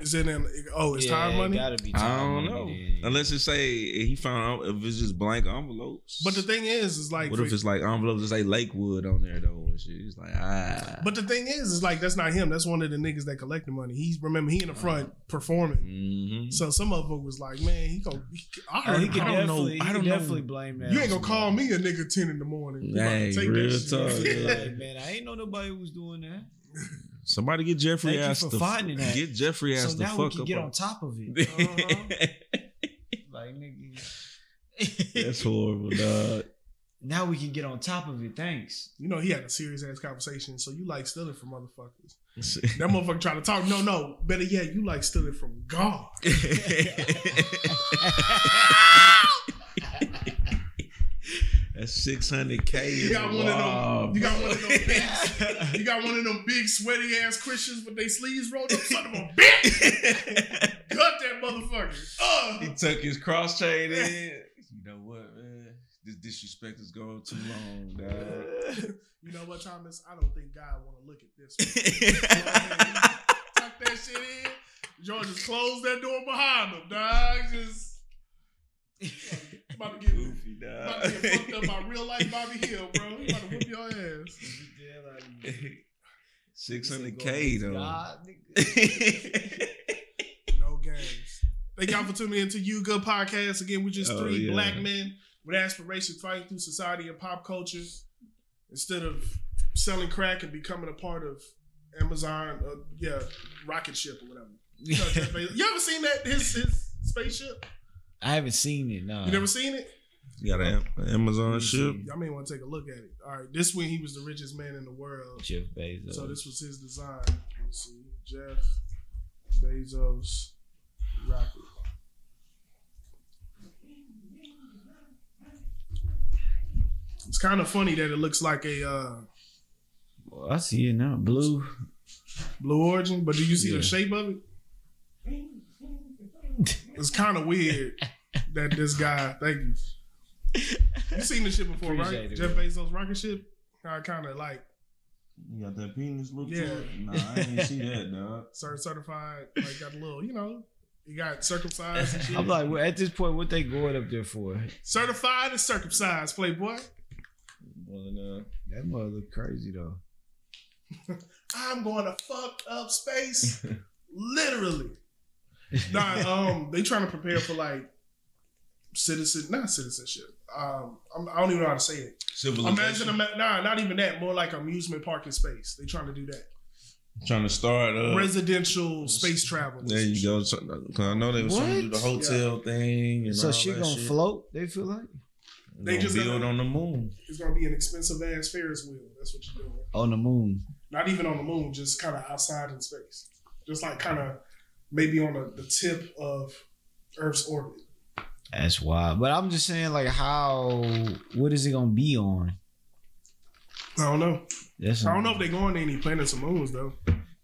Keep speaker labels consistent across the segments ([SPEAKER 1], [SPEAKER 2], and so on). [SPEAKER 1] is it in? Oh, it's time money.
[SPEAKER 2] Gotta be
[SPEAKER 3] I
[SPEAKER 2] time
[SPEAKER 3] don't
[SPEAKER 2] money,
[SPEAKER 3] know.
[SPEAKER 2] then.
[SPEAKER 3] Unless it say he found out if it's just blank envelopes.
[SPEAKER 1] But the thing is, is like,
[SPEAKER 3] what if it's like envelopes that say Lakewood on there though? And shit, it's like ah.
[SPEAKER 1] but the thing is, is like that's not him. That's one of the niggas that collect the money. He's remember he in the front
[SPEAKER 2] Uh-huh. Mm-hmm.
[SPEAKER 1] performing.
[SPEAKER 3] hmm
[SPEAKER 1] So some motherfucker was like, man, he go. I
[SPEAKER 2] Oh,
[SPEAKER 1] heard.
[SPEAKER 2] he
[SPEAKER 1] him.
[SPEAKER 2] could
[SPEAKER 1] I don't know.
[SPEAKER 2] definitely,
[SPEAKER 1] I
[SPEAKER 2] he
[SPEAKER 1] don't
[SPEAKER 2] could
[SPEAKER 1] know.
[SPEAKER 2] definitely blame that.
[SPEAKER 1] you ain't gonna call me a nigga ten in the morning. You about to
[SPEAKER 3] Hey,
[SPEAKER 1] take that
[SPEAKER 3] real
[SPEAKER 1] shit.
[SPEAKER 3] talk, yeah.
[SPEAKER 2] Like, man, I ain't know nobody was doing that.
[SPEAKER 3] Somebody get Jeffrey
[SPEAKER 2] Thank you
[SPEAKER 3] ass
[SPEAKER 2] for
[SPEAKER 3] the
[SPEAKER 2] finding that.
[SPEAKER 3] get Jeffrey ass
[SPEAKER 2] so
[SPEAKER 3] the
[SPEAKER 2] now we
[SPEAKER 3] fuck
[SPEAKER 2] can
[SPEAKER 3] up.
[SPEAKER 2] get on
[SPEAKER 3] on-
[SPEAKER 2] top of it. Uh-huh. like nigga,
[SPEAKER 3] That's horrible, dog.
[SPEAKER 2] now we can get on top of it. Thanks.
[SPEAKER 1] You know, he had a serious ass conversation. So you like stealing from motherfuckers. That motherfucker trying to talk. No, no. Better yet, you like stealing from God.
[SPEAKER 3] That's six hundred k.
[SPEAKER 1] You got one of them. You got one of them. Big,
[SPEAKER 2] That's
[SPEAKER 1] you got one of them big sweaty ass Christians with their sleeves rolled up. Son of a bitch. Cut that motherfucker.
[SPEAKER 3] he
[SPEAKER 1] Uh.
[SPEAKER 3] took his cross chain in. You know what, man? This disrespect is going too long, dog.
[SPEAKER 1] You know what, Thomas? I don't think God want to look at this. One. Tuck that shit in. George just closed that door behind him, dog. Just about to get
[SPEAKER 3] Goofy,
[SPEAKER 1] About to get fucked up
[SPEAKER 3] dog.
[SPEAKER 1] by real life Bobby Hill, bro. You about to whoop your ass.
[SPEAKER 3] Six hundred k though.
[SPEAKER 2] God, nigga.
[SPEAKER 1] No games. Thank y'all for tuning in to You Good Podcast. Again, we're just
[SPEAKER 3] Oh,
[SPEAKER 1] three
[SPEAKER 3] yeah.
[SPEAKER 1] black men with aspirations fighting through society and pop culture. Instead of selling crack and becoming a part of Amazon, uh, yeah, rocket ship or whatever. You know, Jeff Bezos- you ever seen that his his spaceship?
[SPEAKER 2] I haven't seen it. No.
[SPEAKER 1] You never seen it?
[SPEAKER 3] You got an Am- Amazon ship.
[SPEAKER 1] Y'all may want to take a look at it. All right, this when he was the richest man in the world.
[SPEAKER 2] Jeff Bezos.
[SPEAKER 1] So this was his design. Let me see. Jeff Bezos rocket. It's kind of funny that it looks like a uh,
[SPEAKER 2] Well, I see it now. Blue.
[SPEAKER 1] Blue Origin, but do you see
[SPEAKER 2] Yeah.
[SPEAKER 1] the shape of it? It's kind of weird that this guy. Thank you. You seen this shit before, right?
[SPEAKER 2] Appreciate it,
[SPEAKER 1] Jeff
[SPEAKER 2] bro.
[SPEAKER 1] Bezos rocket ship. I kind of like
[SPEAKER 3] You got that penis look?
[SPEAKER 1] Yeah.
[SPEAKER 3] to it? Nah, I didn't see that, dog.
[SPEAKER 1] cert- certified, like got a little, you know, he got circumcised. And shit.
[SPEAKER 2] I'm like, well, at this point, what they going up there for?
[SPEAKER 1] Certified and circumcised, Playboy.
[SPEAKER 2] That mother look crazy though.
[SPEAKER 1] I'm going to fuck up
[SPEAKER 3] uh,
[SPEAKER 1] space, literally. Nah, um, they trying to prepare for like citizen, not citizenship. Um, I'm, I don't even know how to say it. Imagine,
[SPEAKER 3] Civilization.
[SPEAKER 1] ima- nah, not even that. More like amusement parking space. They trying to do that.
[SPEAKER 3] trying to start
[SPEAKER 1] Uh,
[SPEAKER 3] up.
[SPEAKER 1] Residential space travel.
[SPEAKER 3] There you go. So- uh, Cause I know they was trying to do the
[SPEAKER 2] What?
[SPEAKER 3] hotel thing. And
[SPEAKER 2] so
[SPEAKER 3] all
[SPEAKER 2] she
[SPEAKER 3] that
[SPEAKER 2] gonna
[SPEAKER 3] shit.
[SPEAKER 2] float? They feel like
[SPEAKER 1] They
[SPEAKER 3] They
[SPEAKER 1] just
[SPEAKER 3] just build
[SPEAKER 1] gonna-
[SPEAKER 3] on the moon.
[SPEAKER 1] It's gonna be an expensive ass Ferris wheel. That's what you're doing.
[SPEAKER 2] on the moon.
[SPEAKER 1] not even on the moon, just kind of outside in space, just like kind of maybe on the, the tip of Earth's orbit.
[SPEAKER 2] That's wild. But I'm just saying, like, how? What is it gonna be on?
[SPEAKER 1] I don't know.
[SPEAKER 2] That's
[SPEAKER 1] I don't know if they going to any planets or moons though.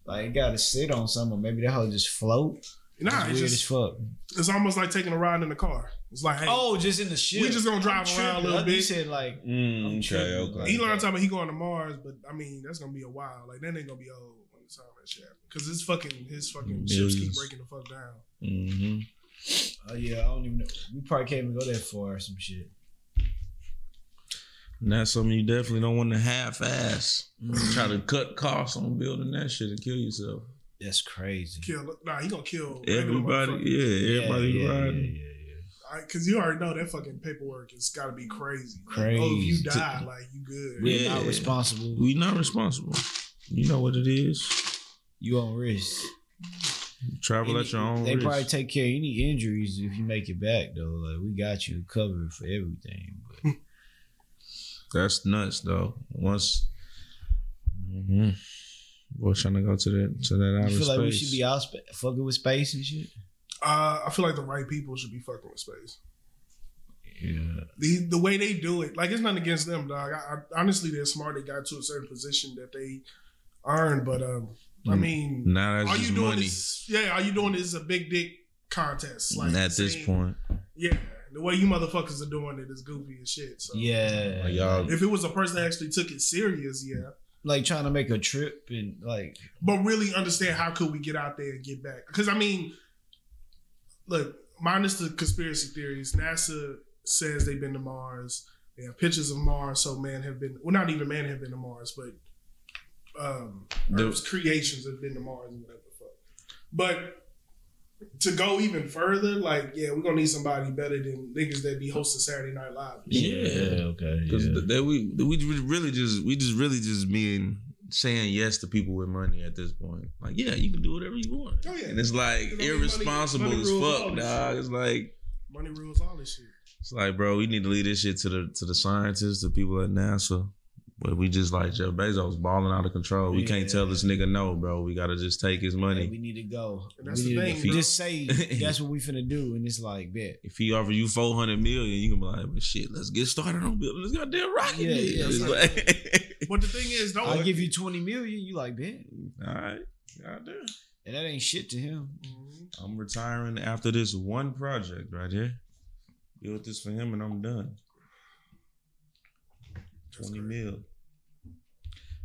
[SPEAKER 2] Like, it gotta sit on something. Maybe that hoe just float.
[SPEAKER 1] Nah,
[SPEAKER 2] It's
[SPEAKER 1] it's
[SPEAKER 2] weird as
[SPEAKER 1] just
[SPEAKER 2] fuck.
[SPEAKER 1] it's almost like taking a ride in the car. It's like, hey,
[SPEAKER 2] Oh, just in the ship.
[SPEAKER 1] we just gonna drive around a little
[SPEAKER 2] You
[SPEAKER 1] bit.
[SPEAKER 2] said like
[SPEAKER 3] Mm,
[SPEAKER 2] I'm
[SPEAKER 3] okay,
[SPEAKER 2] tripping.
[SPEAKER 3] okay.
[SPEAKER 1] Elon talking about he going to Mars, but I mean that's gonna be a while. Like that ain't gonna be old when the time that shit happens because his fucking his fucking ships keep
[SPEAKER 3] Millions.
[SPEAKER 1] breaking the fuck down.
[SPEAKER 3] Mm-hmm.
[SPEAKER 2] Oh yeah, I don't even know. We probably can't even go that far or some shit.
[SPEAKER 3] And that's something you definitely don't want to half-ass. Try to cut costs on building that shit and kill yourself.
[SPEAKER 2] That's crazy.
[SPEAKER 1] Kill nah, he gonna kill
[SPEAKER 3] Everybody, yeah, everybody
[SPEAKER 2] yeah, yeah,
[SPEAKER 3] riding.
[SPEAKER 2] yeah, yeah, yeah.
[SPEAKER 1] because you already know that fucking paperwork has got to be crazy.
[SPEAKER 2] Crazy.
[SPEAKER 1] Oh, if you die, like you good.
[SPEAKER 2] We're not
[SPEAKER 3] Yeah.
[SPEAKER 2] responsible.
[SPEAKER 3] We not responsible. You know what it is.
[SPEAKER 2] You on risk.
[SPEAKER 3] Travel at your own
[SPEAKER 2] They
[SPEAKER 3] risk.
[SPEAKER 2] probably take care of any injuries if you make it back though. Like we got you covered for everything. But
[SPEAKER 3] That's nuts, though. Once, mm-hmm. we're trying to go to that to that outer
[SPEAKER 2] you feel
[SPEAKER 3] space.
[SPEAKER 2] like we should be out sp- fucking with space and shit.
[SPEAKER 1] Uh, I feel like the right people should be fucking with space.
[SPEAKER 2] Yeah.
[SPEAKER 1] The the way they do it, like it's nothing against them, dog. I, I, honestly, they're smart. They got to a certain position that they earned, but um, I
[SPEAKER 3] Mm.
[SPEAKER 1] mean,
[SPEAKER 3] now that's
[SPEAKER 1] all
[SPEAKER 3] just
[SPEAKER 1] you doing
[SPEAKER 3] money
[SPEAKER 1] is yeah, all you doing is a big dick contest. Like
[SPEAKER 3] at this
[SPEAKER 1] saying-
[SPEAKER 3] point.
[SPEAKER 1] yeah, the way you motherfuckers are doing it is goofy as shit. So
[SPEAKER 2] Yeah.
[SPEAKER 3] Like, y'all-
[SPEAKER 1] if it was a person that actually took it serious, yeah,
[SPEAKER 2] like trying to make a trip and like
[SPEAKER 1] but really understand how could we get out there and get back? Because I mean, look, minus the conspiracy theories, NASA says they've been to Mars. They have pictures of Mars, so man have been well, not even man have been to Mars, but um,
[SPEAKER 3] The-
[SPEAKER 1] Earth's creations have been to Mars and whatever the fuck. But to go even further, like yeah, we're gonna need somebody better than niggas that be hosting Saturday Night Live.
[SPEAKER 3] Yeah.
[SPEAKER 2] okay
[SPEAKER 3] Because
[SPEAKER 2] yeah.
[SPEAKER 3] that we we re- really just we just really just being saying yes to people with money at this point. Like, yeah, you can do whatever you want.
[SPEAKER 1] Oh, yeah.
[SPEAKER 3] And it's like
[SPEAKER 1] Because, I mean, money-
[SPEAKER 3] irresponsible
[SPEAKER 1] money
[SPEAKER 3] as
[SPEAKER 1] rules
[SPEAKER 3] fuck,
[SPEAKER 1] all this
[SPEAKER 3] dog.
[SPEAKER 1] shit.
[SPEAKER 3] It's like
[SPEAKER 1] Money rules all this shit.
[SPEAKER 3] it's like, bro, we need to leave this shit to the to the scientists, to people at NASA. But we just like Jeff Bezos balling out of control. We can't tell this nigga no, bro. We gotta just take his
[SPEAKER 2] Hey,
[SPEAKER 3] money.
[SPEAKER 2] we need to go.
[SPEAKER 1] And that's
[SPEAKER 2] We
[SPEAKER 1] the
[SPEAKER 2] need to-
[SPEAKER 1] thing,
[SPEAKER 2] if you
[SPEAKER 1] bro.
[SPEAKER 2] just say that's what we finna do, and it's like, bet.
[SPEAKER 3] If he offer you four hundred million, you can be like, well, shit, let's get started on building this goddamn rocket.
[SPEAKER 2] Yeah,
[SPEAKER 3] Yeah,
[SPEAKER 2] yeah,
[SPEAKER 3] it's
[SPEAKER 1] yeah.
[SPEAKER 3] like,
[SPEAKER 1] But the thing is, don't
[SPEAKER 2] I give you twenty million, you like bet,
[SPEAKER 3] all right, goddamn.
[SPEAKER 2] and that ain't shit to him.
[SPEAKER 1] Mhm.
[SPEAKER 3] I'm retiring after this one project right here. Built this for him and I'm done.
[SPEAKER 1] That's
[SPEAKER 3] 20
[SPEAKER 1] crazy.
[SPEAKER 3] mil.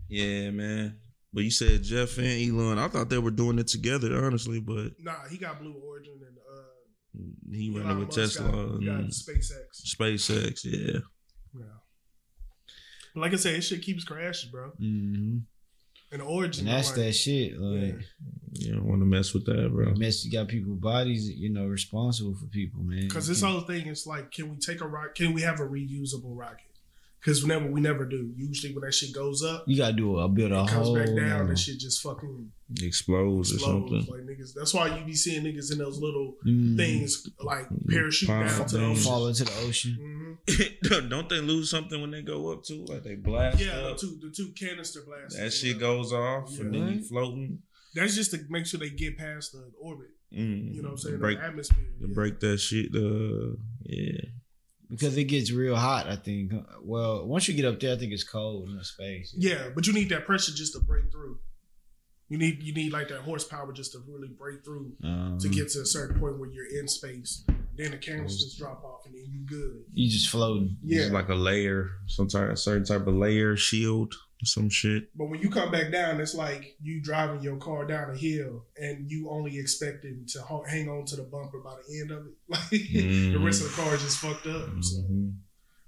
[SPEAKER 3] Yeah, man. But you said Jeff and Elon. I thought they were doing it together, honestly, but
[SPEAKER 1] Nah, he got Blue Origin and uh
[SPEAKER 3] he ran
[SPEAKER 1] Elon
[SPEAKER 3] it with
[SPEAKER 1] Musk
[SPEAKER 3] Tesla
[SPEAKER 1] Got,
[SPEAKER 3] and
[SPEAKER 1] got SpaceX.
[SPEAKER 3] SpaceX. Yeah.
[SPEAKER 1] Yeah. But like I said, it shit keeps crashing, bro.
[SPEAKER 2] Mm-hmm.
[SPEAKER 1] And the origin.
[SPEAKER 2] And that's
[SPEAKER 1] I'm like,
[SPEAKER 2] that shit. Like,
[SPEAKER 3] You don't want to mess with that, bro.
[SPEAKER 2] mess, you got people bodies, you know, responsible for people, man.
[SPEAKER 1] Because this whole thing is like, can we take a rocket? Can we have a reusable rocket? Because whenever we never do. Usually when that shit goes up,
[SPEAKER 2] you gotta do a build a
[SPEAKER 1] it comes
[SPEAKER 2] whole.
[SPEAKER 1] back down.
[SPEAKER 2] uh,
[SPEAKER 1] That shit just fucking
[SPEAKER 3] Explodes, or
[SPEAKER 1] explodes.
[SPEAKER 3] something.
[SPEAKER 1] Like niggas, that's why you be seeing niggas in those little
[SPEAKER 2] mm,
[SPEAKER 1] things like
[SPEAKER 3] Mm.
[SPEAKER 1] parachute
[SPEAKER 3] Pop-
[SPEAKER 1] down to the
[SPEAKER 3] things.
[SPEAKER 2] Mm-hmm. fall
[SPEAKER 1] ocean.
[SPEAKER 2] into the ocean.
[SPEAKER 1] Mhm.
[SPEAKER 3] don't they lose something when they go up too? Like they blast
[SPEAKER 1] Yeah, the
[SPEAKER 3] up.
[SPEAKER 1] two the two canister blasts.
[SPEAKER 3] That shit goes off and then you
[SPEAKER 2] What?
[SPEAKER 3] floating.
[SPEAKER 1] That's just to make sure they get past the orbit.
[SPEAKER 3] Mm.
[SPEAKER 1] You know what I'm saying?
[SPEAKER 3] Break
[SPEAKER 1] the atmosphere.
[SPEAKER 3] to
[SPEAKER 1] yeah.
[SPEAKER 3] break that shit. Uh, yeah,
[SPEAKER 2] Because it gets real hot, I think. Well, once you get up there, I think it's cold in the space.
[SPEAKER 1] Yeah, but you need that pressure just to break through. You need you need like that horsepower just to really break through
[SPEAKER 2] Um,
[SPEAKER 1] to get to a certain point where you're in space. Then the canisters drop off and then you good.
[SPEAKER 2] you just floating.
[SPEAKER 3] yeah.
[SPEAKER 1] Yeah,
[SPEAKER 3] like a layer, some type, a certain type of layer shield, or some shit.
[SPEAKER 1] but when you come back down, it's like you driving your car down a hill and you only expecting to ho- hang on to the bumper by the end of it. Like the
[SPEAKER 3] Mhm.
[SPEAKER 1] rest of the car is just fucked up. So.
[SPEAKER 3] Mhm.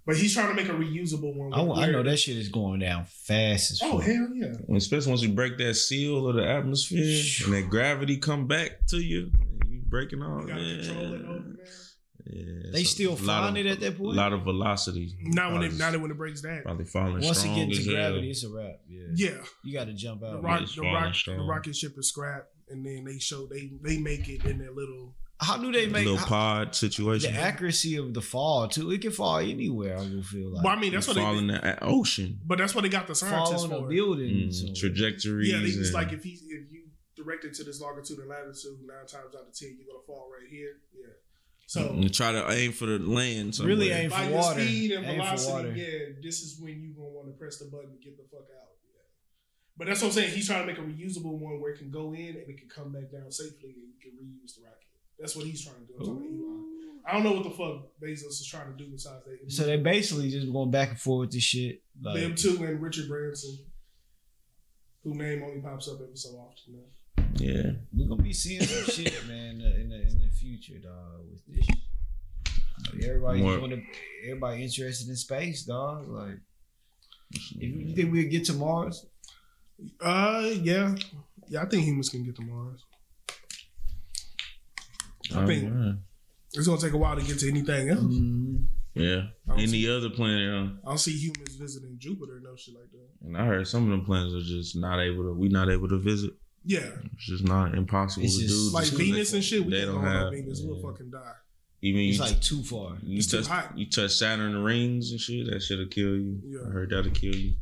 [SPEAKER 1] But he's trying to make a reusable one.
[SPEAKER 2] I, wa- Mm-hmm. Oh, I
[SPEAKER 1] where-
[SPEAKER 2] know that shit is going down fast as
[SPEAKER 1] Oh
[SPEAKER 2] fuck.
[SPEAKER 1] hell yeah!
[SPEAKER 3] Especially once you break that seal of the atmosphere and that gravity come back to you, and you breaking all.
[SPEAKER 1] You got control it over
[SPEAKER 3] Yeah,
[SPEAKER 1] man.
[SPEAKER 3] yeah
[SPEAKER 2] They
[SPEAKER 3] so
[SPEAKER 2] still
[SPEAKER 3] a lot
[SPEAKER 2] flying
[SPEAKER 3] of-
[SPEAKER 2] it at that
[SPEAKER 3] A
[SPEAKER 2] point.
[SPEAKER 3] lot of velocity.
[SPEAKER 1] Not when it
[SPEAKER 3] Probably-
[SPEAKER 1] not when it breaks that.
[SPEAKER 3] probably falling
[SPEAKER 2] Once it
[SPEAKER 3] strong
[SPEAKER 2] gets
[SPEAKER 3] as
[SPEAKER 2] to
[SPEAKER 3] hell.
[SPEAKER 2] gravity, it's a wrap. Oh, Yeah,
[SPEAKER 1] Yeah,
[SPEAKER 2] you got to jump
[SPEAKER 1] the
[SPEAKER 2] out.
[SPEAKER 1] rock,
[SPEAKER 3] it's
[SPEAKER 1] the,
[SPEAKER 3] falling
[SPEAKER 1] rock the
[SPEAKER 3] strong.
[SPEAKER 1] rocket ship is scrapped, and then they show they they make it in their little.
[SPEAKER 2] How do they make
[SPEAKER 3] little
[SPEAKER 2] how-
[SPEAKER 3] pod
[SPEAKER 2] the
[SPEAKER 3] situation.
[SPEAKER 2] accuracy of the fall too? It can fall anywhere. I will feel like
[SPEAKER 1] well, I mean
[SPEAKER 3] You
[SPEAKER 1] that's what
[SPEAKER 3] fall
[SPEAKER 1] they.
[SPEAKER 3] in the a- ocean.
[SPEAKER 1] But that's what they got the
[SPEAKER 2] fall
[SPEAKER 1] scientists
[SPEAKER 2] on a
[SPEAKER 1] for.
[SPEAKER 2] building. so-
[SPEAKER 3] Mm, trajectories.
[SPEAKER 1] Yeah, they just
[SPEAKER 3] and-
[SPEAKER 1] like if he if you direct it to this longitude and latitude, nine times out of ten you're gonna fall right here. Yeah. So
[SPEAKER 3] And try to aim for the land. Somewhere.
[SPEAKER 2] Really aim for
[SPEAKER 1] by your
[SPEAKER 2] water.
[SPEAKER 1] speed and
[SPEAKER 2] Aim for water.
[SPEAKER 1] velocity, yeah, this is when you gonna want to press the button to get the fuck out. Yeah. But that's what I'm saying. He's trying to make a reusable one where it can go in and it can come back down safely, and you can reuse the rocket. That's what he's trying to do. I'm talking about Elon. I don't know what the fuck Bezos is trying to do besides that.
[SPEAKER 2] So they basically just going back and forth with this shit. Like,
[SPEAKER 1] them two and Richard Branson, who name only pops up every so often. Now.
[SPEAKER 3] Yeah.
[SPEAKER 2] we're gonna be seeing some shit, man, in the, in the, in the future, dog. With this, shit. everybody
[SPEAKER 3] More-
[SPEAKER 2] just want to, everybody interested in space, dog. Like, if
[SPEAKER 3] Mm-hmm.
[SPEAKER 2] you think we'll get to Mars,
[SPEAKER 1] Uh, yeah, yeah. I think humans can get to Mars. I think
[SPEAKER 3] Alright.
[SPEAKER 1] it's gonna take a while to get to anything else. I
[SPEAKER 3] Yeah.
[SPEAKER 1] don't, see,
[SPEAKER 3] Mm-hmm. Any other planet, huh?
[SPEAKER 1] I don't see humans visiting Jupiter, no shit like that.
[SPEAKER 3] And I heard some of them planets are just not able to. We not able to visit.
[SPEAKER 1] Yeah,
[SPEAKER 3] It's just not impossible
[SPEAKER 2] It's
[SPEAKER 3] to
[SPEAKER 2] just-
[SPEAKER 3] do.
[SPEAKER 1] like
[SPEAKER 3] Just 'cause
[SPEAKER 1] Venus
[SPEAKER 3] they-
[SPEAKER 1] and shit. We
[SPEAKER 3] they
[SPEAKER 1] can't go
[SPEAKER 3] don't
[SPEAKER 1] on
[SPEAKER 3] have
[SPEAKER 1] Venus. We'll
[SPEAKER 3] yeah.
[SPEAKER 1] fucking die.
[SPEAKER 3] Even you,
[SPEAKER 2] it's like too far.
[SPEAKER 3] you
[SPEAKER 1] it's too
[SPEAKER 3] touch
[SPEAKER 1] hot.
[SPEAKER 3] you touch Saturn rings and shit. That shit'll kill you.
[SPEAKER 1] Yeah.
[SPEAKER 3] I heard that'll kill you.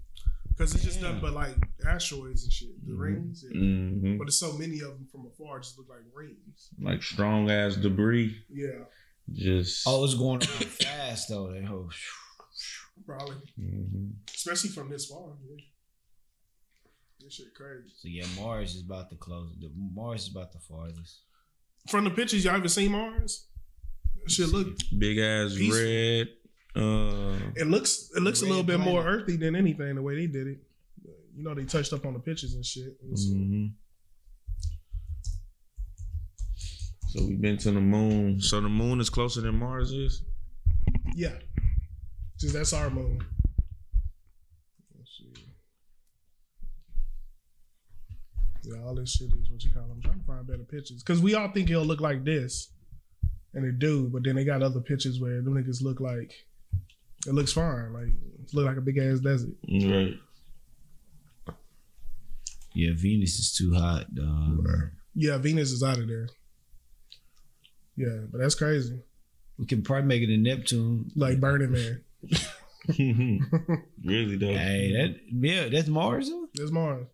[SPEAKER 1] Because it's just
[SPEAKER 2] Damn.
[SPEAKER 1] nothing but like asteroids and shit, the
[SPEAKER 3] Mhm.
[SPEAKER 1] rings. Yeah.
[SPEAKER 3] hmm
[SPEAKER 1] But there's so many of them from afar, just look like rings.
[SPEAKER 3] Like strong ass debris.
[SPEAKER 1] Yeah,
[SPEAKER 3] Just
[SPEAKER 2] Oh, it's going around fast though. That whole
[SPEAKER 1] probably,
[SPEAKER 3] Mhm.
[SPEAKER 1] especially from this far. Yeah. This shit crazy.
[SPEAKER 2] so yeah, Mars is about to close. The, Mars is about the farthest.
[SPEAKER 1] From the pictures, y'all ever seen Mars? That shit look.
[SPEAKER 3] big ass
[SPEAKER 1] Peaceful.
[SPEAKER 3] red. Uh,
[SPEAKER 1] It looks. It looks a
[SPEAKER 2] Red
[SPEAKER 1] little bit more
[SPEAKER 2] planet.
[SPEAKER 1] earthy than anything the way they did it. you know, they touched up on the pictures and shit. It was-
[SPEAKER 3] hmm So we've been to the moon. So the moon is closer than Mars is.
[SPEAKER 1] Yeah, just that's our moon. Let's see. Yeah, all this shit is what you call. it. I'm trying to find better pictures because we all think it'll look like this, and it do. But then they got other pictures where them niggas look like it looks fine, like it look like a big ass desert.
[SPEAKER 3] Right.
[SPEAKER 2] Yeah, Venus is too hot, dog.
[SPEAKER 1] Yeah, Venus is out of there. Yeah, but that's crazy.
[SPEAKER 2] We can probably make it to Neptune.
[SPEAKER 1] Like Burning Man,
[SPEAKER 3] Mm-hmm. really though.
[SPEAKER 2] Hey, that yeah, that's Mars. Though?
[SPEAKER 1] there's Mars.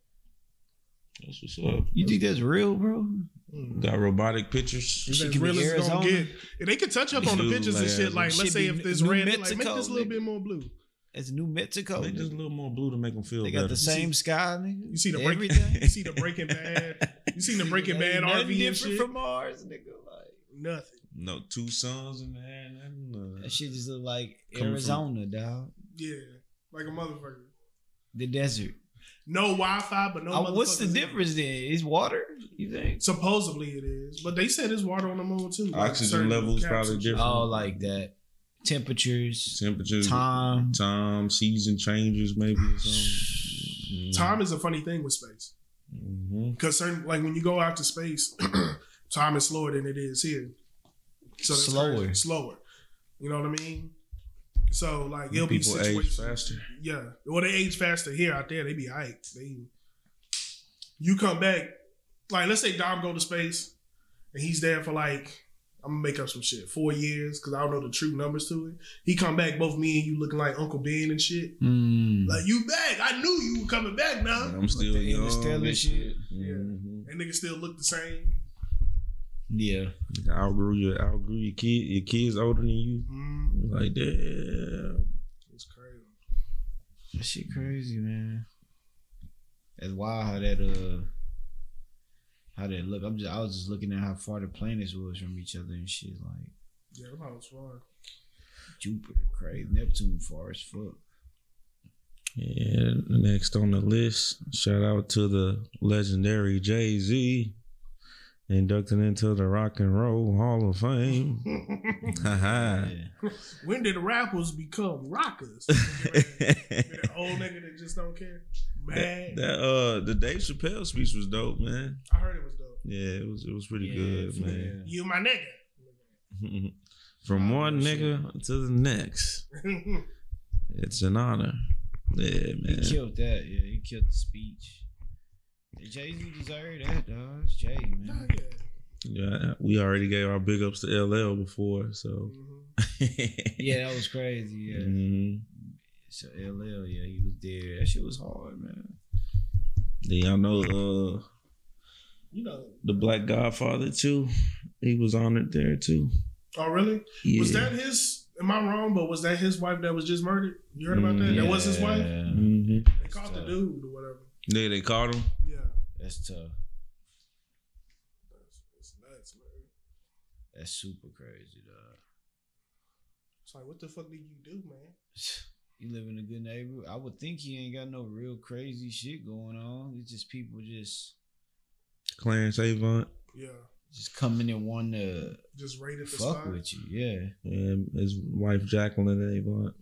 [SPEAKER 3] That's what's up.
[SPEAKER 2] You think that's real, bro?
[SPEAKER 1] Mm.
[SPEAKER 3] Got robotic pictures.
[SPEAKER 1] That's
[SPEAKER 2] She
[SPEAKER 1] as
[SPEAKER 2] can be
[SPEAKER 1] real as it's gonna
[SPEAKER 2] Arizona.
[SPEAKER 1] get. And they could touch up on the
[SPEAKER 3] Dude,
[SPEAKER 1] pictures and
[SPEAKER 3] like,
[SPEAKER 1] shit. Like,
[SPEAKER 2] it
[SPEAKER 1] let's
[SPEAKER 2] should
[SPEAKER 1] say
[SPEAKER 2] be
[SPEAKER 1] if this
[SPEAKER 2] New
[SPEAKER 1] red, they like make
[SPEAKER 2] Mexico,
[SPEAKER 1] this a little
[SPEAKER 2] nigga.
[SPEAKER 1] bit more blue.
[SPEAKER 2] That's New Mexico.
[SPEAKER 3] Make this a
[SPEAKER 2] nigga.
[SPEAKER 3] little more blue to make them feel
[SPEAKER 2] They
[SPEAKER 3] better.
[SPEAKER 2] got the same sky, nigga.
[SPEAKER 1] You see the break,
[SPEAKER 2] everything.
[SPEAKER 1] you see the Breaking Bad, you seen the Breaking
[SPEAKER 2] Ain't
[SPEAKER 1] Bad
[SPEAKER 2] nothing
[SPEAKER 1] RV and
[SPEAKER 2] different
[SPEAKER 1] shit.
[SPEAKER 2] from Mars, nigga. Like
[SPEAKER 1] Nothing.
[SPEAKER 3] no two suns in there. nothing, uh,
[SPEAKER 2] that shit just look like
[SPEAKER 3] Coming from-
[SPEAKER 2] Arizona, dog.
[SPEAKER 1] Yeah, like a motherfucker.
[SPEAKER 2] The desert.
[SPEAKER 1] No Wi-Fi, but no.
[SPEAKER 2] Uh, what's the
[SPEAKER 1] motherfuckers.
[SPEAKER 2] difference then? Is water? You think?
[SPEAKER 1] Supposedly it is, but they said there's water on the moon too. like
[SPEAKER 3] Oxygen
[SPEAKER 1] certain
[SPEAKER 3] levels
[SPEAKER 1] caps
[SPEAKER 3] probably
[SPEAKER 1] and shit.
[SPEAKER 3] different.
[SPEAKER 2] Oh, like that. Temperatures,
[SPEAKER 3] temperatures,
[SPEAKER 2] time.
[SPEAKER 3] time, season changes, maybe. Or something.
[SPEAKER 1] Time is a funny thing with space
[SPEAKER 3] Mhm.
[SPEAKER 1] because certain, like when you go out to space, time is slower than it is here. that's
[SPEAKER 2] Slower.
[SPEAKER 1] crazy. slower. You know what I mean? So like it'll be
[SPEAKER 3] People age
[SPEAKER 1] situations-
[SPEAKER 3] faster.
[SPEAKER 1] Yeah. Well, they age faster here. Out there, they be hype. They, you come back, like let's say Dom go to space, and he's there for like I'm gonna make up some shit four years because I don't know the true numbers to it. He come back, both me and you looking like Uncle Ben and shit.
[SPEAKER 2] Mm.
[SPEAKER 1] Like you back? I knew you were coming back now.
[SPEAKER 3] I'm still
[SPEAKER 2] the
[SPEAKER 3] young.
[SPEAKER 2] interstellar
[SPEAKER 3] and
[SPEAKER 2] shit.
[SPEAKER 3] Mhm.
[SPEAKER 1] And niggas still look the same.
[SPEAKER 2] yeah.
[SPEAKER 3] You Outgrew your outgrew your kid. Your kids older than you.
[SPEAKER 1] Mm,
[SPEAKER 3] Like that.
[SPEAKER 1] it's crazy.
[SPEAKER 2] That shit crazy, man. That's wild how that uh how that look. I'm just I was just looking at how far the planets was from each other and shit like
[SPEAKER 1] Yeah, that was far.
[SPEAKER 2] Jupiter, crazy Neptune far as fuck.
[SPEAKER 3] Yeah. Next on the list, shout out to the legendary Jay Z, inducted into the Rock and Roll Hall of Fame. Haha.
[SPEAKER 2] Yeah.
[SPEAKER 1] when did rappers become rockers? that old nigga that just don't care.
[SPEAKER 3] That,
[SPEAKER 1] Man,
[SPEAKER 3] that, uh the Dave Chappelle speech was dope, man.
[SPEAKER 1] I heard it was dope.
[SPEAKER 3] Yeah, it was it was pretty
[SPEAKER 2] Yeah,
[SPEAKER 3] good,
[SPEAKER 2] for
[SPEAKER 3] man.
[SPEAKER 1] You my nigga.
[SPEAKER 3] From
[SPEAKER 2] Wow,
[SPEAKER 3] one
[SPEAKER 2] shit.
[SPEAKER 3] nigga to the next. It's an honor. Yeah,
[SPEAKER 2] He
[SPEAKER 3] man.
[SPEAKER 2] killed that, yeah. He killed the speech. Jay Z deserved that, dog. It's Jay,
[SPEAKER 1] Nah,
[SPEAKER 2] man.
[SPEAKER 1] yeah.
[SPEAKER 3] Yeah, we already gave our big ups to LL before, so
[SPEAKER 1] Mhm.
[SPEAKER 2] Yeah, that was crazy. Yeah.
[SPEAKER 3] Mhm.
[SPEAKER 2] So LL, yeah, he was there. That shit was hard, man.
[SPEAKER 3] Do y'all know uh
[SPEAKER 1] You know.
[SPEAKER 3] the Black Godfather too? He was honored there too.
[SPEAKER 1] Oh, really?
[SPEAKER 3] Yeah.
[SPEAKER 1] Was that his? Am I wrong? But was that his wife that was just murdered? You heard about that?
[SPEAKER 3] Mm,
[SPEAKER 1] That was his wife.
[SPEAKER 2] Yeah.
[SPEAKER 3] Mhm.
[SPEAKER 1] They caught the
[SPEAKER 2] tough.
[SPEAKER 1] dude or whatever.
[SPEAKER 3] Yeah, they caught him.
[SPEAKER 1] Yeah,
[SPEAKER 2] That's tough.
[SPEAKER 1] that's, that's nuts, man.
[SPEAKER 2] That's super crazy, dog.
[SPEAKER 1] It's like, what the fuck did you do, man?
[SPEAKER 2] You live in a good neighborhood. I would think he ain't got no real crazy shit going on. It's just people just
[SPEAKER 3] Clarence Avant.
[SPEAKER 1] Yeah,
[SPEAKER 2] just coming and wanting
[SPEAKER 1] just raided
[SPEAKER 2] to
[SPEAKER 1] the
[SPEAKER 2] fuck
[SPEAKER 1] spot.
[SPEAKER 2] with you. Yeah.
[SPEAKER 3] And his wife Jacqueline Avant.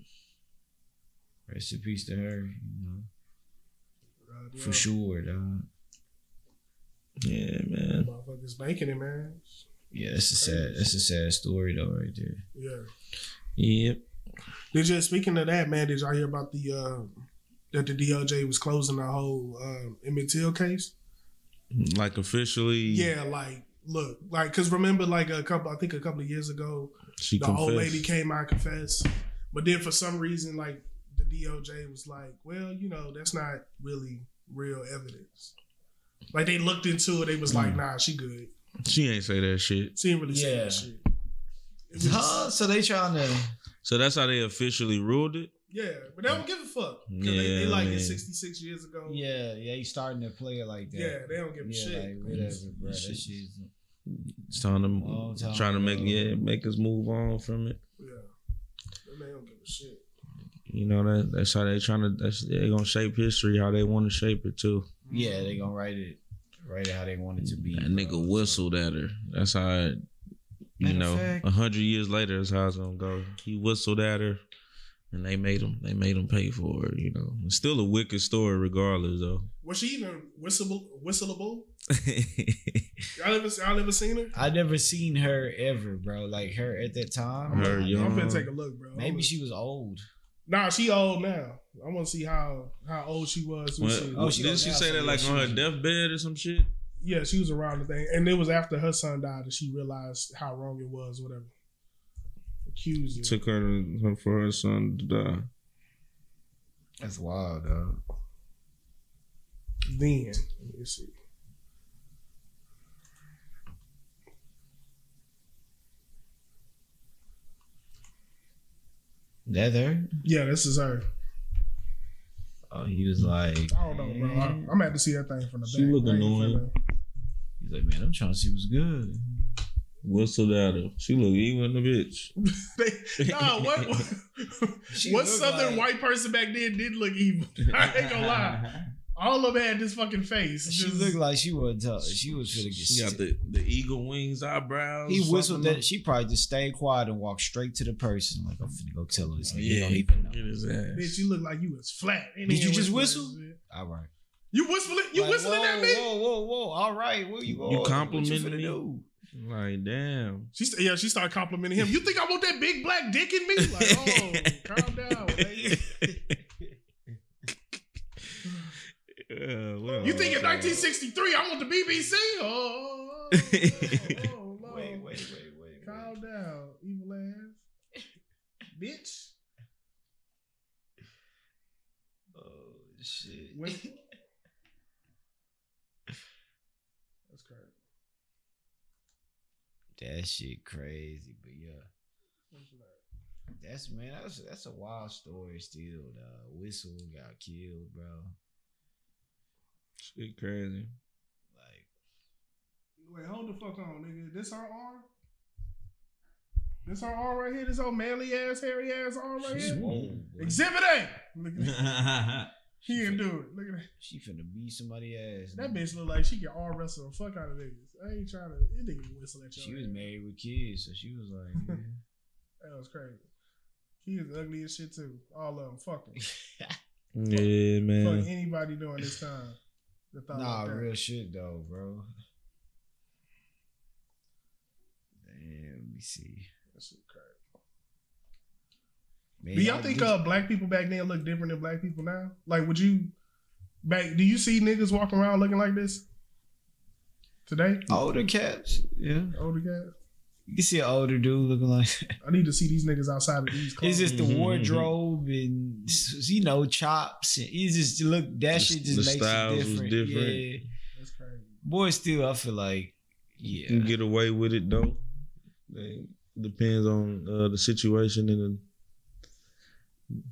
[SPEAKER 2] Rest in peace to her, you know.
[SPEAKER 1] God,
[SPEAKER 2] For
[SPEAKER 1] yeah.
[SPEAKER 2] sure, dog.
[SPEAKER 3] Yeah, man.
[SPEAKER 1] Motherfuckers banking it, man.
[SPEAKER 2] Yeah, that's a sad that's a sad story though right there.
[SPEAKER 1] Yeah.
[SPEAKER 3] Yep.
[SPEAKER 1] Did you speaking of that, man? Did y'all hear about the uh, that the DOJ was closing the whole um, Emmett Till case?
[SPEAKER 3] Like officially
[SPEAKER 1] Yeah, like look, like because remember, like a couple, I think a couple of years ago,
[SPEAKER 3] she
[SPEAKER 1] the
[SPEAKER 3] confessed.
[SPEAKER 1] old lady came out and confessed, but then for some reason, like the DOJ was like, well, you know, that's not really real evidence. Like they looked into it, they was
[SPEAKER 3] Hmm.
[SPEAKER 1] like, nah, she good.
[SPEAKER 3] She ain't say that shit.
[SPEAKER 1] She didn't really say
[SPEAKER 2] Yeah.
[SPEAKER 1] that shit. It was just-
[SPEAKER 2] Huh? So they trying to
[SPEAKER 3] So that's how they officially ruled it.
[SPEAKER 1] yeah, but they don't give a fuck. 'Cause they, they
[SPEAKER 3] Yeah,
[SPEAKER 1] like
[SPEAKER 3] man.
[SPEAKER 1] it 66 years ago. Yeah,
[SPEAKER 2] Yeah, yeah, you starting to play it like that.
[SPEAKER 1] they don't give a
[SPEAKER 2] yeah,
[SPEAKER 1] shit. Mm-hmm.
[SPEAKER 2] like whatever, bro. That
[SPEAKER 3] Shit.
[SPEAKER 2] shit's
[SPEAKER 3] It's Oh, time to
[SPEAKER 2] Long time
[SPEAKER 3] trying to make
[SPEAKER 2] ago.
[SPEAKER 3] yeah make us move on from it.
[SPEAKER 1] yeah. They don't give a shit.
[SPEAKER 4] You know that that's how they trying to. That's, they gonna shape history how they want to shape it too.
[SPEAKER 2] Yeah, they gonna write it, write it how they want it to be.
[SPEAKER 3] That nigga whistled at her. That's how, it,
[SPEAKER 2] Matter
[SPEAKER 3] you
[SPEAKER 2] of
[SPEAKER 3] know,
[SPEAKER 2] fact-
[SPEAKER 3] a hundred years later is how it's gonna go. He whistled at her, and they made him. They made him pay for it. You know, it's still a wicked story, regardless though.
[SPEAKER 1] Was she even whistle whistleable? Y'all ever y'all ever seen her?
[SPEAKER 2] I never seen her ever, bro. Like her at that time.
[SPEAKER 3] Her
[SPEAKER 1] I'm
[SPEAKER 3] young.
[SPEAKER 1] gonna take a look, bro.
[SPEAKER 2] Maybe she was old.
[SPEAKER 1] Nah, she old now. I want to see how how old she was. when
[SPEAKER 3] Well,
[SPEAKER 1] she-
[SPEAKER 2] Oh, she
[SPEAKER 3] didn't
[SPEAKER 2] don't
[SPEAKER 3] she
[SPEAKER 2] now,
[SPEAKER 3] say
[SPEAKER 2] so
[SPEAKER 3] that
[SPEAKER 2] yeah,
[SPEAKER 3] like
[SPEAKER 2] she
[SPEAKER 3] on her
[SPEAKER 2] was-
[SPEAKER 3] deathbed or some shit?
[SPEAKER 1] yeah, she was around the thing, and it was after her son died that she realized how wrong it was. Whatever. Accused. her.
[SPEAKER 4] Took her to, for her son to die.
[SPEAKER 2] That's wild, dog.
[SPEAKER 1] Then let me see.
[SPEAKER 2] That her?
[SPEAKER 1] Yeah, this is her.
[SPEAKER 2] Oh, he was like,
[SPEAKER 1] I don't know, bro. I, I'm gonna have to see that thing from the
[SPEAKER 4] She
[SPEAKER 1] back.
[SPEAKER 4] look
[SPEAKER 1] I ain't
[SPEAKER 4] annoying.
[SPEAKER 1] finna-
[SPEAKER 2] He's like, man, I'm trying to see what's good.
[SPEAKER 4] Whistled at her. She look evil in the bitch.
[SPEAKER 1] They, nah, what?
[SPEAKER 2] She
[SPEAKER 1] what
[SPEAKER 2] look
[SPEAKER 1] southern
[SPEAKER 2] like-
[SPEAKER 1] white person back then did look evil? I ain't gonna lie. All of them had this fucking face.
[SPEAKER 2] She
[SPEAKER 1] Just-
[SPEAKER 2] looked like she was tough. She was finna get
[SPEAKER 3] She got
[SPEAKER 2] sick.
[SPEAKER 3] the, the eagle wings, eyebrows.
[SPEAKER 2] He whistled
[SPEAKER 3] something
[SPEAKER 2] that. She probably just stayed quiet and walked straight to the person. Like I'm finna go tell her this.
[SPEAKER 3] like-
[SPEAKER 2] nigga
[SPEAKER 3] Yeah,
[SPEAKER 2] don't
[SPEAKER 3] he
[SPEAKER 2] even know.
[SPEAKER 3] can get his ass.
[SPEAKER 1] Bitch, you look like you was flat. Ain't
[SPEAKER 2] Did you
[SPEAKER 1] even
[SPEAKER 2] just
[SPEAKER 1] whistling.
[SPEAKER 2] All right.
[SPEAKER 1] You whistling? You
[SPEAKER 2] Like,
[SPEAKER 1] whistling
[SPEAKER 2] whoa,
[SPEAKER 1] at me?
[SPEAKER 2] Whoa, whoa, whoa! All right, where you
[SPEAKER 3] You
[SPEAKER 2] going? What
[SPEAKER 3] complimenting
[SPEAKER 2] finna
[SPEAKER 3] me?
[SPEAKER 2] do?
[SPEAKER 4] Like damn.
[SPEAKER 1] She st- yeah, she started complimenting him. You think I want that big black dick in me? Like, oh, calm down. lady.
[SPEAKER 3] Yeah,
[SPEAKER 2] Oh,
[SPEAKER 3] well,
[SPEAKER 1] You think in
[SPEAKER 3] okay.
[SPEAKER 1] 1963 I want the BBC? Oh, oh, oh, oh, oh,
[SPEAKER 2] Wait, wait, wait, wait. wait.
[SPEAKER 1] Calm down, evil ass, bitch.
[SPEAKER 2] Oh shit!
[SPEAKER 1] When- That's crazy.
[SPEAKER 2] That shit crazy, but yeah.
[SPEAKER 1] That's like-
[SPEAKER 2] That's man, that's that's a wild story still. Dog. Whistle got killed, bro.
[SPEAKER 4] Shit crazy.
[SPEAKER 2] Like
[SPEAKER 1] Wait, hold the fuck on, nigga. This our arm? This our arm right here? This old manly ass, hairy ass arm right
[SPEAKER 2] she's
[SPEAKER 1] here?
[SPEAKER 2] old, boy.
[SPEAKER 1] Exhibit A. Look at that. He can do it. Look at that.
[SPEAKER 2] She finna beat somebody ass.
[SPEAKER 1] That
[SPEAKER 2] nigga.
[SPEAKER 1] bitch look like she can arm wrestle the fuck out of niggas. I ain't trying to. It nigga whistle at you.
[SPEAKER 2] She was married with kids, so she was like, man.
[SPEAKER 1] That was crazy. She is ugly as shit too. All of them. Fuck them.
[SPEAKER 4] Yeah, man.
[SPEAKER 1] Fuck anybody doing this time. that thought
[SPEAKER 2] nah,
[SPEAKER 1] like that.
[SPEAKER 2] real shit though, bro. Damn, let me see.
[SPEAKER 1] That shit crazy.
[SPEAKER 2] Man,
[SPEAKER 1] Do y'all think
[SPEAKER 2] did-
[SPEAKER 1] uh black people back then look different than black people now? Like, would you back? Do you see niggas walking around looking like this today?
[SPEAKER 2] older cats? Yeah,
[SPEAKER 1] Older guys.
[SPEAKER 2] you can see an older dude looking like. Mm-hmm.
[SPEAKER 1] I need to see these niggas outside of these clothes.
[SPEAKER 2] It's just the
[SPEAKER 3] Mhm.
[SPEAKER 2] wardrobe and you know chops and it just look that
[SPEAKER 3] The-
[SPEAKER 2] shit just
[SPEAKER 3] the
[SPEAKER 2] makes it
[SPEAKER 3] styles was
[SPEAKER 2] different.
[SPEAKER 3] different.
[SPEAKER 2] Yeah,
[SPEAKER 1] That's crazy.
[SPEAKER 2] boy, still I feel like
[SPEAKER 4] You
[SPEAKER 2] yeah,
[SPEAKER 4] can get away with it though. Like, depends on uh, the situation and the,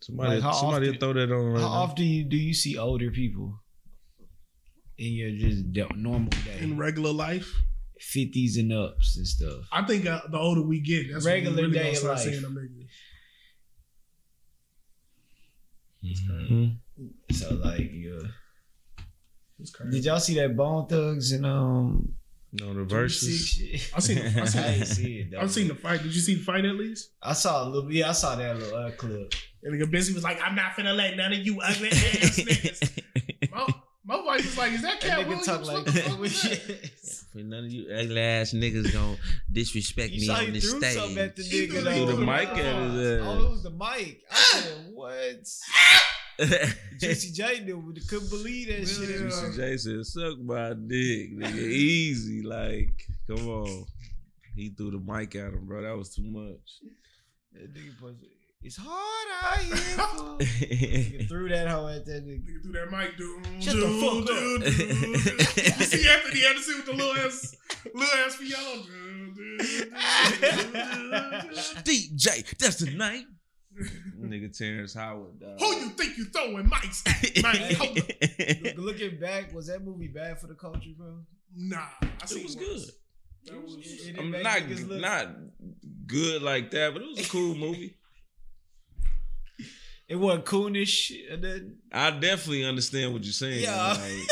[SPEAKER 4] somebody.
[SPEAKER 2] Like, how
[SPEAKER 4] somebody
[SPEAKER 2] often-
[SPEAKER 4] throw that on right
[SPEAKER 2] How
[SPEAKER 4] now.
[SPEAKER 2] often you, do you see older people in your just d- normal
[SPEAKER 1] In
[SPEAKER 2] day,
[SPEAKER 1] regular life,
[SPEAKER 2] fifties and ups and stuff?
[SPEAKER 1] I think uh, the older we get, that's
[SPEAKER 2] Regular
[SPEAKER 1] when we really
[SPEAKER 2] day
[SPEAKER 1] gonna start
[SPEAKER 2] life.
[SPEAKER 1] seeing them niggas.
[SPEAKER 3] Hmm?
[SPEAKER 4] Mhm.
[SPEAKER 2] So like, yeah.
[SPEAKER 1] It's crazy.
[SPEAKER 2] Did y'all see that Bone Thugs and um?
[SPEAKER 4] No, the verses.
[SPEAKER 2] shit?
[SPEAKER 1] I seen the- I seen the-
[SPEAKER 2] ain't see it. Though.
[SPEAKER 1] I've seen the fight. Did you see the fight at least?
[SPEAKER 2] I saw a little. Yeah, I saw that little uh, clip.
[SPEAKER 1] And nigga Busy was like, "I'm not finna let none of you ugly ass niggas." My, my wife was like, "Is that
[SPEAKER 2] That
[SPEAKER 1] Cat
[SPEAKER 2] nigga
[SPEAKER 1] Williams?"
[SPEAKER 2] talk
[SPEAKER 1] What
[SPEAKER 2] like
[SPEAKER 1] the fuck was that?
[SPEAKER 3] None of you ugly ass niggas gonna disrespect
[SPEAKER 2] You
[SPEAKER 3] me
[SPEAKER 2] saw
[SPEAKER 3] on
[SPEAKER 2] he
[SPEAKER 3] this
[SPEAKER 2] threw something
[SPEAKER 3] stage.
[SPEAKER 2] at the
[SPEAKER 1] He
[SPEAKER 2] nigga.
[SPEAKER 1] threw
[SPEAKER 2] though.
[SPEAKER 1] the mic uh,
[SPEAKER 4] at his ass.
[SPEAKER 2] Oh, it was the mic. I said, what? Juicy J knew, but couldn't believe that shit.
[SPEAKER 1] Really?
[SPEAKER 4] Juicy J said, "Suck my dick, nigga. Easy, like, come on." He threw the mic at him, bro. That was too much.
[SPEAKER 2] That nigga posted, it's hard out here. fool." Nigga threw that hoe at that nigga.
[SPEAKER 1] Nigga through that mic, dude.
[SPEAKER 2] Shut the fuck up.
[SPEAKER 1] you see Anthony Anderson with the little ass, little ass piano. Doo, doo, doo, doo, doo.
[SPEAKER 3] DJ, that's the name.
[SPEAKER 4] nigga Terrence Howard, dog.
[SPEAKER 1] Who you think you throwing mics at, man? Hold up.
[SPEAKER 2] Look- Looking back, was that movie bad for the culture, bro?
[SPEAKER 1] Nah, I
[SPEAKER 3] It
[SPEAKER 1] seen
[SPEAKER 3] was
[SPEAKER 1] worse.
[SPEAKER 3] good.
[SPEAKER 1] That was-
[SPEAKER 2] It- it
[SPEAKER 4] I'm
[SPEAKER 2] made
[SPEAKER 4] not
[SPEAKER 2] niggas look-
[SPEAKER 4] not good like that, but it was a cool movie.
[SPEAKER 2] It wasn't coonish. And then
[SPEAKER 3] I definitely understand what you're saying.
[SPEAKER 2] Yeah.
[SPEAKER 3] Like,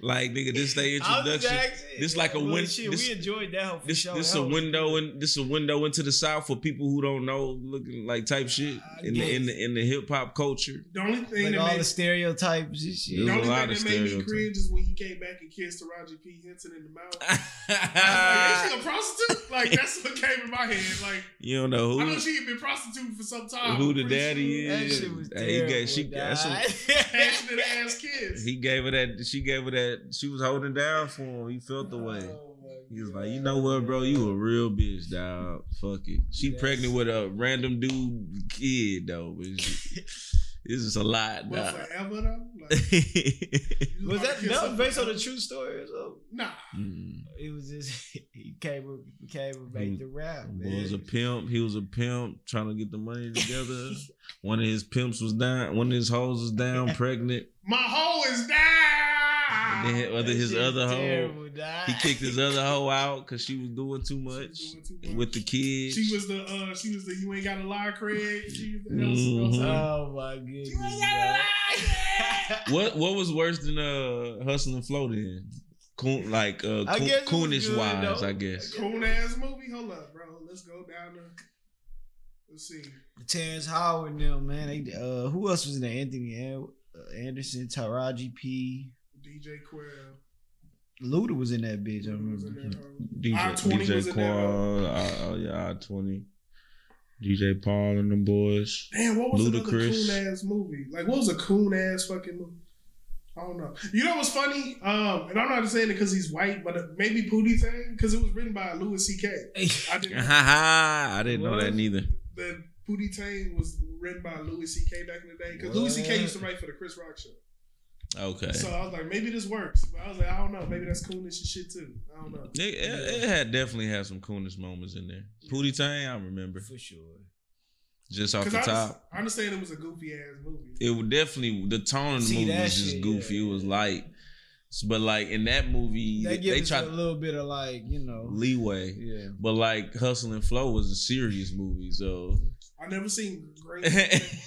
[SPEAKER 3] like, nigga, this they introduction. This like a win-
[SPEAKER 2] Shit,
[SPEAKER 3] this-
[SPEAKER 2] we enjoyed that for
[SPEAKER 3] This
[SPEAKER 2] sure.
[SPEAKER 3] this
[SPEAKER 2] That
[SPEAKER 3] a
[SPEAKER 2] was-
[SPEAKER 3] window and this a window into the South for people who don't know looking like type shit
[SPEAKER 1] Ah,
[SPEAKER 3] in the in the in the hip hop culture.
[SPEAKER 1] The only thing
[SPEAKER 2] Like
[SPEAKER 1] that
[SPEAKER 2] all
[SPEAKER 1] made
[SPEAKER 2] the stereotypes and
[SPEAKER 1] the
[SPEAKER 2] shit.
[SPEAKER 3] Yeah.
[SPEAKER 1] only
[SPEAKER 3] There's a lot
[SPEAKER 1] thing that
[SPEAKER 3] of
[SPEAKER 1] made me
[SPEAKER 3] stereotypes.
[SPEAKER 1] cringe is when he came back and kissed Taraji P Henson in the mouth. I was like, is she a prostitute? Like that's what came in my head. Like
[SPEAKER 3] you don't know
[SPEAKER 1] I
[SPEAKER 3] who
[SPEAKER 1] know she had been prostituting for some time.
[SPEAKER 3] who
[SPEAKER 1] I'm
[SPEAKER 3] the
[SPEAKER 1] pretty
[SPEAKER 3] daddy
[SPEAKER 1] sure.
[SPEAKER 2] That
[SPEAKER 3] is.
[SPEAKER 2] shit was
[SPEAKER 3] Hey, he
[SPEAKER 2] terrible.
[SPEAKER 3] got- she- that's what-
[SPEAKER 1] Passionate ass kids.
[SPEAKER 3] he gave her that she gave her that she was holding down for him. He
[SPEAKER 2] Oh
[SPEAKER 3] felt the way. He was like, you know what, bro? You a real bitch, dog. Fuck it. She
[SPEAKER 2] Yes.
[SPEAKER 3] pregnant with a random dude kid though. It's just, it's just a lot,
[SPEAKER 1] But
[SPEAKER 3] dog.
[SPEAKER 1] forever though? Like, you
[SPEAKER 2] was
[SPEAKER 1] about to kiss
[SPEAKER 2] that that was
[SPEAKER 1] somebody
[SPEAKER 2] based on a
[SPEAKER 1] else?
[SPEAKER 2] true story or something?
[SPEAKER 1] Nah.
[SPEAKER 3] Mm.
[SPEAKER 2] It was just he came up, came and made
[SPEAKER 3] was-
[SPEAKER 2] the rap.
[SPEAKER 3] Boy was a
[SPEAKER 2] man.
[SPEAKER 3] pimp. He was a pimp trying to get the money together. one of his pimps was down. One of his hoes was down, pregnant.
[SPEAKER 1] My hoe is
[SPEAKER 3] And
[SPEAKER 1] down.
[SPEAKER 3] then
[SPEAKER 2] That
[SPEAKER 3] other his
[SPEAKER 2] shit was
[SPEAKER 3] other hoe,
[SPEAKER 2] terrible, dog.
[SPEAKER 3] he kicked his other hoe out because she was doing too
[SPEAKER 1] She
[SPEAKER 3] much
[SPEAKER 1] was doing too much.
[SPEAKER 3] with the kids.
[SPEAKER 1] She was the uh she was the you ain't gotta lie, Craig. She was the
[SPEAKER 3] Mhm.
[SPEAKER 2] Oh my goodness.
[SPEAKER 1] You ain't
[SPEAKER 2] bro.
[SPEAKER 1] gotta lie.
[SPEAKER 3] What what was worse than uh hustling and floating? Coon, like uh
[SPEAKER 2] I
[SPEAKER 3] coon-
[SPEAKER 2] guess it was
[SPEAKER 3] coonish
[SPEAKER 2] good,
[SPEAKER 3] wise,
[SPEAKER 2] though.
[SPEAKER 3] I guess.
[SPEAKER 1] Cool ass movie. Hold up, bro. Let's go down to let's see.
[SPEAKER 2] Terrence Howard and them, man. They, uh, who else was in there? Anthony An- uh, Anderson, Taraji P.
[SPEAKER 1] DJ Quell.
[SPEAKER 2] Luda was in that bitch, I
[SPEAKER 1] Was in there,
[SPEAKER 2] remember.
[SPEAKER 1] huh?
[SPEAKER 3] DJ
[SPEAKER 1] I-20 was
[SPEAKER 3] DJ
[SPEAKER 1] in there,
[SPEAKER 3] Qual, I- oh yeah, I twenty. DJ Paul and them boys.
[SPEAKER 1] Damn, what was another
[SPEAKER 3] Ludacris.
[SPEAKER 1] coon ass movie? Like, what was a coon ass fucking movie? I don't know. You know what's funny? Um, and I'm not saying it because he's white, but uh, maybe Pootie Tang because it was written by Louis C.K. I didn't.
[SPEAKER 3] I didn't know that
[SPEAKER 2] What?
[SPEAKER 3] neither.
[SPEAKER 1] the Pootie Tang was written by Louis C.K. back in the day because Louis C.K. used to write for the Chris Rock show.
[SPEAKER 3] Okay.
[SPEAKER 1] So I was like, maybe this works. But I was like, I don't know. Maybe that's coonish and shit too. I don't know.
[SPEAKER 3] It, it, it had definitely had some coonish moments in there. Pootie Tang, I remember.
[SPEAKER 2] For sure.
[SPEAKER 3] Just off
[SPEAKER 1] Because
[SPEAKER 3] the
[SPEAKER 1] I,
[SPEAKER 3] top.
[SPEAKER 1] just- I understand it was a goofy ass movie.
[SPEAKER 3] it was definitely the tone of the
[SPEAKER 2] See,
[SPEAKER 3] movie
[SPEAKER 2] that
[SPEAKER 3] was just
[SPEAKER 2] shit,
[SPEAKER 3] goofy.
[SPEAKER 2] yeah,
[SPEAKER 3] It was
[SPEAKER 2] yeah.
[SPEAKER 3] light. But like in that movie,
[SPEAKER 2] That
[SPEAKER 3] they,
[SPEAKER 2] gives
[SPEAKER 3] they
[SPEAKER 2] us
[SPEAKER 3] tried
[SPEAKER 2] a little bit of like, you know,
[SPEAKER 3] leeway.
[SPEAKER 2] yeah.
[SPEAKER 3] But like Hustle and Flow was a serious movie, so
[SPEAKER 1] I never seen Green.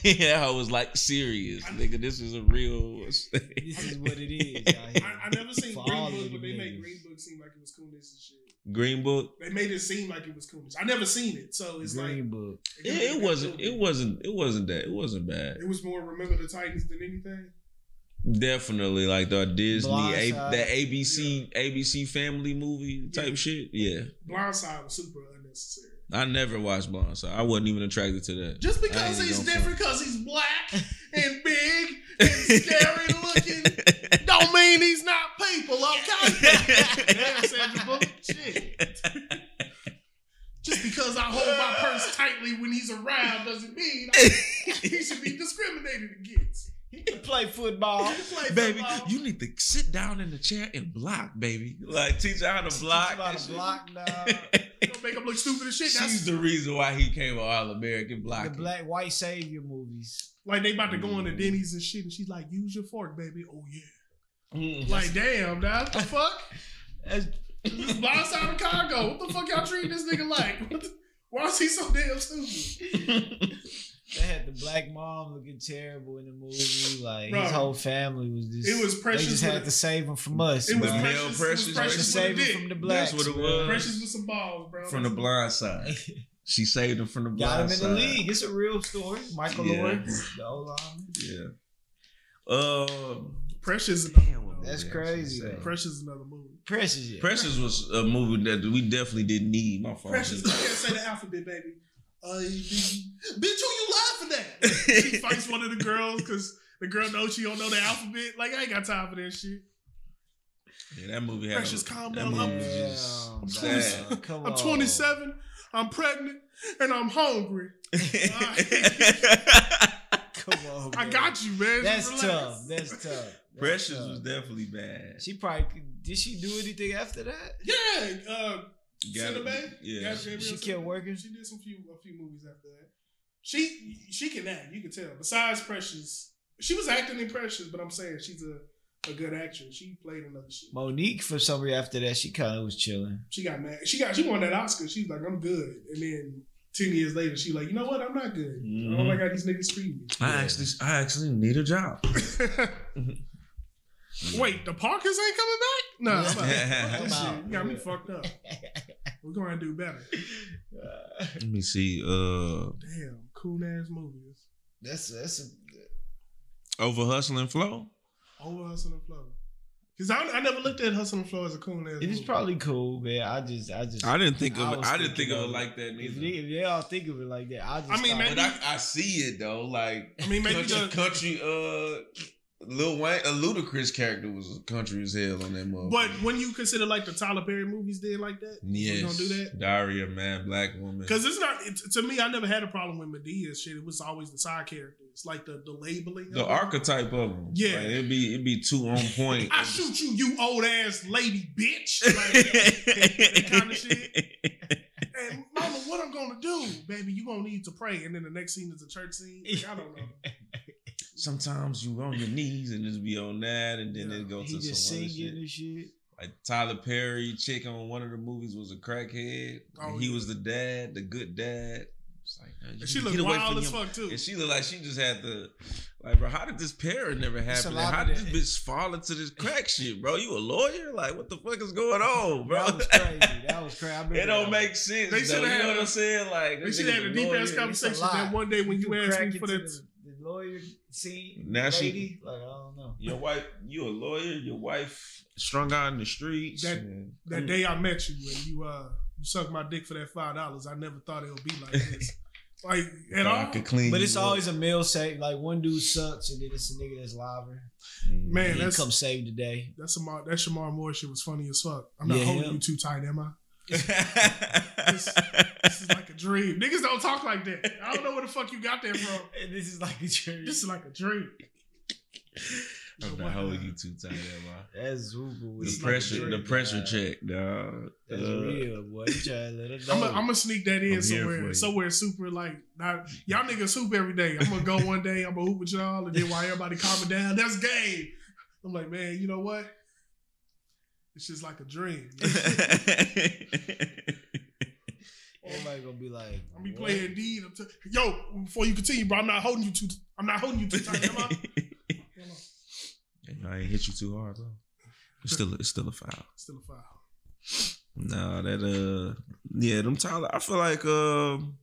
[SPEAKER 3] yeah, I was like serious, nigga. This is a real.
[SPEAKER 2] This is what it is. out here.
[SPEAKER 1] I, I never seen
[SPEAKER 2] For all
[SPEAKER 1] Green Book,
[SPEAKER 2] of you
[SPEAKER 1] but they
[SPEAKER 2] niggas.
[SPEAKER 1] made Green Book seem like it was coonish and shit.
[SPEAKER 3] Green Book.
[SPEAKER 1] They made it seem like it was coonish. I never seen it, so it's
[SPEAKER 2] Green
[SPEAKER 1] like
[SPEAKER 2] Book.
[SPEAKER 1] could
[SPEAKER 3] It,
[SPEAKER 1] be a
[SPEAKER 3] it
[SPEAKER 1] good
[SPEAKER 3] wasn't.
[SPEAKER 1] movie.
[SPEAKER 3] It wasn't. It wasn't that. It wasn't bad.
[SPEAKER 1] It was more Remember the Titans than anything.
[SPEAKER 3] Definitely like the Disney, a,
[SPEAKER 2] Blindside.
[SPEAKER 3] that ABC, ABC family movie type
[SPEAKER 1] Yeah.
[SPEAKER 3] shit. Yeah,
[SPEAKER 1] Blindside was super unnecessary.
[SPEAKER 3] I never watched Blindside. I wasn't even attracted to that.
[SPEAKER 1] Just
[SPEAKER 3] I ain't
[SPEAKER 1] because he's
[SPEAKER 3] gonna
[SPEAKER 1] different, because he's black and big and scary looking, don't mean he's not people. Okay, That acceptable. Shit. Just because I hold my purse tightly when he's around doesn't mean I, he should be discriminated against.
[SPEAKER 2] He can play football.
[SPEAKER 1] Play
[SPEAKER 3] baby,
[SPEAKER 1] football.
[SPEAKER 3] you need to sit down in the chair and block, baby. Like teach her how to block.
[SPEAKER 2] About
[SPEAKER 3] and
[SPEAKER 2] a
[SPEAKER 3] shit.
[SPEAKER 2] block dog.
[SPEAKER 1] You gonna make him look stupid as shit. That's
[SPEAKER 3] She's the reason why he came an All American
[SPEAKER 2] The
[SPEAKER 3] block.
[SPEAKER 2] black white savior movies.
[SPEAKER 1] like they about to go into Denny's and shit, and she's like, "Use your fork, baby." Oh yeah. Like damn, now what the fuck?
[SPEAKER 2] That's,
[SPEAKER 1] This is blindside of Congo. What the fuck y'all treating this nigga like? What the, why is he so damn stupid?
[SPEAKER 2] they had the black mom looking terrible in the movie. Like
[SPEAKER 1] Bro.
[SPEAKER 2] his whole family was just.
[SPEAKER 1] It was
[SPEAKER 2] They
[SPEAKER 1] Precious
[SPEAKER 2] just
[SPEAKER 1] with
[SPEAKER 2] had
[SPEAKER 1] a-
[SPEAKER 2] to save him from us.
[SPEAKER 1] It was
[SPEAKER 2] bro.
[SPEAKER 3] male
[SPEAKER 1] precious. it was
[SPEAKER 2] to
[SPEAKER 3] precious with
[SPEAKER 1] precious with a
[SPEAKER 2] save him
[SPEAKER 1] dick.
[SPEAKER 2] from the blacks.
[SPEAKER 3] what it
[SPEAKER 2] bro.
[SPEAKER 3] was.
[SPEAKER 1] Precious with some balls, bro.
[SPEAKER 3] from the blind side. She saved him from the
[SPEAKER 2] Got
[SPEAKER 3] blind
[SPEAKER 2] him in
[SPEAKER 3] side.
[SPEAKER 2] the league. It's a real story. Michael
[SPEAKER 3] Yeah.
[SPEAKER 2] Lawrence, the old lineman.
[SPEAKER 3] Yeah. Um,
[SPEAKER 1] Precious.
[SPEAKER 3] Damn, what
[SPEAKER 2] That's
[SPEAKER 3] movie I was
[SPEAKER 2] crazy,
[SPEAKER 3] gonna say.
[SPEAKER 2] though.
[SPEAKER 1] Precious is another movie.
[SPEAKER 2] Precious. yeah.
[SPEAKER 3] Precious was a movie that we definitely didn't need. My fault.
[SPEAKER 1] Precious, you can't say the alphabet, baby. Uh, bitch, who you laughing at? She fights one of the girls because the girl knows she don't know the alphabet. Like I ain't got time for that shit.
[SPEAKER 3] Yeah, that movie had
[SPEAKER 1] Precious,
[SPEAKER 3] a,
[SPEAKER 1] calm
[SPEAKER 3] that
[SPEAKER 1] down.
[SPEAKER 3] movie
[SPEAKER 1] I'm,
[SPEAKER 3] was
[SPEAKER 2] Damn,
[SPEAKER 3] just
[SPEAKER 2] dog.
[SPEAKER 3] sad.
[SPEAKER 2] Come
[SPEAKER 1] I'm
[SPEAKER 2] on.
[SPEAKER 1] 27. I'm pregnant and I'm hungry.
[SPEAKER 2] Come on.
[SPEAKER 1] I
[SPEAKER 2] man.
[SPEAKER 1] got you, man.
[SPEAKER 2] That's
[SPEAKER 1] Just relax.
[SPEAKER 2] tough. That's tough. That's
[SPEAKER 3] Precious
[SPEAKER 2] tough.
[SPEAKER 3] was definitely bad.
[SPEAKER 2] She probably could- did. She do anything after that?
[SPEAKER 1] Yeah, uh,
[SPEAKER 3] Got it.
[SPEAKER 1] Cinnabae?
[SPEAKER 3] Yeah.
[SPEAKER 1] Gabrielle
[SPEAKER 2] She kept
[SPEAKER 1] Cinnabae.
[SPEAKER 2] working?
[SPEAKER 1] She did some few a few movies after that. She she can act. You can tell. Besides Precious, she was acting in Precious, but I'm saying she's a, a good actress. She played another shit.
[SPEAKER 2] Monique, for some reason, after that, she kind of was chilling.
[SPEAKER 1] She got mad. She got she won that Oscar. She was like, I'm good. And then Ten years later, she like, you know what? I'm not good.
[SPEAKER 3] Mm-hmm.
[SPEAKER 1] Oh my god, these niggas feed me.
[SPEAKER 3] I actually, I actually need a job.
[SPEAKER 1] Wait, the Parkers ain't coming back? No, I'm out. Fuck this
[SPEAKER 2] I'm
[SPEAKER 1] shit.
[SPEAKER 2] out.
[SPEAKER 1] You got me fucked up. We're gonna do better.
[SPEAKER 3] Let me see. Uh,
[SPEAKER 1] Damn, cool ass movies.
[SPEAKER 2] That's that's a,
[SPEAKER 3] over hustle and flow.
[SPEAKER 1] Over Hustle and Flow. Cause I, I never looked at Hustle and Flow as a cool ass.
[SPEAKER 2] it is
[SPEAKER 1] movie.
[SPEAKER 2] probably cool, man. I just I just
[SPEAKER 3] I didn't think of.
[SPEAKER 2] I
[SPEAKER 3] it.
[SPEAKER 2] was
[SPEAKER 3] I didn't think
[SPEAKER 2] thinking
[SPEAKER 3] of it
[SPEAKER 2] of-
[SPEAKER 3] like that
[SPEAKER 2] if they,
[SPEAKER 3] neither.
[SPEAKER 2] if they all think of it like that, I just
[SPEAKER 1] I mean,
[SPEAKER 2] thought-
[SPEAKER 1] maybe-
[SPEAKER 5] But I, I see it though. Like
[SPEAKER 1] I mean, maybe
[SPEAKER 5] country,
[SPEAKER 1] the,
[SPEAKER 5] country, uh, Lil Wayne, a ludicrous character was country as hell on that motherfucker.
[SPEAKER 1] but when you consider like the Tyler Perry movies did like that,
[SPEAKER 5] yes,
[SPEAKER 1] you don't do that.
[SPEAKER 3] Diary of Mad Black Woman.
[SPEAKER 1] Because it's not it, to me. I never had a problem with Medea and shit. It was always the side characters, like the the labeling. of
[SPEAKER 3] The
[SPEAKER 1] it.
[SPEAKER 3] archetype of them.
[SPEAKER 1] Yeah.
[SPEAKER 3] Like, it'd be it'd be too on point.
[SPEAKER 1] I shoot you, you old ass lady bitch. Like, that kind of shit. and mama, what I'm gonna do, baby? You gonna need to pray. And then the next scene is a church scene. Like, I don't know.
[SPEAKER 3] Sometimes you on your knees and just be on that, and then
[SPEAKER 1] Yeah.
[SPEAKER 3] it go
[SPEAKER 2] he
[SPEAKER 3] to
[SPEAKER 2] just
[SPEAKER 3] some other
[SPEAKER 2] singing
[SPEAKER 3] shit.
[SPEAKER 2] and shit.
[SPEAKER 3] Like Tyler Perry, chick on one of the movies was a crackhead.
[SPEAKER 1] Oh,
[SPEAKER 3] and he
[SPEAKER 1] yeah.
[SPEAKER 3] was the dad, the good dad. It's like, nah, you
[SPEAKER 1] And she
[SPEAKER 3] get
[SPEAKER 1] looked
[SPEAKER 3] away
[SPEAKER 1] wild
[SPEAKER 3] from
[SPEAKER 1] as
[SPEAKER 3] your-
[SPEAKER 1] fuck too.
[SPEAKER 3] And she looked like she just had the like, bro. How did this parent never
[SPEAKER 2] a
[SPEAKER 3] happen?
[SPEAKER 2] lot
[SPEAKER 3] And How
[SPEAKER 2] of
[SPEAKER 3] did
[SPEAKER 2] that.
[SPEAKER 3] this bitch fall into this crack shit, bro? You a lawyer? Like, what the fuck is going on, bro?
[SPEAKER 2] That was crazy. That was crazy. I remember
[SPEAKER 3] It
[SPEAKER 2] that
[SPEAKER 3] don't
[SPEAKER 2] one.
[SPEAKER 3] make sense.
[SPEAKER 1] They
[SPEAKER 3] They
[SPEAKER 1] shoulda
[SPEAKER 3] should have.
[SPEAKER 1] had
[SPEAKER 3] You know what
[SPEAKER 1] a-
[SPEAKER 3] I'm saying? Like
[SPEAKER 1] They should have had a deep ass
[SPEAKER 2] lawyer, it's a
[SPEAKER 1] conversation
[SPEAKER 2] lot.
[SPEAKER 1] that one day when you asked
[SPEAKER 2] crack
[SPEAKER 1] me for
[SPEAKER 2] into
[SPEAKER 1] that.
[SPEAKER 2] the, the lawyer scene,
[SPEAKER 3] Now she-
[SPEAKER 2] lady. Like I don't know.
[SPEAKER 3] Your wife, you a lawyer. Your wife strung out in the streets.
[SPEAKER 1] That-
[SPEAKER 3] and-
[SPEAKER 1] That day I met you and you uh you sucked my dick for that five dollars. I never thought it would be like this. Like at
[SPEAKER 3] I
[SPEAKER 1] all,
[SPEAKER 3] could clean.
[SPEAKER 2] But
[SPEAKER 3] you
[SPEAKER 2] it's
[SPEAKER 3] up.
[SPEAKER 2] always a male save. Like one dude sucks, and then it's a nigga that's liver.
[SPEAKER 1] man.
[SPEAKER 2] he
[SPEAKER 1] that's
[SPEAKER 2] come save the day.
[SPEAKER 1] that's Shamar. That Shamar Moore shit was funny as fuck. I'm not
[SPEAKER 2] Yeah,
[SPEAKER 1] holding
[SPEAKER 2] him.
[SPEAKER 1] you too tight, am I? This, this is like a dream. Niggas don't talk like that. I don't know where the fuck you got that from.
[SPEAKER 2] And this is like a church.
[SPEAKER 1] This is like a dream.
[SPEAKER 3] I'm not holding you too tight, am I?
[SPEAKER 2] That's super weird.
[SPEAKER 3] The
[SPEAKER 1] It's like
[SPEAKER 3] pressure,
[SPEAKER 1] a
[SPEAKER 3] the
[SPEAKER 1] dream,
[SPEAKER 3] pressure
[SPEAKER 2] dog.
[SPEAKER 3] check, dog.
[SPEAKER 2] That's
[SPEAKER 3] Uh,
[SPEAKER 2] real, boy. You try to let her know.
[SPEAKER 1] I'm gonna sneak that in
[SPEAKER 3] I'm here for
[SPEAKER 1] somewhere,
[SPEAKER 3] you.
[SPEAKER 1] somewhere super like not, y'all niggas hoop every day. I'm gonna go one day, I'm gonna hoop with y'all, and then while everybody calming down, that's game. I'm like, man, you know what? It's just like a dream.
[SPEAKER 2] Everybody gonna be like,
[SPEAKER 1] I'm be
[SPEAKER 2] what?
[SPEAKER 1] playing D. I'm t- Yo, before you continue, bro, I'm not holding you too. I'm not holding you too tight. Am I? Hold on.
[SPEAKER 3] I ain't hit you too hard, bro. It's still, it's still a foul.
[SPEAKER 1] Still a foul.
[SPEAKER 3] Nah, that uh, yeah, them Tyler. I feel like um,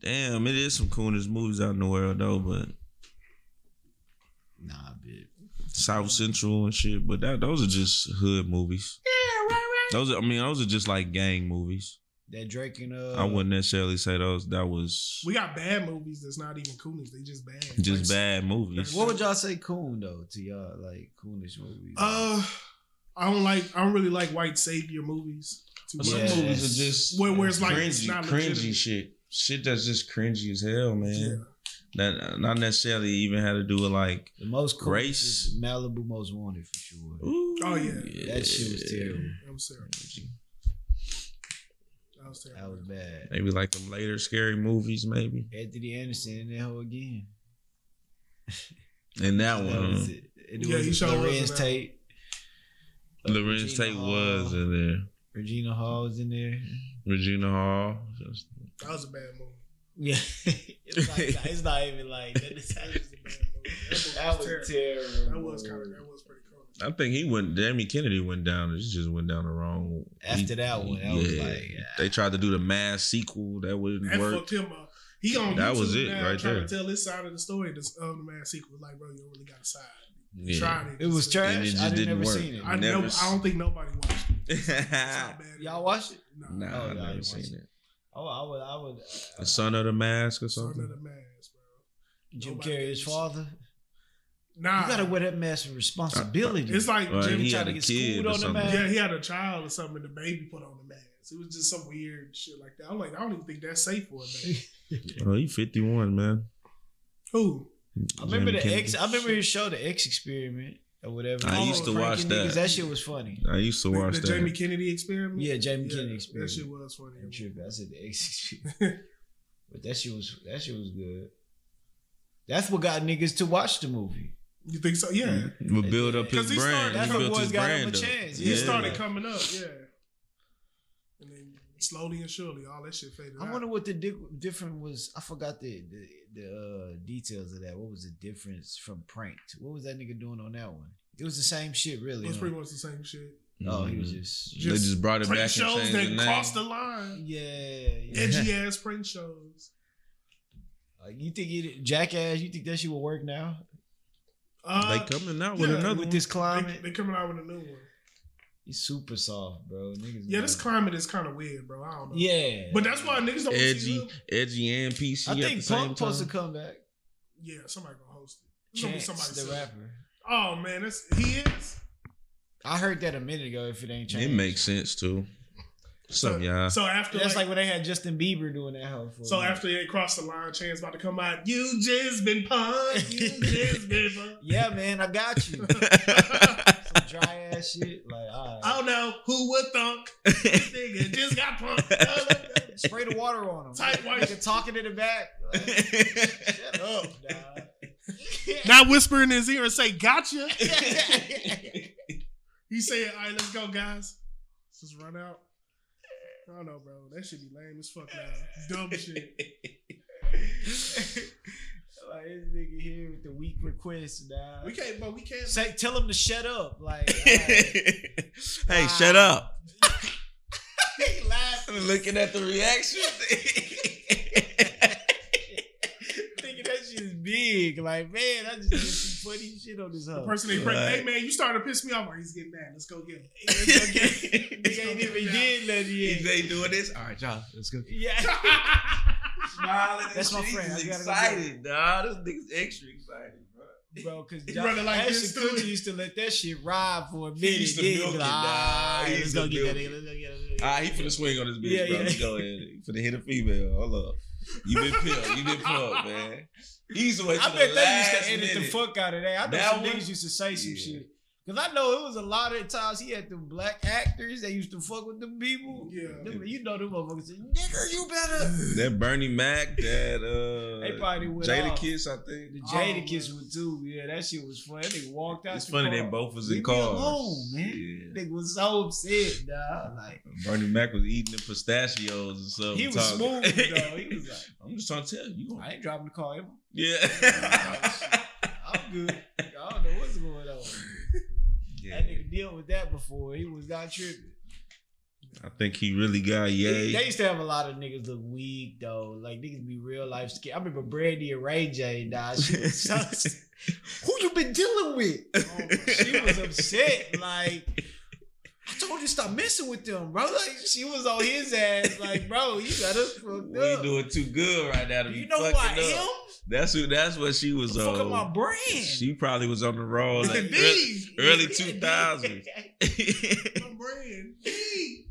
[SPEAKER 3] damn, it is some coolest movies out in the world though, but
[SPEAKER 2] Nah, bitch.
[SPEAKER 3] South Central and shit. But that those are just hood movies. Those, are, I mean, those are just like gang movies.
[SPEAKER 2] That Drake and uh,
[SPEAKER 3] I wouldn't necessarily say those. That was
[SPEAKER 1] We got bad movies that's not even coonies. They just bad. Like,
[SPEAKER 3] just bad movies.
[SPEAKER 2] What would y'all say, coon though? To y'all, like coonish movies.
[SPEAKER 1] Uh, I don't like. I don't really like white savior movies too much.
[SPEAKER 3] Some
[SPEAKER 2] Yeah.
[SPEAKER 3] movies are just
[SPEAKER 1] Where, where it's like
[SPEAKER 3] cringy,
[SPEAKER 1] it's not
[SPEAKER 3] cringy
[SPEAKER 1] legitimate.
[SPEAKER 3] shit. Shit that's just cringy as hell, man.
[SPEAKER 1] Yeah.
[SPEAKER 3] That not necessarily even had to do with like.
[SPEAKER 2] the most coonish
[SPEAKER 3] Race.
[SPEAKER 2] is Malibu Most Wanted for sure.
[SPEAKER 3] Ooh,
[SPEAKER 1] Oh, yeah.
[SPEAKER 2] That shit was terrible.
[SPEAKER 1] I'm sorry. That was
[SPEAKER 2] That
[SPEAKER 1] terrible.
[SPEAKER 2] was bad.
[SPEAKER 3] Maybe like them later scary movies, maybe.
[SPEAKER 2] Anthony Anderson in that hoe again.
[SPEAKER 3] And that
[SPEAKER 2] That
[SPEAKER 3] one,
[SPEAKER 2] was it. And it
[SPEAKER 1] Yeah,
[SPEAKER 2] was
[SPEAKER 1] he sure was
[SPEAKER 2] Lorenz
[SPEAKER 1] in that.
[SPEAKER 2] Tate.
[SPEAKER 3] Lorenz
[SPEAKER 2] Regina
[SPEAKER 3] Tate
[SPEAKER 2] Hall.
[SPEAKER 3] was in there.
[SPEAKER 2] Regina Hall was in there.
[SPEAKER 3] Regina Hall. Just-
[SPEAKER 1] That was a bad movie.
[SPEAKER 2] Yeah, it's, not, it's not even like that. It's-
[SPEAKER 1] That was a bad movie.
[SPEAKER 2] That
[SPEAKER 1] terrible.
[SPEAKER 2] was terrible.
[SPEAKER 1] That was kind of. That was pretty cool.
[SPEAKER 3] I think he went. Jamie Kennedy went down. He just went down the wrong.
[SPEAKER 2] After
[SPEAKER 3] he-
[SPEAKER 2] that one, I was like, ah.
[SPEAKER 3] they tried to do the mass sequel. That wouldn't
[SPEAKER 1] That
[SPEAKER 3] work.
[SPEAKER 1] fucked him up. He on
[SPEAKER 3] That
[SPEAKER 1] YouTube
[SPEAKER 3] was it
[SPEAKER 1] now
[SPEAKER 3] right
[SPEAKER 1] trying
[SPEAKER 3] there.
[SPEAKER 1] to tell his side of the story. This of the man sequel, like bro, you don't really got a side.
[SPEAKER 3] Yeah.
[SPEAKER 1] Tried it.
[SPEAKER 2] It was trash.
[SPEAKER 3] And it just
[SPEAKER 2] I didn't
[SPEAKER 3] didn't
[SPEAKER 2] never
[SPEAKER 3] work.
[SPEAKER 2] seen it.
[SPEAKER 1] I
[SPEAKER 3] Never
[SPEAKER 1] know. I
[SPEAKER 3] seen-
[SPEAKER 1] don't think nobody watched it. That's how
[SPEAKER 3] nah,
[SPEAKER 1] bad
[SPEAKER 2] Y'all watched it?
[SPEAKER 1] No.
[SPEAKER 2] Oh,
[SPEAKER 3] I
[SPEAKER 2] nah, I
[SPEAKER 3] never
[SPEAKER 2] didn't watch
[SPEAKER 3] seen
[SPEAKER 2] it.
[SPEAKER 3] it.
[SPEAKER 2] Oh, I would. I would. uh,
[SPEAKER 3] The Son of the Mask or
[SPEAKER 1] Son of
[SPEAKER 3] something.
[SPEAKER 1] the mask, bro.
[SPEAKER 2] Jim
[SPEAKER 1] Nobody
[SPEAKER 2] Carrey's
[SPEAKER 1] watched it.
[SPEAKER 2] father.
[SPEAKER 1] Nah.
[SPEAKER 2] You gotta wear that mask with responsibility.
[SPEAKER 1] It's like
[SPEAKER 3] Right,
[SPEAKER 1] Jim
[SPEAKER 3] he
[SPEAKER 2] tried
[SPEAKER 3] had
[SPEAKER 2] to
[SPEAKER 3] a
[SPEAKER 2] get
[SPEAKER 3] kid
[SPEAKER 2] schooled
[SPEAKER 3] or
[SPEAKER 2] on the
[SPEAKER 3] something.
[SPEAKER 2] mask.
[SPEAKER 1] Yeah, he had a child or something, and the baby put on the mask. It was just some weird shit like that. I'm like, I don't even think that's safe for a baby.
[SPEAKER 3] Oh, he fifty one, man.
[SPEAKER 1] Who?
[SPEAKER 2] I remember
[SPEAKER 3] Jamie
[SPEAKER 2] the
[SPEAKER 3] Kennedy.
[SPEAKER 2] X. I remember his show, the X Experiment or whatever.
[SPEAKER 3] I used to
[SPEAKER 2] Frank
[SPEAKER 3] watch
[SPEAKER 2] and
[SPEAKER 3] that.
[SPEAKER 2] Niggas, that shit was funny.
[SPEAKER 3] I used to
[SPEAKER 1] The,
[SPEAKER 3] watch
[SPEAKER 1] the
[SPEAKER 3] that.
[SPEAKER 1] Jamie Kennedy experiment?
[SPEAKER 2] Yeah, Jamie
[SPEAKER 1] Yeah,
[SPEAKER 2] Kennedy
[SPEAKER 1] That
[SPEAKER 2] Experiment.
[SPEAKER 1] shit was funny.
[SPEAKER 2] I'm tripping. I said the X Experiment, but that shit was that shit was good. That's what got niggas to watch the movie.
[SPEAKER 1] You think so? Yeah.
[SPEAKER 3] But build up
[SPEAKER 1] Because
[SPEAKER 3] his
[SPEAKER 1] he started-
[SPEAKER 3] brand.
[SPEAKER 1] that's
[SPEAKER 3] He
[SPEAKER 1] what
[SPEAKER 3] built
[SPEAKER 2] boys
[SPEAKER 3] his
[SPEAKER 2] got him a
[SPEAKER 3] brand up.
[SPEAKER 2] chance.
[SPEAKER 1] He
[SPEAKER 2] Yeah.
[SPEAKER 1] started coming up, yeah. And then slowly and surely, all that shit faded.
[SPEAKER 2] I
[SPEAKER 1] out.
[SPEAKER 2] wonder what the di- difference was. I forgot the the, the uh, details of that. What was the difference from pranked? What was that nigga doing on that one? It was the same shit, really.
[SPEAKER 1] It was
[SPEAKER 2] huh?
[SPEAKER 1] pretty much the same shit.
[SPEAKER 2] oh, he was
[SPEAKER 3] Mhm.
[SPEAKER 2] just
[SPEAKER 5] they
[SPEAKER 1] Just
[SPEAKER 5] just brought it
[SPEAKER 1] Print
[SPEAKER 5] back
[SPEAKER 1] shows
[SPEAKER 5] and changed
[SPEAKER 1] that
[SPEAKER 5] the name.
[SPEAKER 1] cross the line.
[SPEAKER 2] yeah. yeah.
[SPEAKER 1] Edgy ass print shows.
[SPEAKER 2] Like, you think it, jackass? You think that shit will work now
[SPEAKER 1] Uh,
[SPEAKER 3] they coming out with
[SPEAKER 1] yeah,
[SPEAKER 3] another
[SPEAKER 2] with
[SPEAKER 3] one.
[SPEAKER 2] this
[SPEAKER 1] they,
[SPEAKER 2] climate?
[SPEAKER 1] they coming out with a new one.
[SPEAKER 2] It's super soft, bro. Niggas
[SPEAKER 1] Yeah, this climate is kind of weird, bro. I don't know.
[SPEAKER 2] yeah,
[SPEAKER 1] But that's why niggas don't See
[SPEAKER 3] edgy,
[SPEAKER 1] Lil-
[SPEAKER 3] edgy and PC
[SPEAKER 2] I
[SPEAKER 3] at the
[SPEAKER 2] think
[SPEAKER 3] same
[SPEAKER 2] Punk supposed
[SPEAKER 3] time.
[SPEAKER 2] to come back.
[SPEAKER 1] yeah, somebody gonna host it. It's gonna be
[SPEAKER 2] Chance,
[SPEAKER 1] somebody.
[SPEAKER 2] the
[SPEAKER 1] said.
[SPEAKER 2] rapper.
[SPEAKER 1] Oh man, that's he is.
[SPEAKER 2] I heard that a minute ago. If it ain't changed,
[SPEAKER 3] It makes sense too. Some y'all.
[SPEAKER 1] So after
[SPEAKER 2] That's
[SPEAKER 1] like,
[SPEAKER 2] like when they had Justin Bieber doing that hoe for a
[SPEAKER 1] so
[SPEAKER 2] minute.
[SPEAKER 1] after they cross the line, Chance about to come out. You just been punked. You just been punked.
[SPEAKER 2] Yeah, man, I got you. Some dry ass shit. Like, all
[SPEAKER 1] I
[SPEAKER 2] right.
[SPEAKER 1] don't know who would thunk. This nigga just got punked.
[SPEAKER 2] Spray the water on him.
[SPEAKER 1] Tight white-
[SPEAKER 2] Nigga talking in the back. Like, shut up, dog.
[SPEAKER 1] Not whisper in his ear and say gotcha. He said, "All right, let's go, guys. Let's just run out." I don't know, bro. That should be lame as fuck now. Dumb shit.
[SPEAKER 2] like this nigga here with the weak request, dog.
[SPEAKER 1] We can't, but we can't.
[SPEAKER 2] Say, tell him to shut up. Like, all right.
[SPEAKER 3] hey, shut up.
[SPEAKER 2] he laughing,
[SPEAKER 5] Looking at the reaction.
[SPEAKER 2] thinking that shit is big. Like, man, I just did some funny shit on this
[SPEAKER 1] The
[SPEAKER 2] hoe.
[SPEAKER 1] person they prank,
[SPEAKER 3] Right.
[SPEAKER 1] hey man, you starting to piss me off. Or he's getting mad. Let's go get him.
[SPEAKER 2] Nigga ain't even did nothing yet.
[SPEAKER 5] they doing this? All right, y'all. Let's go.
[SPEAKER 2] Yeah.
[SPEAKER 5] Smiling. and
[SPEAKER 2] That's my
[SPEAKER 5] shit.
[SPEAKER 2] friend.
[SPEAKER 5] He's
[SPEAKER 2] I gotta go get
[SPEAKER 5] excited, dog. This nigga's extra excited, bro.
[SPEAKER 2] bro. Because
[SPEAKER 1] He
[SPEAKER 2] John
[SPEAKER 1] running like
[SPEAKER 2] Ashton
[SPEAKER 1] this, too.
[SPEAKER 2] Kutcher used to let that shit ride for a minute.
[SPEAKER 5] used to
[SPEAKER 2] then he'd be
[SPEAKER 5] milk it,
[SPEAKER 2] like,
[SPEAKER 5] nah.
[SPEAKER 2] "All
[SPEAKER 5] He
[SPEAKER 2] right, let's
[SPEAKER 5] used
[SPEAKER 2] go
[SPEAKER 5] to
[SPEAKER 2] get that.
[SPEAKER 5] milk
[SPEAKER 2] nigga, Let's go get it.
[SPEAKER 5] Ah, he finna swing on this bitch,
[SPEAKER 2] Yeah,
[SPEAKER 5] bro.
[SPEAKER 2] yeah.
[SPEAKER 5] Let's go ahead. Finna hit a female. Hold up. You been pimp. You been pimp, man. He used to wait
[SPEAKER 2] I
[SPEAKER 5] till
[SPEAKER 2] bet
[SPEAKER 5] the
[SPEAKER 2] they
[SPEAKER 5] last
[SPEAKER 2] used to edit
[SPEAKER 5] minute.
[SPEAKER 2] the fuck out of that. I know
[SPEAKER 5] That
[SPEAKER 2] some
[SPEAKER 5] one?
[SPEAKER 2] niggas used to say some
[SPEAKER 5] Yeah.
[SPEAKER 2] shit. Cause I know it was a lot of times he had them black actors that used to fuck with them people.
[SPEAKER 1] Yeah.
[SPEAKER 2] Them- you know them motherfuckers said, nigga, you better.
[SPEAKER 3] That Bernie Mac, that uh,
[SPEAKER 2] They probably went
[SPEAKER 3] Jada
[SPEAKER 2] off.
[SPEAKER 3] Kiss, I think.
[SPEAKER 2] The
[SPEAKER 1] Oh,
[SPEAKER 2] Jada kiss
[SPEAKER 1] man.
[SPEAKER 2] was too. Yeah, that shit was funny. That nigga walked out.
[SPEAKER 3] It's
[SPEAKER 2] the
[SPEAKER 3] funny
[SPEAKER 2] car.
[SPEAKER 3] they both was in
[SPEAKER 2] Leave me
[SPEAKER 3] cars.
[SPEAKER 2] alone, man.
[SPEAKER 3] Yeah.
[SPEAKER 2] Nigga was so upset, dog. Like
[SPEAKER 3] Bernie Mac was eating the pistachios and stuff.
[SPEAKER 2] he
[SPEAKER 3] and
[SPEAKER 2] was
[SPEAKER 3] talking.
[SPEAKER 2] smooth though. He was like,
[SPEAKER 3] I'm just trying to tell you. you gonna-
[SPEAKER 2] I ain't dropping the car. am I?"
[SPEAKER 3] Yeah.
[SPEAKER 2] I'm good. I don't know what's going on.
[SPEAKER 3] yeah.
[SPEAKER 2] That nigga dealt with that before. He was not tripping.
[SPEAKER 3] I think he really got yay.
[SPEAKER 2] They used to have a lot of niggas look weak though. Like niggas be real life scared. I remember Brandy and Ray J. Nah, she was sus. Who you been dealing with?
[SPEAKER 1] Oh, my
[SPEAKER 2] She was upset. Like I told you to stop messing with them, bro. Like she was on his ass. Like bro, you got us fucked
[SPEAKER 5] We
[SPEAKER 2] up.
[SPEAKER 5] doing too good right now to
[SPEAKER 2] Do
[SPEAKER 5] be
[SPEAKER 2] you know who
[SPEAKER 5] fucking
[SPEAKER 2] I
[SPEAKER 5] up.
[SPEAKER 2] am?
[SPEAKER 3] That's who. That's what she was
[SPEAKER 2] Fuck up my
[SPEAKER 3] on.
[SPEAKER 2] brand.
[SPEAKER 3] She probably was on the road like early,
[SPEAKER 1] D.
[SPEAKER 3] early 2000s.
[SPEAKER 1] My brand. D.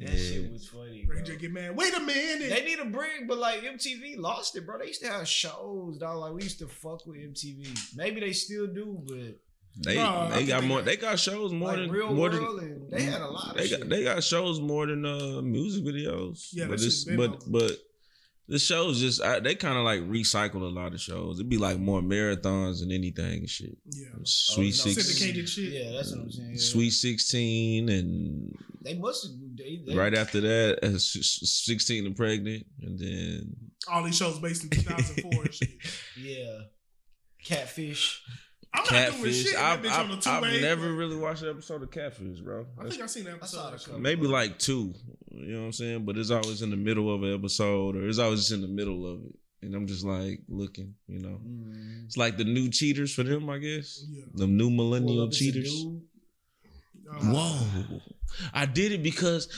[SPEAKER 2] That
[SPEAKER 3] Yeah.
[SPEAKER 2] shit was funny. Bro.
[SPEAKER 1] Ranger get mad. Wait a minute.
[SPEAKER 2] They need a break, but like MTV lost it, bro. They used to have shows, dog. Like we used to fuck with MTV. Maybe they still do, but
[SPEAKER 3] They
[SPEAKER 1] Bro, I
[SPEAKER 3] they
[SPEAKER 1] think
[SPEAKER 3] got
[SPEAKER 1] they
[SPEAKER 3] more.
[SPEAKER 1] got-
[SPEAKER 3] They got shows more
[SPEAKER 2] like
[SPEAKER 3] than
[SPEAKER 2] real
[SPEAKER 3] more than.
[SPEAKER 2] world, and they had a lot
[SPEAKER 3] They
[SPEAKER 2] of
[SPEAKER 3] got
[SPEAKER 2] shit.
[SPEAKER 3] they got shows more than uh music videos.
[SPEAKER 1] Yeah, that
[SPEAKER 3] but
[SPEAKER 1] shit's
[SPEAKER 3] this
[SPEAKER 1] been
[SPEAKER 3] but
[SPEAKER 1] over.
[SPEAKER 3] but the shows just I, they kind of like recycle a lot of shows. It'd be like more marathons than anything and shit.
[SPEAKER 1] Yeah.
[SPEAKER 2] Oh,
[SPEAKER 3] Sweet
[SPEAKER 2] no,
[SPEAKER 3] sixteen,
[SPEAKER 1] Syndicated shit.
[SPEAKER 2] Yeah, that's what I'm saying. yeah.
[SPEAKER 3] Sweet sixteen, and
[SPEAKER 2] They must have. They, they,
[SPEAKER 3] right after that, uh, s- s- sixteen and pregnant, and then
[SPEAKER 1] All these shows based in 2004 and shit.
[SPEAKER 2] Yeah. Catfish.
[SPEAKER 1] I'm not doing
[SPEAKER 3] Catfish.
[SPEAKER 1] shit.
[SPEAKER 3] I've,
[SPEAKER 1] That bitch on the
[SPEAKER 3] I've,
[SPEAKER 1] two
[SPEAKER 3] I've
[SPEAKER 1] lane.
[SPEAKER 3] never really watched an episode of Catfish, bro.
[SPEAKER 1] I think I seen that
[SPEAKER 2] I saw
[SPEAKER 1] episode.
[SPEAKER 2] the
[SPEAKER 1] actually.
[SPEAKER 3] Maybe like two, you know what I'm saying? But it's always in the middle of an episode, or it's always just in the middle of it, and I'm just like looking, you know.
[SPEAKER 2] Mm.
[SPEAKER 3] It's like the new cheaters for them, I guess.
[SPEAKER 1] Yeah.
[SPEAKER 3] The new millennial
[SPEAKER 2] Well, it's a
[SPEAKER 3] cheaters.
[SPEAKER 2] dude.
[SPEAKER 1] Um,
[SPEAKER 3] Whoa, I did it because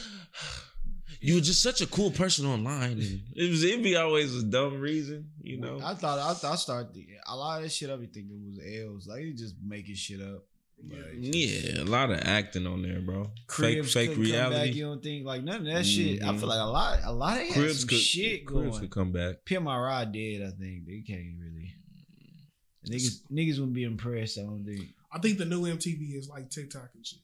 [SPEAKER 3] you were just such a cool person online. And it was it'd be always a dumb reason, you know.
[SPEAKER 2] I thought I, thought I started thinking, a lot of this shit. I be thinking was L's. Like they just making shit up.
[SPEAKER 1] Yeah.
[SPEAKER 3] Yeah, a lot of acting on there, bro.
[SPEAKER 2] Cribs
[SPEAKER 3] fake fake
[SPEAKER 2] couldn't come Back,
[SPEAKER 3] reality.
[SPEAKER 2] you don't think like none of that shit. I
[SPEAKER 3] Mhm.
[SPEAKER 2] feel like a lot, a lot of they had
[SPEAKER 3] Cribs
[SPEAKER 2] some
[SPEAKER 3] could
[SPEAKER 2] shit
[SPEAKER 3] Cribs
[SPEAKER 2] going.
[SPEAKER 3] could come back.
[SPEAKER 2] PMRI did, I think. They can't really. Niggas, niggas wouldn't be impressed. I don't think.
[SPEAKER 1] I think the new MTV is like TikTok and shit.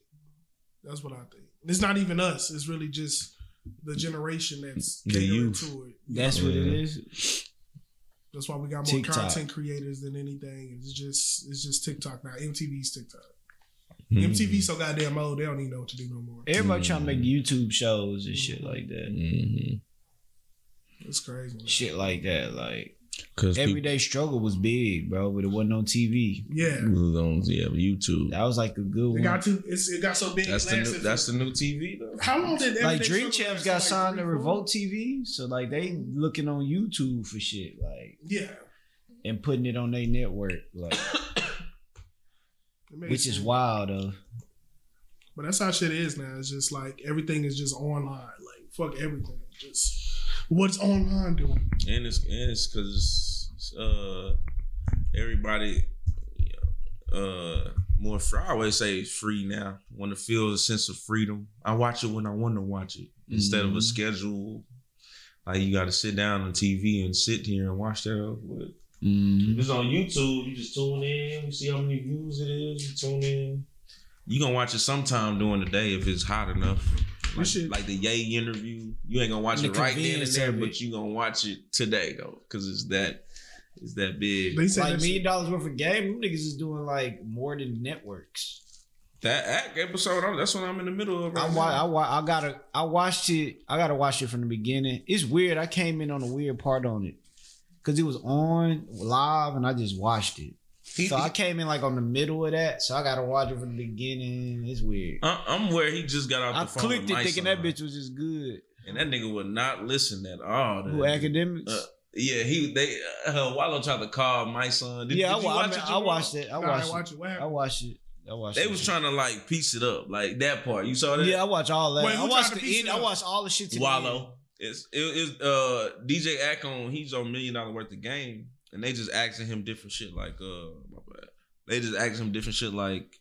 [SPEAKER 1] That's what I think. It's not even us. It's really just the generation that's
[SPEAKER 3] The
[SPEAKER 1] catering
[SPEAKER 3] youth.
[SPEAKER 1] to it.
[SPEAKER 2] That's what it
[SPEAKER 3] Yeah.
[SPEAKER 2] is.
[SPEAKER 1] That's why we got more
[SPEAKER 2] TikTok.
[SPEAKER 1] content creators than anything. It's just it's just TikTok now. MTV's TikTok.
[SPEAKER 3] Hmm.
[SPEAKER 1] MTV so goddamn old, they don't even know what to do no more.
[SPEAKER 2] Everybody trying to make
[SPEAKER 3] Mhm.
[SPEAKER 2] YouTube shows and shit like that.
[SPEAKER 3] Mhm.
[SPEAKER 1] It's crazy. man.
[SPEAKER 2] Shit like that. Like
[SPEAKER 3] 'Cause people-
[SPEAKER 2] everyday struggle was big, bro, but it wasn't on TV.
[SPEAKER 1] Yeah.
[SPEAKER 3] was on yeah, YouTube.
[SPEAKER 2] That was like a good
[SPEAKER 1] It
[SPEAKER 2] one.
[SPEAKER 1] got too. It's, it got so big.
[SPEAKER 5] That's
[SPEAKER 1] That's
[SPEAKER 5] the new, that's the new TV though.
[SPEAKER 1] how long did
[SPEAKER 2] like
[SPEAKER 1] Everyday Struggle
[SPEAKER 2] Dream Champs
[SPEAKER 1] last?
[SPEAKER 2] got
[SPEAKER 1] Like,
[SPEAKER 2] signed
[SPEAKER 1] three,
[SPEAKER 2] to
[SPEAKER 1] four?
[SPEAKER 2] Revolt TV, so like they looking on YouTube for shit, like
[SPEAKER 1] Yeah,
[SPEAKER 2] and putting it on their network, like
[SPEAKER 1] It makes
[SPEAKER 2] which is
[SPEAKER 1] sense.
[SPEAKER 2] wild though.
[SPEAKER 1] But that's how shit is now. It's just like everything is just online. Like fuck everything. Just what's online doing?
[SPEAKER 3] And it's and it's because uh, everybody uh, more free. I always say it's free now. Want to feel a sense of freedom? I watch it when I want to watch it instead of a
[SPEAKER 2] Mhm.
[SPEAKER 1] Mm-hmm.
[SPEAKER 3] schedule. Like you got to sit down on TV and sit here and watch that. But if
[SPEAKER 2] Mm.
[SPEAKER 3] it's on YouTube, you just tune in. You see how many views it is. You tune in. You gonna watch it sometime during the day if it's hot enough.
[SPEAKER 1] You
[SPEAKER 3] Like,
[SPEAKER 1] should-
[SPEAKER 3] like the Yay interview, you ain't gonna watch
[SPEAKER 2] The
[SPEAKER 3] it right then and
[SPEAKER 2] convenience
[SPEAKER 3] there,
[SPEAKER 2] of
[SPEAKER 3] but
[SPEAKER 2] it.
[SPEAKER 3] you gonna watch it today though, because it's that it's that big.
[SPEAKER 1] They said
[SPEAKER 2] Like
[SPEAKER 1] that's-
[SPEAKER 2] million dollars worth of game, them niggas is doing like more than networks.
[SPEAKER 3] That act episode, I'm- that's what I'm in the middle of. Right
[SPEAKER 2] I
[SPEAKER 3] now.
[SPEAKER 2] wa- I wa- I gotta I watched it. I gotta watch it from the beginning. It's weird. I came in on a weird part on it because it was on live and I just watched it.
[SPEAKER 5] He,
[SPEAKER 2] So I came in like on the middle of that. So I gotta watch it from the beginning. It's weird.
[SPEAKER 3] I, uh, I'm where he just got out
[SPEAKER 2] I
[SPEAKER 3] the phone.
[SPEAKER 2] clicked
[SPEAKER 3] with
[SPEAKER 2] it thinking that
[SPEAKER 3] Lyson.
[SPEAKER 2] bitch was just good.
[SPEAKER 3] and that nigga would not listen at all. to
[SPEAKER 2] Who
[SPEAKER 3] that.
[SPEAKER 2] academics?
[SPEAKER 3] Uh, yeah, he they uh, Wallow tried to call my son. Did,
[SPEAKER 2] yeah,
[SPEAKER 3] did
[SPEAKER 2] I,
[SPEAKER 3] you
[SPEAKER 2] wa- I,
[SPEAKER 3] watch
[SPEAKER 2] mean,
[SPEAKER 3] it,
[SPEAKER 2] I
[SPEAKER 3] Jamal?
[SPEAKER 2] watched it. I
[SPEAKER 1] Nah,
[SPEAKER 2] watched it.
[SPEAKER 1] watch it. What
[SPEAKER 2] I
[SPEAKER 1] happened?
[SPEAKER 2] watched it. I watched
[SPEAKER 3] They
[SPEAKER 2] it.
[SPEAKER 3] was trying to like piece it up, like that part. You saw that?
[SPEAKER 2] Yeah, I watched all that.
[SPEAKER 1] Wait, who
[SPEAKER 2] I watched
[SPEAKER 1] tried to piece
[SPEAKER 2] the end.
[SPEAKER 1] it
[SPEAKER 2] I
[SPEAKER 1] up?
[SPEAKER 2] watched all the shit to the end.
[SPEAKER 3] Wallow. It's it is uh DJ Akon, he's on million dollar worth of game, and they just asking him different shit like uh my bad. They just asking him different shit like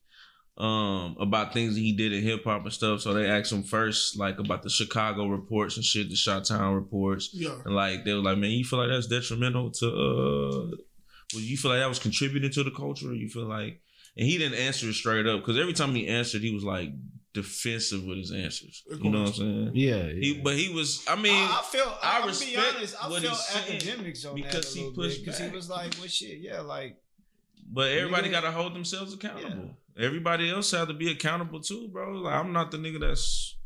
[SPEAKER 3] um about things that he did in hip hop and stuff. So they asked him first like about the Chicago reports and shit, the Shot Town reports.
[SPEAKER 1] Yeah,
[SPEAKER 3] And like they were like, Man, you feel like that's detrimental to uh well, you feel like that was contributing to the culture? You feel like and he didn't answer it straight up because every time he answered, he was like defensive with his answers.
[SPEAKER 1] Of
[SPEAKER 3] You know what I'm
[SPEAKER 1] course. Ah,
[SPEAKER 3] saying?
[SPEAKER 2] Yeah,
[SPEAKER 3] He,
[SPEAKER 2] yeah.
[SPEAKER 3] but he was. I mean,
[SPEAKER 2] I, I feel.
[SPEAKER 3] I
[SPEAKER 2] I, will be
[SPEAKER 3] respect
[SPEAKER 2] honest. I
[SPEAKER 3] what
[SPEAKER 2] feel
[SPEAKER 3] he's saying
[SPEAKER 2] academics on that
[SPEAKER 3] because he
[SPEAKER 2] a little
[SPEAKER 3] pushed
[SPEAKER 2] because he
[SPEAKER 3] back.
[SPEAKER 2] was like, "Well, shit, yeah, like
[SPEAKER 3] but everybody
[SPEAKER 2] nigga-
[SPEAKER 3] got to hold themselves accountable. Everybody else had to be accountable too, bro. Like I'm not the nigga that's.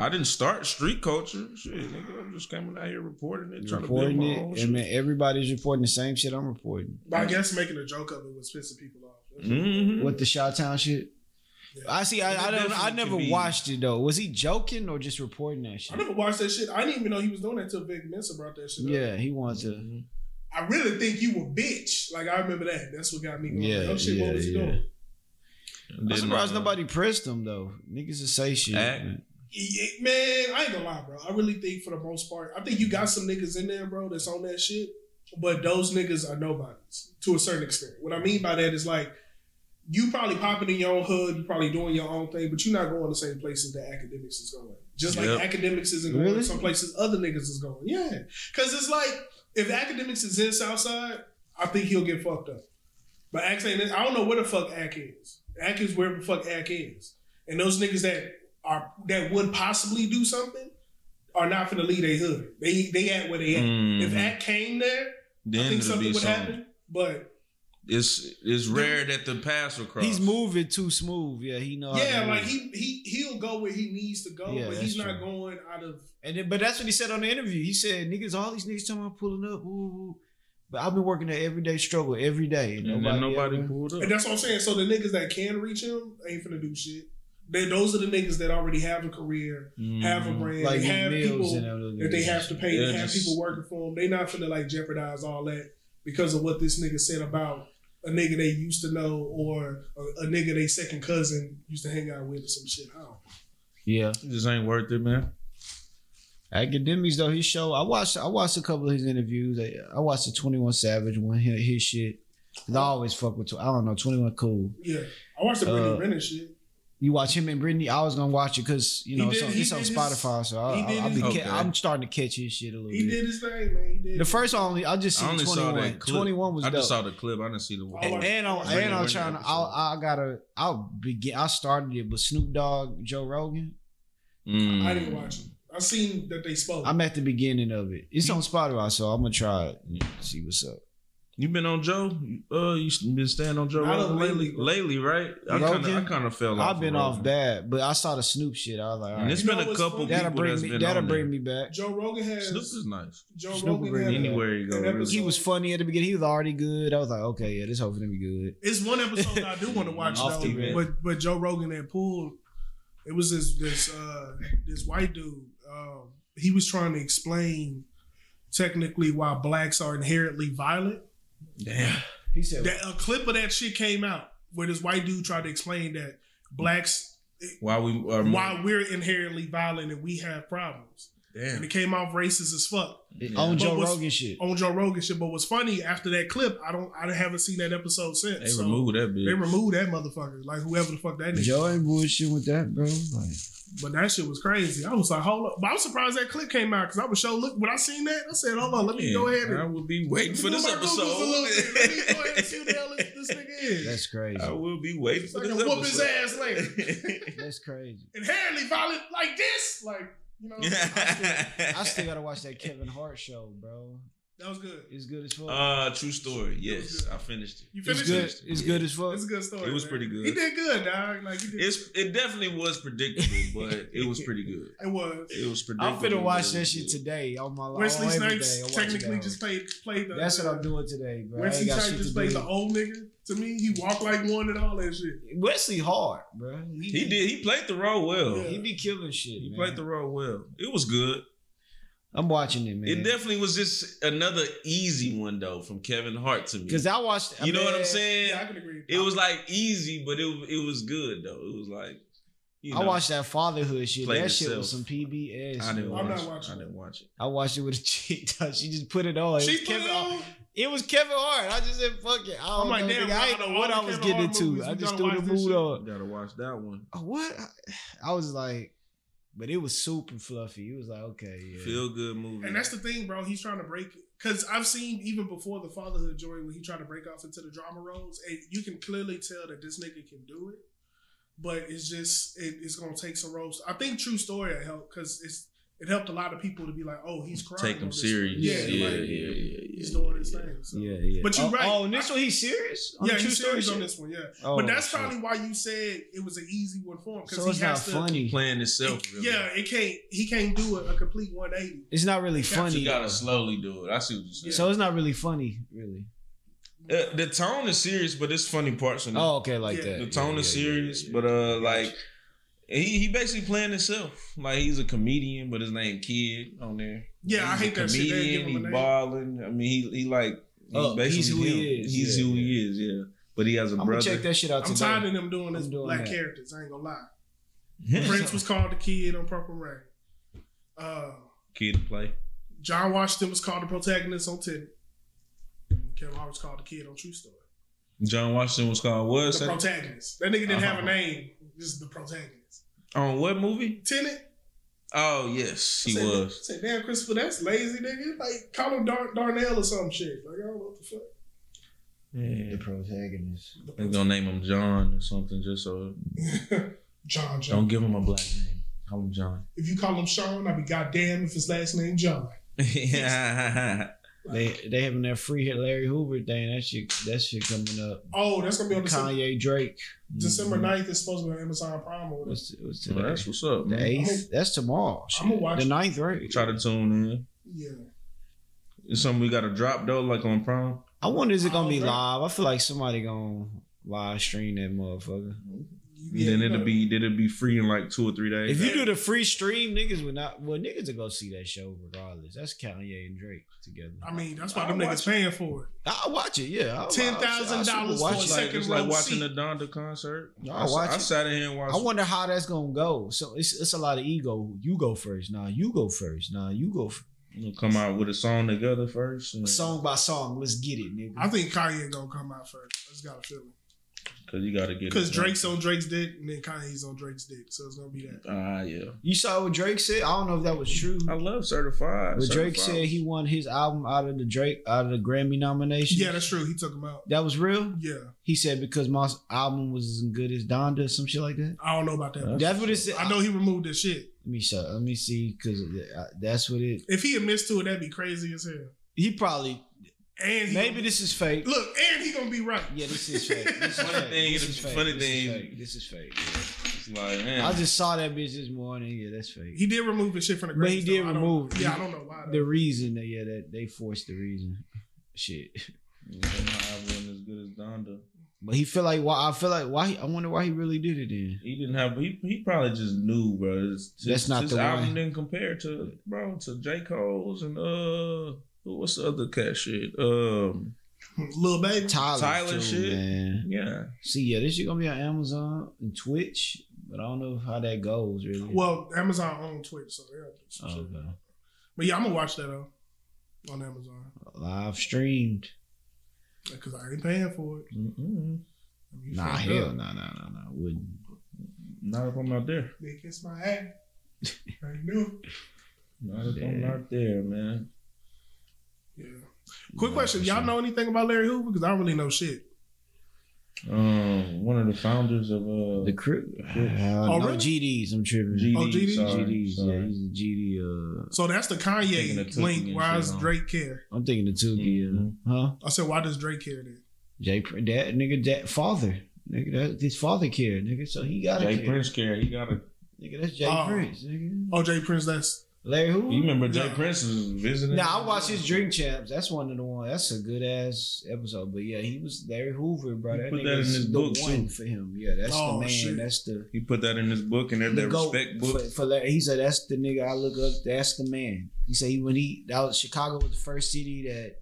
[SPEAKER 3] I didn't start street culture. Shit, nigga, I'm just coming out here reporting it, trying
[SPEAKER 2] reporting
[SPEAKER 3] to build my own
[SPEAKER 2] it,
[SPEAKER 3] shit.
[SPEAKER 2] and man, everybody's reporting the same shit I'm reporting.
[SPEAKER 1] but I guess making a joke of it was pissing people off.
[SPEAKER 2] Mm-hmm.
[SPEAKER 3] Mhm.
[SPEAKER 2] What the Shot Town shit?
[SPEAKER 1] Yeah.
[SPEAKER 2] I see.
[SPEAKER 3] It
[SPEAKER 2] I, I don't. I
[SPEAKER 3] definitely
[SPEAKER 2] never
[SPEAKER 3] could be-
[SPEAKER 2] watched it though. Was he joking or just reporting that
[SPEAKER 1] I
[SPEAKER 2] shit?
[SPEAKER 1] never watched that shit. I didn't even know he was doing that until Big Mensa brought that shit. up.
[SPEAKER 2] Yeah, he wants to.
[SPEAKER 1] I really think you were bitch. Like I remember that. That's what got me going.
[SPEAKER 2] Yeah,
[SPEAKER 1] like, oh shit,
[SPEAKER 2] yeah,
[SPEAKER 1] what was you
[SPEAKER 2] yeah.
[SPEAKER 1] doing?
[SPEAKER 3] Then,
[SPEAKER 2] I'm surprised
[SPEAKER 3] uh,
[SPEAKER 2] nobody pressed him though. Niggas just say shit.
[SPEAKER 3] Act.
[SPEAKER 2] man.
[SPEAKER 1] Yeah, man, I ain't gonna lie, bro. I really think for the most part, I think you got some niggas in there, bro, that's on that shit. But those niggas are nobodies to a certain extent. What I mean by that is like you probably popping in your own hood, you probably doing your own thing, but you're not going the same places that academics is going. Just like
[SPEAKER 3] Yep.
[SPEAKER 1] academics isn't going
[SPEAKER 2] Really?
[SPEAKER 1] some places other niggas is going. Yeah. Cause it's like if academics is in Southside, I think he'll get fucked up. But Ack ain't I don't know where the fuck Ack is. Ack is where the fuck Ack is. And those niggas that are that would possibly do something are not finna leave their hood. They they at where they at.
[SPEAKER 3] mhm.
[SPEAKER 1] If Ack came there,
[SPEAKER 3] then
[SPEAKER 1] I think
[SPEAKER 3] it'll
[SPEAKER 1] something
[SPEAKER 3] be
[SPEAKER 1] would
[SPEAKER 3] something.
[SPEAKER 1] happen. But
[SPEAKER 3] It's it's rare that the pass will cross.
[SPEAKER 2] He's moving too smooth. Oh, Yeah, he know. how
[SPEAKER 1] yeah,
[SPEAKER 2] to
[SPEAKER 1] like
[SPEAKER 2] move.
[SPEAKER 1] he he he'll go where he needs to go,
[SPEAKER 2] Yeah,
[SPEAKER 1] but
[SPEAKER 2] that's
[SPEAKER 1] he's not
[SPEAKER 2] true.
[SPEAKER 1] going out of
[SPEAKER 2] And then, but that's what he said on the interview. He said, "Niggas, all these niggas talking about pulling up, ooh, ooh. but I've been working that everyday struggle every day. And
[SPEAKER 3] and
[SPEAKER 2] nobody,
[SPEAKER 3] then nobody
[SPEAKER 2] ever-
[SPEAKER 3] pulled up.
[SPEAKER 1] And that's what I'm saying. So the niggas that can reach him ain't finna do shit. They, those are the niggas that already have a career, have a
[SPEAKER 3] Mhm.
[SPEAKER 1] brand,
[SPEAKER 2] Mm-hmm. like
[SPEAKER 1] have
[SPEAKER 2] meals
[SPEAKER 1] people
[SPEAKER 2] and other
[SPEAKER 1] that they have to pay,
[SPEAKER 3] Yeah,
[SPEAKER 1] they have
[SPEAKER 3] just-
[SPEAKER 1] people working for them. They not finna like jeopardize all that because of what this nigga said about a nigga they used to know or a, a nigga they second cousin used to hang out with or some shit. I don't.
[SPEAKER 2] Yeah,
[SPEAKER 3] It just ain't worth it, man.
[SPEAKER 2] academics though. His show, I watched. I watched a couple of his interviews. I, I watched the Twenty One Savage one. His, his shit. 'Cause I always fuck with. tw- I don't know. Twenty One cool.
[SPEAKER 1] Yeah, I watched the Brendan
[SPEAKER 2] Uh,
[SPEAKER 1] Renner shit.
[SPEAKER 2] You watch him and Brittany. I was gonna watch it because you
[SPEAKER 1] He
[SPEAKER 2] know
[SPEAKER 1] did-
[SPEAKER 2] it's on,
[SPEAKER 1] he
[SPEAKER 2] it's on
[SPEAKER 1] did his-
[SPEAKER 2] Spotify. So I,
[SPEAKER 1] he
[SPEAKER 2] I,
[SPEAKER 1] did
[SPEAKER 2] I'll be.
[SPEAKER 3] his-
[SPEAKER 2] ca-
[SPEAKER 3] Okay.
[SPEAKER 2] I'm starting to catch his shit a little
[SPEAKER 1] He
[SPEAKER 2] bit.
[SPEAKER 1] did his thing, man. He did
[SPEAKER 2] the first only I just
[SPEAKER 3] I
[SPEAKER 2] seen
[SPEAKER 3] only saw
[SPEAKER 2] twenty one.
[SPEAKER 3] that clip.
[SPEAKER 2] Twenty one was
[SPEAKER 3] I
[SPEAKER 2] dope.
[SPEAKER 3] just saw the clip. I didn't see the one.
[SPEAKER 1] Oh,
[SPEAKER 2] And, and I'm
[SPEAKER 1] Bring
[SPEAKER 2] and
[SPEAKER 1] it,
[SPEAKER 2] I'm
[SPEAKER 3] bring
[SPEAKER 2] trying
[SPEAKER 3] it
[SPEAKER 2] to.
[SPEAKER 3] up,
[SPEAKER 2] I, I gotta. I'll begin. I started it, but Snoop Dogg, Joe Rogan.
[SPEAKER 3] Mm.
[SPEAKER 1] I didn't watch it. I seen that they spoke.
[SPEAKER 2] I'm at the beginning of it. It's on Spotify, so I'm gonna try it. and See what's up.
[SPEAKER 3] You been on Joe? Uh, you been staying on Joe
[SPEAKER 1] Not
[SPEAKER 3] Rogan lately?
[SPEAKER 1] lately.
[SPEAKER 3] Lately, right? I
[SPEAKER 2] Rogan?
[SPEAKER 3] kind of, I kind of fell off.
[SPEAKER 2] I've been
[SPEAKER 3] of
[SPEAKER 2] off
[SPEAKER 3] Rogan.
[SPEAKER 2] bad, but I saw the Snoop shit. I was like, all
[SPEAKER 3] And it's
[SPEAKER 2] right,
[SPEAKER 1] You know
[SPEAKER 3] been a
[SPEAKER 1] what's
[SPEAKER 3] couple
[SPEAKER 1] funny?
[SPEAKER 3] people
[SPEAKER 2] that'll bring
[SPEAKER 3] that's
[SPEAKER 2] me.
[SPEAKER 3] been
[SPEAKER 2] That'll
[SPEAKER 3] on
[SPEAKER 2] bring
[SPEAKER 3] there.
[SPEAKER 2] me back.
[SPEAKER 1] Joe Rogan has
[SPEAKER 3] Snoop is nice.
[SPEAKER 1] Joe
[SPEAKER 2] Snoop
[SPEAKER 1] Rogan
[SPEAKER 2] Rogan
[SPEAKER 1] had a-
[SPEAKER 3] Anywhere you go,
[SPEAKER 1] an
[SPEAKER 3] really.
[SPEAKER 1] episode-
[SPEAKER 2] He was funny at the beginning. He was already good. I was like, okay, yeah, this hopefully gonna be good.
[SPEAKER 1] It's one episode I do want to watch
[SPEAKER 2] Off the
[SPEAKER 1] though,
[SPEAKER 2] grid.
[SPEAKER 1] but but Joe Rogan had pulled. It was this this uh, this white dude. Um, he was trying to explain technically why blacks are inherently violent.
[SPEAKER 3] Damn.
[SPEAKER 2] He said,
[SPEAKER 1] That, a clip of that shit came out where this white dude tried to explain that blacks
[SPEAKER 3] Why we are
[SPEAKER 1] why we're inherently violent and we have problems. And
[SPEAKER 3] Damn.
[SPEAKER 1] it came off racist as fuck
[SPEAKER 2] on
[SPEAKER 1] But
[SPEAKER 2] Joe
[SPEAKER 1] what's-
[SPEAKER 2] Rogan shit.
[SPEAKER 1] on Joe Rogan shit. But what's funny after that clip, I don't I haven't seen that episode since.
[SPEAKER 3] They
[SPEAKER 1] So,
[SPEAKER 3] removed that bitch.
[SPEAKER 1] they removed that motherfucker, like whoever the fuck that nigga.
[SPEAKER 2] Joe ain't bullshit with that, bro. Like,
[SPEAKER 1] But that shit was crazy. I was like, hold up. But I'm surprised that clip came out because I was sure look when I seen that, I said, hold on, let me
[SPEAKER 3] Yeah,
[SPEAKER 1] go ahead
[SPEAKER 3] I
[SPEAKER 1] and
[SPEAKER 3] will be waiting for
[SPEAKER 1] Let me
[SPEAKER 3] this
[SPEAKER 1] do my Googles a little bit. Let me go ahead and see who the
[SPEAKER 3] episode.
[SPEAKER 1] hell this, this nigga is.
[SPEAKER 2] that's crazy.
[SPEAKER 3] I will be waiting
[SPEAKER 1] so
[SPEAKER 3] for
[SPEAKER 1] I can
[SPEAKER 3] this
[SPEAKER 1] whoop his
[SPEAKER 3] episode.
[SPEAKER 1] ass later.
[SPEAKER 2] That's crazy.
[SPEAKER 1] Inherently violent like this, like you know.
[SPEAKER 2] I still gotta watch that Kevin Hart show, bro.
[SPEAKER 1] That was good.
[SPEAKER 2] It's good as fuck.
[SPEAKER 3] Uh, true story. Yes, I finished it.
[SPEAKER 1] You
[SPEAKER 2] it's
[SPEAKER 1] finished
[SPEAKER 2] good.
[SPEAKER 1] it.
[SPEAKER 2] It's good as fuck.
[SPEAKER 1] It's a good story.
[SPEAKER 3] It was
[SPEAKER 1] man.
[SPEAKER 3] pretty good.
[SPEAKER 1] He did good, dog. Like he did.
[SPEAKER 3] It's it definitely was predictable, but it was pretty good.
[SPEAKER 1] it was.
[SPEAKER 3] It was predictable.
[SPEAKER 2] I'm finna watch
[SPEAKER 3] but
[SPEAKER 2] that
[SPEAKER 3] it was
[SPEAKER 2] shit
[SPEAKER 3] good.
[SPEAKER 2] today on my life.
[SPEAKER 1] Wesley
[SPEAKER 2] Wesley
[SPEAKER 1] Snipes technically just played played the.
[SPEAKER 2] That's what I'm doing today, bro. I ain't
[SPEAKER 1] Wesley
[SPEAKER 2] got
[SPEAKER 1] Snipes
[SPEAKER 2] shit
[SPEAKER 1] just
[SPEAKER 2] to
[SPEAKER 1] played
[SPEAKER 2] do.
[SPEAKER 1] the old nigga to me. He walked like one and all that shit.
[SPEAKER 2] Wesley hard, bro.
[SPEAKER 3] He did. He played the role well.
[SPEAKER 1] Yeah.
[SPEAKER 2] He be killing shit.
[SPEAKER 3] He
[SPEAKER 2] man.
[SPEAKER 3] played the role well. It was good.
[SPEAKER 2] I'm watching it, man.
[SPEAKER 3] It definitely was just another easy one though from Kevin Hart to me.
[SPEAKER 2] Because I watched. I
[SPEAKER 3] you know what
[SPEAKER 2] mean,
[SPEAKER 3] I'm saying?
[SPEAKER 1] Yeah, I can agree.
[SPEAKER 3] It was like easy, but it it was good though. It was like you know,
[SPEAKER 2] I watched that fatherhood shit.
[SPEAKER 3] played
[SPEAKER 2] That shit
[SPEAKER 3] itself.
[SPEAKER 2] was some PBS.
[SPEAKER 3] I didn't
[SPEAKER 2] bro.
[SPEAKER 3] watch.
[SPEAKER 1] I'm not
[SPEAKER 3] it.
[SPEAKER 1] watching
[SPEAKER 3] I
[SPEAKER 1] it.
[SPEAKER 3] didn't watch it.
[SPEAKER 2] I watched it with a chick. though. She just put it on.
[SPEAKER 1] She uh,
[SPEAKER 2] it was
[SPEAKER 1] put
[SPEAKER 2] Kevin
[SPEAKER 1] it
[SPEAKER 2] Hart.
[SPEAKER 1] on.
[SPEAKER 2] It was Kevin Hart. I just said, fuck it. I don't
[SPEAKER 1] I'm like,
[SPEAKER 2] know,
[SPEAKER 1] damn,
[SPEAKER 2] nigga. I
[SPEAKER 1] out
[SPEAKER 2] ain't
[SPEAKER 1] of
[SPEAKER 2] know what
[SPEAKER 1] all
[SPEAKER 2] I
[SPEAKER 1] the
[SPEAKER 2] was
[SPEAKER 1] Kevin
[SPEAKER 2] getting
[SPEAKER 1] Hart movies,
[SPEAKER 2] into.
[SPEAKER 1] we
[SPEAKER 2] I
[SPEAKER 1] gotta
[SPEAKER 2] just threw the
[SPEAKER 1] watch this
[SPEAKER 2] mood
[SPEAKER 1] shit.
[SPEAKER 2] on.
[SPEAKER 3] Gotta watch that one.
[SPEAKER 2] Oh, What? I was like, but it was super fluffy. It was like, okay, yeah.
[SPEAKER 3] Feel good movie.
[SPEAKER 1] And that's the thing, bro. He's trying to break because I've seen even before the fatherhood journey when he tried to break off into the drama roles, and you can clearly tell that this nigga can do it. But it's just it, it's gonna take some roles. I think True Story will help because it's it helped a lot of people to be like, oh, he's crying.
[SPEAKER 3] take
[SPEAKER 1] on
[SPEAKER 3] him
[SPEAKER 1] this
[SPEAKER 3] serious.
[SPEAKER 1] one.
[SPEAKER 3] Yeah, yeah,
[SPEAKER 1] like,
[SPEAKER 3] yeah, yeah. yeah,
[SPEAKER 1] he's
[SPEAKER 3] yeah,
[SPEAKER 1] doing his
[SPEAKER 3] yeah.
[SPEAKER 1] thing. So.
[SPEAKER 2] Yeah, yeah.
[SPEAKER 1] But you
[SPEAKER 2] oh,
[SPEAKER 1] right.
[SPEAKER 2] Oh, and this one, he's serious? On
[SPEAKER 1] Yeah,
[SPEAKER 2] the true
[SPEAKER 1] he's
[SPEAKER 2] story
[SPEAKER 1] serious on
[SPEAKER 2] shit?
[SPEAKER 1] this one, yeah.
[SPEAKER 2] Oh,
[SPEAKER 1] but that's
[SPEAKER 2] shit.
[SPEAKER 1] probably why you said it was an easy one for him because
[SPEAKER 2] So it's
[SPEAKER 1] he
[SPEAKER 2] not
[SPEAKER 1] has to.
[SPEAKER 2] funny.
[SPEAKER 3] Playing itself.
[SPEAKER 1] it-
[SPEAKER 3] really.
[SPEAKER 1] Yeah, it can't. He can't do a, a complete 180.
[SPEAKER 2] It's not really
[SPEAKER 1] Gotcha,
[SPEAKER 2] funny.
[SPEAKER 3] You gotta slowly do it. I see what you're saying.
[SPEAKER 2] So it's not really funny, really.
[SPEAKER 3] Uh, the tone is serious, but it's funny parts in it.
[SPEAKER 2] Oh, okay, like
[SPEAKER 1] Yeah.
[SPEAKER 2] that.
[SPEAKER 3] the
[SPEAKER 2] Yeah,
[SPEAKER 3] tone
[SPEAKER 2] yeah,
[SPEAKER 3] is
[SPEAKER 2] yeah,
[SPEAKER 3] serious,
[SPEAKER 2] yeah, yeah.
[SPEAKER 3] but uh, like he he basically playing himself. Like he's a comedian, but his name Kid on there.
[SPEAKER 1] Yeah, I
[SPEAKER 3] He's a
[SPEAKER 1] hate that shit. They give him a
[SPEAKER 3] Comedian, he
[SPEAKER 1] name.
[SPEAKER 3] balling. I mean, he he like he's
[SPEAKER 2] Oh,
[SPEAKER 3] basically
[SPEAKER 2] he's who he
[SPEAKER 3] him.
[SPEAKER 2] is.
[SPEAKER 3] He's
[SPEAKER 2] Yeah,
[SPEAKER 3] who he is. Yeah, but he has a
[SPEAKER 2] I'm gonna
[SPEAKER 3] brother.
[SPEAKER 2] check that shit out
[SPEAKER 1] I'm
[SPEAKER 2] today.
[SPEAKER 1] tired of them doing this
[SPEAKER 2] I'm doing
[SPEAKER 1] black
[SPEAKER 2] that.
[SPEAKER 1] characters. I ain't gonna lie. Prince was called the kid on Purple Rain. Uh,
[SPEAKER 3] Kid to play.
[SPEAKER 1] John Washington was called the protagonist on Ted. Kevin Hart was called the kid on True Story.
[SPEAKER 3] John Washington was called what?
[SPEAKER 1] The
[SPEAKER 3] Say-
[SPEAKER 1] protagonist. That nigga didn't have a
[SPEAKER 3] Uh-huh.
[SPEAKER 1] name. This is the protagonist.
[SPEAKER 3] on what movie?
[SPEAKER 1] Tenet.
[SPEAKER 3] Oh yes,
[SPEAKER 1] I
[SPEAKER 3] he
[SPEAKER 1] said,
[SPEAKER 3] was.
[SPEAKER 1] I said, damn, Christopher, that's lazy, nigga. Like, call him Dar- Darnell or some shit. Like, I don't know what the fuck.
[SPEAKER 3] Yeah.
[SPEAKER 2] The protagonist.
[SPEAKER 3] They're gonna name him John or something just so
[SPEAKER 1] John John.
[SPEAKER 3] don't give him a black name. Call him John.
[SPEAKER 1] If you call him Sean, I'd be goddamn if his last name John.
[SPEAKER 2] They they having that free hit Larry Hoover thing. That shit that shit coming up.
[SPEAKER 1] Oh, that's gonna be on December,
[SPEAKER 2] Kanye Drake. Mm-hmm.
[SPEAKER 1] December 9th. It's supposed to be on Amazon Prime or whatever.
[SPEAKER 2] What's what's
[SPEAKER 3] Well,
[SPEAKER 2] today?
[SPEAKER 3] that's what's up,
[SPEAKER 2] The
[SPEAKER 3] man.
[SPEAKER 2] eighth. That's tomorrow.
[SPEAKER 1] I'ma watch
[SPEAKER 2] the
[SPEAKER 1] it.
[SPEAKER 2] ninth, right?
[SPEAKER 3] Try to tune in.
[SPEAKER 1] Yeah.
[SPEAKER 3] It's something we got to drop though, like on prom.
[SPEAKER 2] I wonder is it gonna be
[SPEAKER 1] Okay.
[SPEAKER 2] live? I feel like somebody gonna live stream that motherfucker.
[SPEAKER 1] Yeah,
[SPEAKER 3] then
[SPEAKER 1] you
[SPEAKER 3] it'll
[SPEAKER 1] know.
[SPEAKER 3] be then it'll be free in like two or three days.
[SPEAKER 2] If you do the free stream, niggas would not. Well, niggas will go see that show regardless. That's Kanye and Drake together.
[SPEAKER 1] I mean, that's why
[SPEAKER 3] I'll
[SPEAKER 1] them
[SPEAKER 3] watch
[SPEAKER 1] niggas
[SPEAKER 3] it.
[SPEAKER 1] paying for it.
[SPEAKER 2] I'll watch it. Yeah, I'll- I'll-
[SPEAKER 1] $10,000
[SPEAKER 2] I'll
[SPEAKER 1] for
[SPEAKER 2] watch it.
[SPEAKER 1] a
[SPEAKER 3] it's like,
[SPEAKER 1] second
[SPEAKER 3] it's like
[SPEAKER 1] row
[SPEAKER 3] watching
[SPEAKER 1] seat.
[SPEAKER 3] the Donda concert.
[SPEAKER 2] No,
[SPEAKER 3] I, s-
[SPEAKER 2] watch
[SPEAKER 3] I
[SPEAKER 2] it.
[SPEAKER 3] sat in here and watched.
[SPEAKER 2] I wonder how that's gonna go. So it's it's a lot of ego. You go first. Nah, you go first. Nah, you go f-
[SPEAKER 3] We'll come out with a song together first. and-
[SPEAKER 2] song by song. Let's get it, nigga.
[SPEAKER 1] I think Kanye gonna come out first. I just got a feeling.
[SPEAKER 3] Cause you gotta get.
[SPEAKER 1] Because
[SPEAKER 3] it.
[SPEAKER 1] Drake's on Drake's dick, and then Kanye's on Drake's dick. So it's gonna be that.
[SPEAKER 3] Ah yeah,
[SPEAKER 2] you saw what Drake said. I don't know if that was true,
[SPEAKER 3] I love certified.
[SPEAKER 2] but Drake
[SPEAKER 3] Certified.
[SPEAKER 2] said he won his album out of the Drake out of the Grammy nomination.
[SPEAKER 1] Yeah, that's true. He took him out.
[SPEAKER 2] that was real.
[SPEAKER 1] Yeah.
[SPEAKER 2] He said because my album was as good as Donda, or some shit like that.
[SPEAKER 1] I don't know about that.
[SPEAKER 3] Huh?
[SPEAKER 1] one.
[SPEAKER 2] That's what it said.
[SPEAKER 1] I know he removed this shit.
[SPEAKER 2] Let me show. Let me see, because uh, that's what it.
[SPEAKER 1] If he admits to it, that'd be crazy as hell.
[SPEAKER 2] He probably
[SPEAKER 1] And he
[SPEAKER 2] Maybe this is fake.
[SPEAKER 1] gonna- look, and he gonna be right.
[SPEAKER 2] Yeah, this is fake. This is
[SPEAKER 3] Funny
[SPEAKER 2] fake.
[SPEAKER 3] thing,
[SPEAKER 2] This
[SPEAKER 3] it's
[SPEAKER 2] is fake.
[SPEAKER 3] funny
[SPEAKER 2] This is
[SPEAKER 3] thing.
[SPEAKER 2] fake. This is fake. yeah.
[SPEAKER 3] It's like, man.
[SPEAKER 2] I just saw that bitch this morning. Yeah, that's fake.
[SPEAKER 1] he did remove his shit from the
[SPEAKER 2] But he
[SPEAKER 1] graphics,
[SPEAKER 2] did
[SPEAKER 1] though. I don't-
[SPEAKER 2] remove-
[SPEAKER 1] Yeah, I don't know why.
[SPEAKER 2] The
[SPEAKER 1] though.
[SPEAKER 2] reason that yeah that they forced the reason, shit.
[SPEAKER 3] Yeah, my eye wasn't as good as Donda.
[SPEAKER 2] But he feel like why I feel like why he, I wonder why he really did it then.
[SPEAKER 3] He didn't have. He, he probably just knew, bro. It's,
[SPEAKER 2] That's not
[SPEAKER 3] his
[SPEAKER 2] the
[SPEAKER 3] album
[SPEAKER 2] one.
[SPEAKER 3] didn't compare to bro to J Cole's and uh who what's the other cat shit um
[SPEAKER 1] Lil baby.
[SPEAKER 2] Tyler,
[SPEAKER 3] Tyler
[SPEAKER 2] too,
[SPEAKER 3] shit.
[SPEAKER 2] man.
[SPEAKER 3] yeah
[SPEAKER 2] See, yeah, this shit gonna be on Amazon and Twitch, but I don't know how that goes really.
[SPEAKER 1] Well, Amazon own Twitch, so yeah.
[SPEAKER 2] Oh,
[SPEAKER 1] shit.
[SPEAKER 2] okay.
[SPEAKER 1] But yeah, I'm gonna watch that though on Amazon
[SPEAKER 2] Live streamed.
[SPEAKER 1] because I ain't paying for it.
[SPEAKER 3] Mm-mm.
[SPEAKER 1] You
[SPEAKER 2] Nah,
[SPEAKER 1] fucked
[SPEAKER 2] hell,
[SPEAKER 1] up.
[SPEAKER 2] nah, nah, nah, nah. Wouldn't.
[SPEAKER 3] not if I'm not there
[SPEAKER 1] They kiss my ass. I knew.
[SPEAKER 3] not if I'm
[SPEAKER 2] Yeah.
[SPEAKER 3] not there man
[SPEAKER 1] Yeah. Quick
[SPEAKER 2] Nah,
[SPEAKER 1] question:
[SPEAKER 2] for
[SPEAKER 1] Y'all
[SPEAKER 2] sure.
[SPEAKER 1] know anything about Larry Hoover? Because I don't really know shit.
[SPEAKER 3] um one of the founders of uh
[SPEAKER 2] The crew.
[SPEAKER 1] Oh,
[SPEAKER 2] no,
[SPEAKER 1] really?
[SPEAKER 2] GDs. I'm tripping.
[SPEAKER 3] GD,
[SPEAKER 1] Oh, GD?
[SPEAKER 3] sorry,
[SPEAKER 2] GDs. Yeah,
[SPEAKER 3] sorry.
[SPEAKER 2] he's a GD. Uh,
[SPEAKER 1] So that's the
[SPEAKER 3] Thinking of
[SPEAKER 1] Kanye
[SPEAKER 3] cooking
[SPEAKER 1] link.
[SPEAKER 3] and
[SPEAKER 1] Why
[SPEAKER 3] shit,
[SPEAKER 1] does
[SPEAKER 3] huh?
[SPEAKER 1] Drake care?
[SPEAKER 2] I'm thinking the two
[SPEAKER 3] Mhm.
[SPEAKER 2] uh, huh?
[SPEAKER 1] I said, why does Drake care then?
[SPEAKER 2] Jay, Pr- that nigga, that father, nigga, that his father cared, nigga. So he got to
[SPEAKER 3] Jay
[SPEAKER 2] care.
[SPEAKER 3] Prince care he got a
[SPEAKER 2] Nigga, that's Jay
[SPEAKER 1] Oh.
[SPEAKER 2] Prince, nigga.
[SPEAKER 1] Oh, Jay Prince, that's
[SPEAKER 2] Larry Hoover.
[SPEAKER 3] you remember Jay
[SPEAKER 1] Yeah.
[SPEAKER 3] Prince was visiting
[SPEAKER 2] Nah, I watched his Drink Champs. That's one of the one. That's a good ass episode. But yeah, he was Larry Hoover, bro.
[SPEAKER 3] He
[SPEAKER 2] That
[SPEAKER 3] put
[SPEAKER 2] nigga
[SPEAKER 3] that in
[SPEAKER 2] is
[SPEAKER 3] his
[SPEAKER 2] the
[SPEAKER 3] book,
[SPEAKER 2] one
[SPEAKER 3] too.
[SPEAKER 2] for him. Yeah, that's
[SPEAKER 1] Oh,
[SPEAKER 2] the man.
[SPEAKER 1] shit.
[SPEAKER 2] That's the,
[SPEAKER 3] he put that in his book and that,
[SPEAKER 2] the
[SPEAKER 3] that
[SPEAKER 2] goat.
[SPEAKER 3] respect
[SPEAKER 2] For,
[SPEAKER 3] book
[SPEAKER 2] for Larry, he said that's the nigga I look up. That's the man. He said he when he that was Chicago was the first city that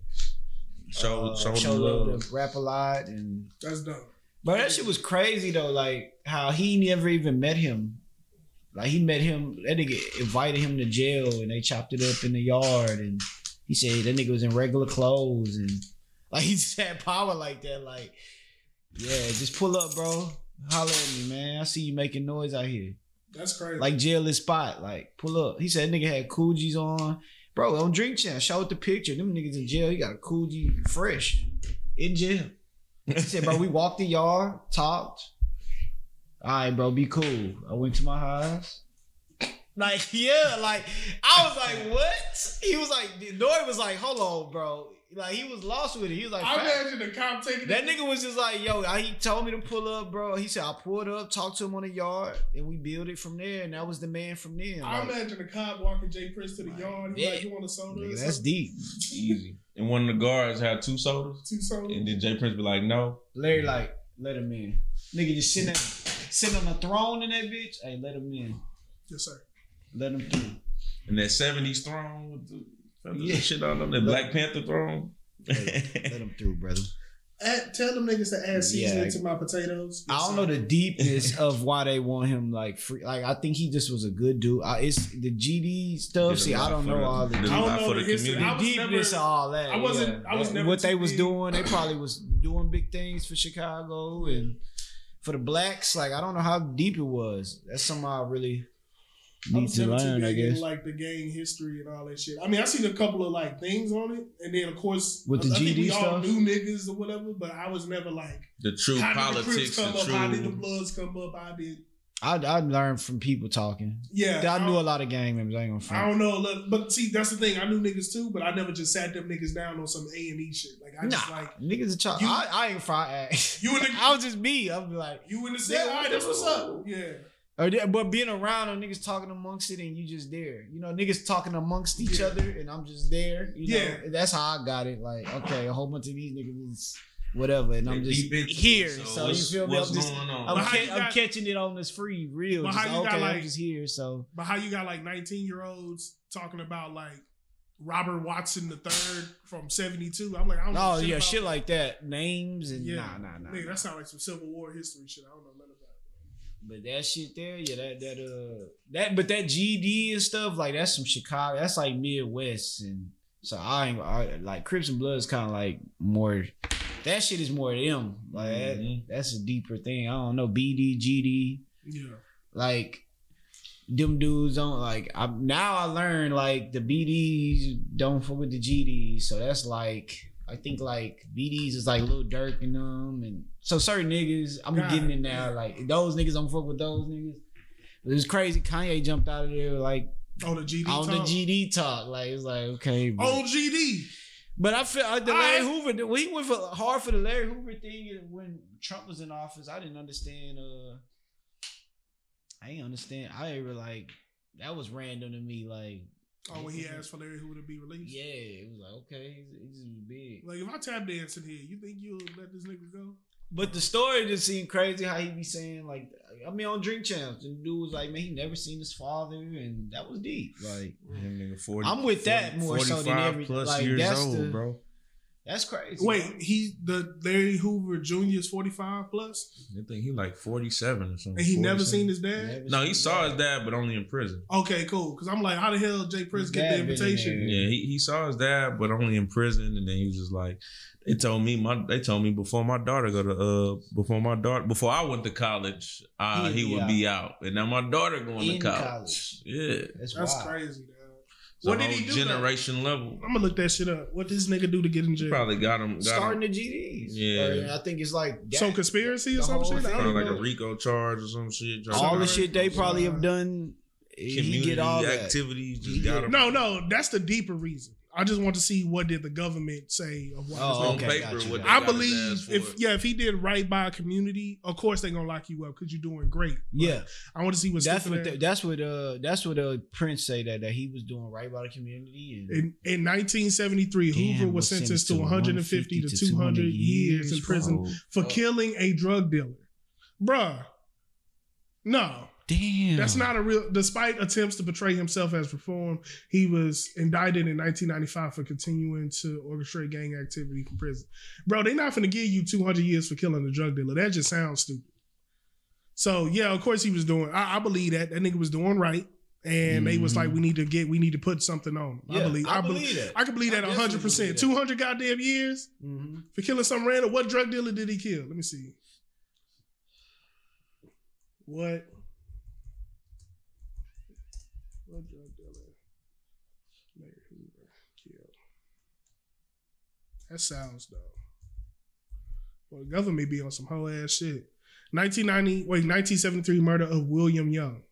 [SPEAKER 3] show
[SPEAKER 2] uh,
[SPEAKER 3] show
[SPEAKER 2] showed
[SPEAKER 3] him
[SPEAKER 2] love
[SPEAKER 3] love
[SPEAKER 2] to rap a lot and
[SPEAKER 1] that's dumb.
[SPEAKER 2] Bro, that shit was crazy though. Like how he never even met him. Like he met him, that nigga invited him to jail, and they chopped it up in the yard, and he said that nigga was in regular clothes, and like he just had power like that. Like, yeah, just pull up, bro. Holler at me, man. I see you making noise out here.
[SPEAKER 1] That's crazy.
[SPEAKER 2] Like jail is spot. Like pull up. He said that nigga had coogies on. Bro, on drink champ, showed the picture. Them niggas in jail. He got a coogie fresh in jail. He said, bro, we walked the yard, talked. All right, bro, be cool. I went to my house. Like, yeah, like I was like, what? He was like, Nori was like, hold on, bro. Like he was lost with it. He was like,
[SPEAKER 1] I
[SPEAKER 2] "Fact."
[SPEAKER 1] imagine the cop taking
[SPEAKER 2] That nigga was just like, yo, I- he told me to pull up, bro. He said, I pulled up, talked to him on the yard, and we built it from there. And that was the man from then.
[SPEAKER 1] I
[SPEAKER 2] Like,
[SPEAKER 1] imagine the cop walking Jay Prince to the
[SPEAKER 2] Like,
[SPEAKER 1] yard. He's
[SPEAKER 2] yeah.
[SPEAKER 1] like, you want a soda? or
[SPEAKER 2] nigga, that's
[SPEAKER 1] something?
[SPEAKER 2] deep.
[SPEAKER 3] easy and one of the guards had two sodas
[SPEAKER 1] Two sodas.
[SPEAKER 3] and then Jay Prince be like no
[SPEAKER 2] Larry, like, let him in. Nigga, just sitting, there, sitting on the throne in that bitch. Hey, let him in.
[SPEAKER 1] yes, sir.
[SPEAKER 2] Let him through.
[SPEAKER 3] and that seventies throne with the feathers
[SPEAKER 2] Yeah.
[SPEAKER 3] and shit on them, that Black Panther throne.
[SPEAKER 2] Let him through, brother.
[SPEAKER 1] At, tell them niggas to add seasoning
[SPEAKER 2] Yeah.
[SPEAKER 1] to my potatoes.
[SPEAKER 2] I don't know the deepness of why they want him like free. Like I think he just was a good dude. I, it's the GD stuff.
[SPEAKER 3] Did a
[SPEAKER 2] See, I
[SPEAKER 3] lot
[SPEAKER 2] don't
[SPEAKER 3] for
[SPEAKER 2] know
[SPEAKER 3] the-
[SPEAKER 2] all the
[SPEAKER 3] did a
[SPEAKER 1] I don't
[SPEAKER 3] lot
[SPEAKER 1] know
[SPEAKER 3] for
[SPEAKER 1] the history.
[SPEAKER 3] community.
[SPEAKER 1] I
[SPEAKER 2] the
[SPEAKER 1] was
[SPEAKER 2] deepness
[SPEAKER 1] never-
[SPEAKER 2] of all that.
[SPEAKER 1] I wasn't-
[SPEAKER 2] yeah.
[SPEAKER 1] I was
[SPEAKER 2] That-
[SPEAKER 1] never
[SPEAKER 2] what
[SPEAKER 1] too
[SPEAKER 2] they was
[SPEAKER 1] big.
[SPEAKER 2] doing. They probably was doing big things for Chicago and for the blacks. Like I don't know how deep it was. That's something I really
[SPEAKER 1] I'm
[SPEAKER 2] need to
[SPEAKER 1] never too
[SPEAKER 2] learn. I
[SPEAKER 1] big in,
[SPEAKER 2] guess
[SPEAKER 1] Like the gang history and all that shit. I mean, I seen a couple of like things on it, and then of course
[SPEAKER 2] With the
[SPEAKER 1] I, I think
[SPEAKER 2] GD
[SPEAKER 1] we all
[SPEAKER 2] stuff?
[SPEAKER 1] knew niggas or whatever. But I was never like,
[SPEAKER 3] The true
[SPEAKER 1] how did the
[SPEAKER 3] politics,
[SPEAKER 1] Crips come
[SPEAKER 3] the
[SPEAKER 1] up? How did the
[SPEAKER 3] true.
[SPEAKER 1] Bloods come up? I did.
[SPEAKER 2] I I learned from people talking.
[SPEAKER 1] Yeah,
[SPEAKER 2] I knew
[SPEAKER 1] don't-
[SPEAKER 2] a lot of gang members. I ain't gonna
[SPEAKER 1] I don't
[SPEAKER 2] front.
[SPEAKER 1] know, look, but see, that's the thing. I knew niggas too, but I never just sat them niggas down on some A and E shit. Like I just
[SPEAKER 2] Nah.
[SPEAKER 1] like
[SPEAKER 2] Niggas a child.
[SPEAKER 1] You-
[SPEAKER 2] I, I ain't fry.
[SPEAKER 1] you in the
[SPEAKER 2] I was just me. I'm like.
[SPEAKER 1] you in the set.
[SPEAKER 2] Yeah,
[SPEAKER 1] All right, that's what's up. Yeah,
[SPEAKER 2] Or they- but being around them niggas talking amongst it and you just there. You know, niggas talking amongst each
[SPEAKER 1] Yeah.
[SPEAKER 2] other and I'm just there. You know,
[SPEAKER 1] Yeah.
[SPEAKER 2] that's how I got it. Like, okay, a whole bunch of these niggas is whatever, and I'm
[SPEAKER 3] They
[SPEAKER 2] just
[SPEAKER 3] deep into it,
[SPEAKER 2] here. So, you
[SPEAKER 3] what's-
[SPEAKER 2] feel me? I'm
[SPEAKER 3] What's
[SPEAKER 2] just
[SPEAKER 3] going on?
[SPEAKER 2] I'm,
[SPEAKER 1] But how
[SPEAKER 2] ca-
[SPEAKER 1] you
[SPEAKER 2] I'm
[SPEAKER 1] got-
[SPEAKER 2] catching it on this free real.
[SPEAKER 1] But
[SPEAKER 2] Just,
[SPEAKER 1] how you
[SPEAKER 2] okay,
[SPEAKER 1] got,
[SPEAKER 2] I'm
[SPEAKER 1] like-
[SPEAKER 2] just here. So
[SPEAKER 1] but how you got like nineteen year olds talking about like Robert Watson the third from seventy two? I'm like, I don't know.
[SPEAKER 2] oh yeah,
[SPEAKER 1] about
[SPEAKER 2] shit
[SPEAKER 1] that.
[SPEAKER 2] like that, names and
[SPEAKER 1] Yeah.
[SPEAKER 2] nah, nah, nah.
[SPEAKER 1] Nigga,
[SPEAKER 2] nah.
[SPEAKER 1] that sounds like some Civil War history shit. I don't know nothing about.
[SPEAKER 2] But that shit there, yeah, that that uh that but that GD and stuff like that's some Chicago. That's like Midwest and so I ain't I, like Crips and Bloods kind of like more. That shit is more them. Like that-
[SPEAKER 3] Mhm.
[SPEAKER 2] that's a deeper thing. I don't know BD GD
[SPEAKER 1] Yeah,
[SPEAKER 2] like them dudes don't like. I now I learned like the BDs don't fuck with the GDs, so that's like. I think like BDs is like little Dirk and them, and so certain niggas. I'm
[SPEAKER 1] God,
[SPEAKER 2] getting it now.
[SPEAKER 1] yeah.
[SPEAKER 2] Like those niggas don't fuck with those niggas. It was crazy. Kanye jumped out of there like
[SPEAKER 1] on Oh, the GD.
[SPEAKER 2] on
[SPEAKER 1] talk. Oh,
[SPEAKER 2] the GD talk. Like it's like okay, bro.
[SPEAKER 1] On GD.
[SPEAKER 2] But I feel like the
[SPEAKER 1] All
[SPEAKER 2] Larry
[SPEAKER 1] right.
[SPEAKER 2] Hoover. When he went for hard for the Larry Hoover thing is when Trump was in office, I didn't understand. Uh, I ain't understand. I ain't really like that was random to me. Like,
[SPEAKER 1] Oh, when he asked for Larry Hoover to be released.
[SPEAKER 2] yeah, it was like okay, he's, he's just big.
[SPEAKER 1] Like if I tap dance in here, you think you'll let this nigga go?
[SPEAKER 2] But the story just seemed crazy how he be saying like I mean on Drink Champs and dude was like man he never seen his father and that was deep like
[SPEAKER 4] Him nigga 40,
[SPEAKER 2] I'm with that more so than
[SPEAKER 4] 45
[SPEAKER 2] every
[SPEAKER 4] plus
[SPEAKER 2] like
[SPEAKER 4] years
[SPEAKER 2] that's
[SPEAKER 4] old,
[SPEAKER 2] the,
[SPEAKER 4] bro.
[SPEAKER 2] that's crazy
[SPEAKER 1] Wait, he the Larry Hoover Jr. is forty five plus,
[SPEAKER 4] I think he like 47 or something.
[SPEAKER 1] and he never
[SPEAKER 4] 47.
[SPEAKER 1] seen his dad.
[SPEAKER 2] Never
[SPEAKER 3] No, he
[SPEAKER 2] seen
[SPEAKER 3] saw
[SPEAKER 2] that.
[SPEAKER 3] his dad, but only in prison.
[SPEAKER 1] Okay, cool. Because I'm like, how the hell Jay Prince get the
[SPEAKER 2] Dad been in
[SPEAKER 1] invitation?
[SPEAKER 2] there.
[SPEAKER 3] Yeah, he, he saw his dad, but only in prison. And then he was just like, they told me my they told me before my daughter go to uh before my daughter before I went to college, uh,
[SPEAKER 2] He'd
[SPEAKER 3] he
[SPEAKER 2] be
[SPEAKER 3] would
[SPEAKER 2] out.
[SPEAKER 3] be out. And now my daughter going
[SPEAKER 2] In
[SPEAKER 3] to college.
[SPEAKER 2] college.
[SPEAKER 3] Yeah.
[SPEAKER 2] That's,
[SPEAKER 1] That's
[SPEAKER 2] wild.
[SPEAKER 1] crazy. Dog.
[SPEAKER 3] So
[SPEAKER 1] What did
[SPEAKER 3] whole
[SPEAKER 1] he do, though?
[SPEAKER 3] Generation level.
[SPEAKER 1] I'm gonna look that shit up. What this nigga do to get in jail?
[SPEAKER 3] Probably got him. Got
[SPEAKER 2] Starting
[SPEAKER 3] him.
[SPEAKER 2] the GDs.
[SPEAKER 3] Yeah.
[SPEAKER 2] Or, I think it's like that-
[SPEAKER 1] Some conspiracy
[SPEAKER 2] The
[SPEAKER 1] or some
[SPEAKER 2] whole
[SPEAKER 1] shit. I
[SPEAKER 2] thing.
[SPEAKER 1] don't
[SPEAKER 3] Probably like
[SPEAKER 1] know.
[SPEAKER 3] a Rico charge or some shit. trying to
[SPEAKER 2] all the
[SPEAKER 3] find
[SPEAKER 2] shit they probably have done. He
[SPEAKER 3] Community
[SPEAKER 2] get all that.
[SPEAKER 3] activities
[SPEAKER 2] He
[SPEAKER 3] just got
[SPEAKER 2] get-
[SPEAKER 3] him.
[SPEAKER 1] No, no, that's the deeper reason. I just want to see what did the government say of why. this
[SPEAKER 2] Oh,
[SPEAKER 1] nigga-
[SPEAKER 3] on
[SPEAKER 2] okay,
[SPEAKER 3] paper
[SPEAKER 2] gotcha, gotcha.
[SPEAKER 3] what they
[SPEAKER 1] I
[SPEAKER 3] got his
[SPEAKER 1] believe
[SPEAKER 3] ass
[SPEAKER 1] if
[SPEAKER 3] for.
[SPEAKER 1] yeah, if he did right by a community, of course they gonna lock you up because you're doing great.
[SPEAKER 2] Yeah,
[SPEAKER 1] I want to see what's
[SPEAKER 2] that's
[SPEAKER 1] stupid
[SPEAKER 2] what the,
[SPEAKER 1] ass-
[SPEAKER 2] that's what uh that's what uh Prince say that that he was doing right by the community and
[SPEAKER 1] In, in 1973,
[SPEAKER 2] Damn,
[SPEAKER 1] Hoover was sentenced to 150 to 200 years in prison
[SPEAKER 2] bro.
[SPEAKER 1] for
[SPEAKER 5] Oh.
[SPEAKER 1] killing a drug dealer. Bruh, no,
[SPEAKER 2] Damn,
[SPEAKER 1] that's not a real. Despite attempts to portray himself as reform, he was indicted in 1995 for continuing to orchestrate gang activity from prison. Bro, they not finna give you 200 years for killing a drug dealer. That just sounds stupid. So yeah, of course he was doing. I, I believe that that nigga was doing right, and they was like, we need to get, we need to put something on. him."
[SPEAKER 2] Mm-hmm. Yeah,
[SPEAKER 1] I believe. I, believe.
[SPEAKER 2] that.
[SPEAKER 1] I can believe
[SPEAKER 2] I
[SPEAKER 1] that
[SPEAKER 2] definitely
[SPEAKER 1] 100. percent
[SPEAKER 2] believe that.
[SPEAKER 1] 200 goddamn years
[SPEAKER 2] Mhm.
[SPEAKER 1] for killing some random. What drug dealer did he kill? Let me see. What? What drug dealer? Larry Hoover killed. That sounds though. Well, the government be on some whole ass shit. 1990, wait, 1973 murder of William Young.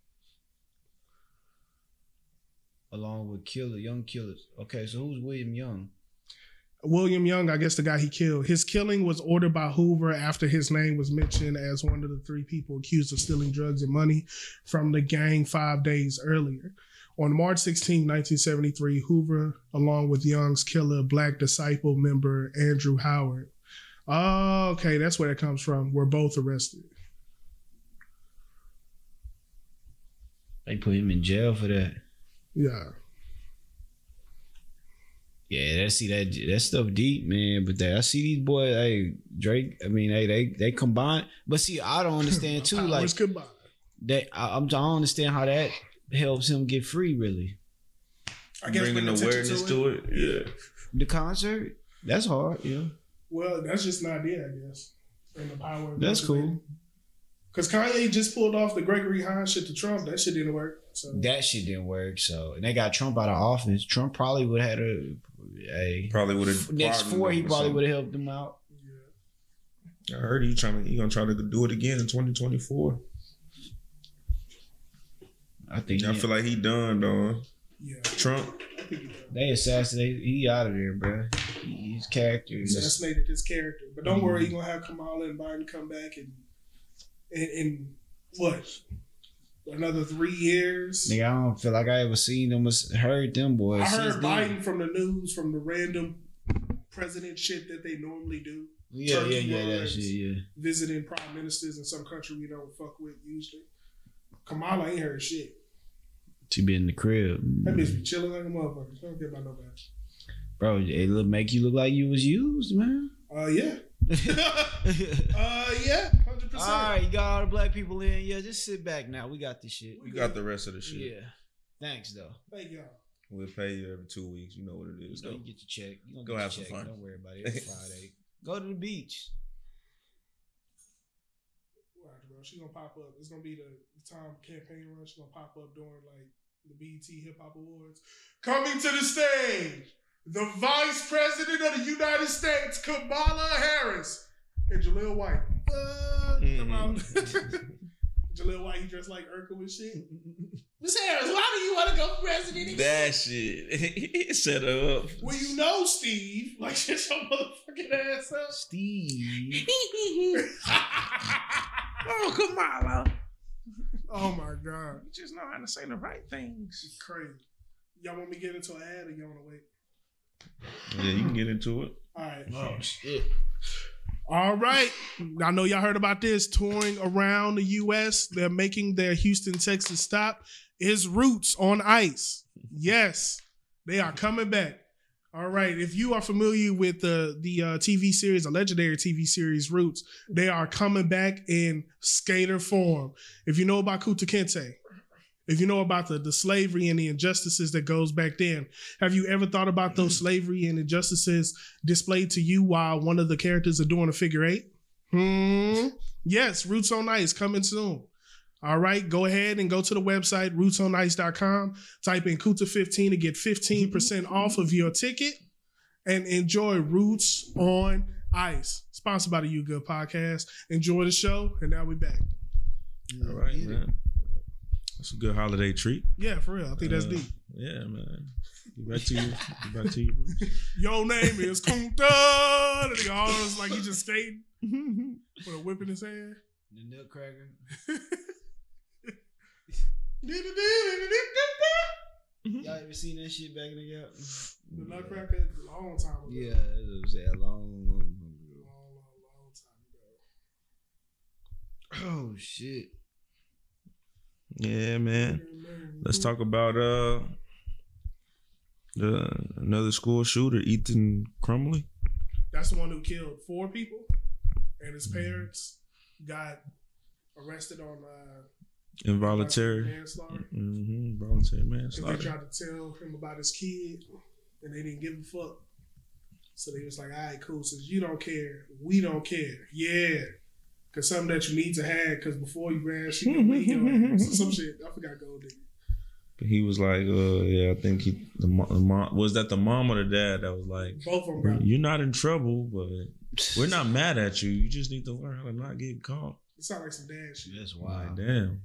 [SPEAKER 2] Along with killer, young killers. Okay, so who's William Young?
[SPEAKER 1] William Young, I guess the guy he killed. His killing was ordered by Hoover after his name was mentioned as one of the three people accused of stealing drugs and money from the gang five days earlier. On March 16, 1973, Hoover, along with Young's killer, Black Disciple member Andrew Howard. Oh, okay, that's where that comes from. Were both arrested.
[SPEAKER 2] They put him in jail for that.
[SPEAKER 1] Yeah.
[SPEAKER 2] Yeah, that see that that stuff deep, man. But that I see these boys, hey Drake. I mean, hey, they they combine. But see, I don't understand too. like
[SPEAKER 1] Powers combined.
[SPEAKER 2] that, I, I'm I don't understand how that helps him get free. Really,
[SPEAKER 1] I
[SPEAKER 3] bringing
[SPEAKER 1] attention
[SPEAKER 3] awareness to it. Yeah.
[SPEAKER 2] the concert that's hard. Yeah,
[SPEAKER 1] Well, that's just an idea, I guess. And the power. of
[SPEAKER 2] That's
[SPEAKER 1] that.
[SPEAKER 2] cool.
[SPEAKER 1] Cause Kanye just pulled off the Gregory Hines shit to Trump. That shit didn't work. So
[SPEAKER 2] that shit didn't work. So and they got Trump out of office. Trump probably would have had a, a
[SPEAKER 4] Probably would have
[SPEAKER 2] next four. He probably would have helped them out.
[SPEAKER 1] yeah.
[SPEAKER 4] I heard he trying to he gonna try to do it again in 2024.
[SPEAKER 2] I think
[SPEAKER 4] I
[SPEAKER 2] he-
[SPEAKER 4] feel like he done, dog.
[SPEAKER 1] yeah.
[SPEAKER 4] Trump.
[SPEAKER 1] I think he done.
[SPEAKER 2] they assassinated. He out of there, bro. His character.
[SPEAKER 1] He
[SPEAKER 2] Is,
[SPEAKER 1] assassinated his character. But don't worry, you're gonna have Kamala and Biden come back and and, and what? Another three years.
[SPEAKER 2] nigga, I don't feel like I ever seen them, or heard them boys.
[SPEAKER 1] I
[SPEAKER 2] since
[SPEAKER 1] heard
[SPEAKER 2] then.
[SPEAKER 1] Biden from the news from the random president shit that they normally do,
[SPEAKER 2] Yeah,
[SPEAKER 1] Turkey
[SPEAKER 2] yeah, yeah, that
[SPEAKER 1] runs.
[SPEAKER 2] shit, yeah.
[SPEAKER 1] visiting prime ministers in some country we don't fuck with usually. Kamala ain't heard shit.
[SPEAKER 2] She be in the crib,
[SPEAKER 1] That bitch be chilling like a motherfucker. She don't care about nobody.
[SPEAKER 2] bro. It look make you look like you was used, man.
[SPEAKER 1] Uh, yeah. Uh, yeah. Hundred
[SPEAKER 2] all
[SPEAKER 1] percent.
[SPEAKER 2] right, you got all the black people in. Yeah, just sit back now. We got this shit.
[SPEAKER 1] We
[SPEAKER 4] You got the rest of the shit.
[SPEAKER 2] Yeah, thanks though.
[SPEAKER 1] Thank y'all.
[SPEAKER 4] We'll pay you every two weeks. You know what it
[SPEAKER 2] You
[SPEAKER 4] is.
[SPEAKER 2] know,
[SPEAKER 4] though.
[SPEAKER 2] you get your check. You gonna
[SPEAKER 4] Go
[SPEAKER 2] get
[SPEAKER 4] have
[SPEAKER 2] your
[SPEAKER 4] some
[SPEAKER 2] check.
[SPEAKER 4] fun.
[SPEAKER 2] Don't worry about it. It's Friday. Go to the beach.
[SPEAKER 1] All right, bro. She gonna pop up. It's gonna be the time campaign run. She gonna pop up during like the BET Hip Hop Awards. Coming to the stage, the Vice President of the United States,
[SPEAKER 2] Mm-hmm.
[SPEAKER 1] Kamala Harris, and Jaleel White. Uh, come on. Jaleel White, he dressed like Urkel and shit. Miss Harris, why do you want to go president? again?
[SPEAKER 6] That shit. Shut up.
[SPEAKER 1] Well, you know, Steve. Like, shut your motherfucking ass
[SPEAKER 2] Steve.
[SPEAKER 1] up.
[SPEAKER 6] Oh, Kamala.
[SPEAKER 1] oh my god,
[SPEAKER 6] You just know how to say the right things.
[SPEAKER 1] it's crazy. Y'all want me to get into an ad or y'all want to wait?
[SPEAKER 6] Yeah, you can get into it.
[SPEAKER 1] All right.
[SPEAKER 2] Oh shit.
[SPEAKER 1] All right. I know y'all heard about this touring around the U.S. They're making their Houston, Texas stop. Is Roots on Ice? Yes, they are coming back. All right. If you are familiar with the the uh, TV series, a legendary TV series, Roots, they are coming back in skater form. If you know about Kuta Kinte, if you know about the, the slavery and the injustices that goes back then, have you ever thought about those slavery and injustices displayed to you while one of the characters are doing a figure eight? Hmm. Yes, Roots on Ice coming soon. All right, go ahead and go to the website rootsonice.com. Type in Kuta 15 to get 15% off of your ticket and enjoy Roots on Ice. Sponsored by the You Good Podcast. Enjoy the show, and now we back.
[SPEAKER 6] All right,
[SPEAKER 2] Get it.
[SPEAKER 6] man. That's a good holiday treat.
[SPEAKER 1] Yeah, for real. I think that's
[SPEAKER 3] Uh,
[SPEAKER 1] deep.
[SPEAKER 3] Yeah, man. Get back to you. Get back to you. Bruce.
[SPEAKER 1] Your name is Kunta. The nigga always like he just skating with a whip in his hand.
[SPEAKER 2] The nutcracker. Y'all ever seen that shit back in the gap?
[SPEAKER 1] The Nutcracker, a long time ago.
[SPEAKER 2] Yeah, that's what I'm saying. A long, long, long
[SPEAKER 1] Long,
[SPEAKER 2] ago.
[SPEAKER 1] long, long time
[SPEAKER 2] Oh shit.
[SPEAKER 3] Yeah, man.
[SPEAKER 1] ago.
[SPEAKER 3] Let's talk about uh the another school shooter, Ethan Crumley.
[SPEAKER 1] That's the one who killed four people, and his parents got arrested on uh,
[SPEAKER 3] Involuntary.
[SPEAKER 1] manslaughter.
[SPEAKER 3] Mm-hmm. Voluntary
[SPEAKER 1] Because they
[SPEAKER 3] manslaughter.
[SPEAKER 1] tried to tell him about his kid, and they didn't give a fuck. So they was like, "All right, cool. Since you don't care, we don't care. Yeah, because something that you need to have. Because before you ran, she gonna leave your ass. some shit. I forgot gold digger.
[SPEAKER 3] But he was like, uh, yeah, I think he the, mo- the mom was that the mom or the dad that was like,
[SPEAKER 1] Both of them. Got,
[SPEAKER 3] you're not in trouble, but we're not mad at you. You just need to learn how to not get caught.
[SPEAKER 1] it sound like some dad shit.
[SPEAKER 2] That's
[SPEAKER 3] Like,
[SPEAKER 2] wild.
[SPEAKER 3] damn.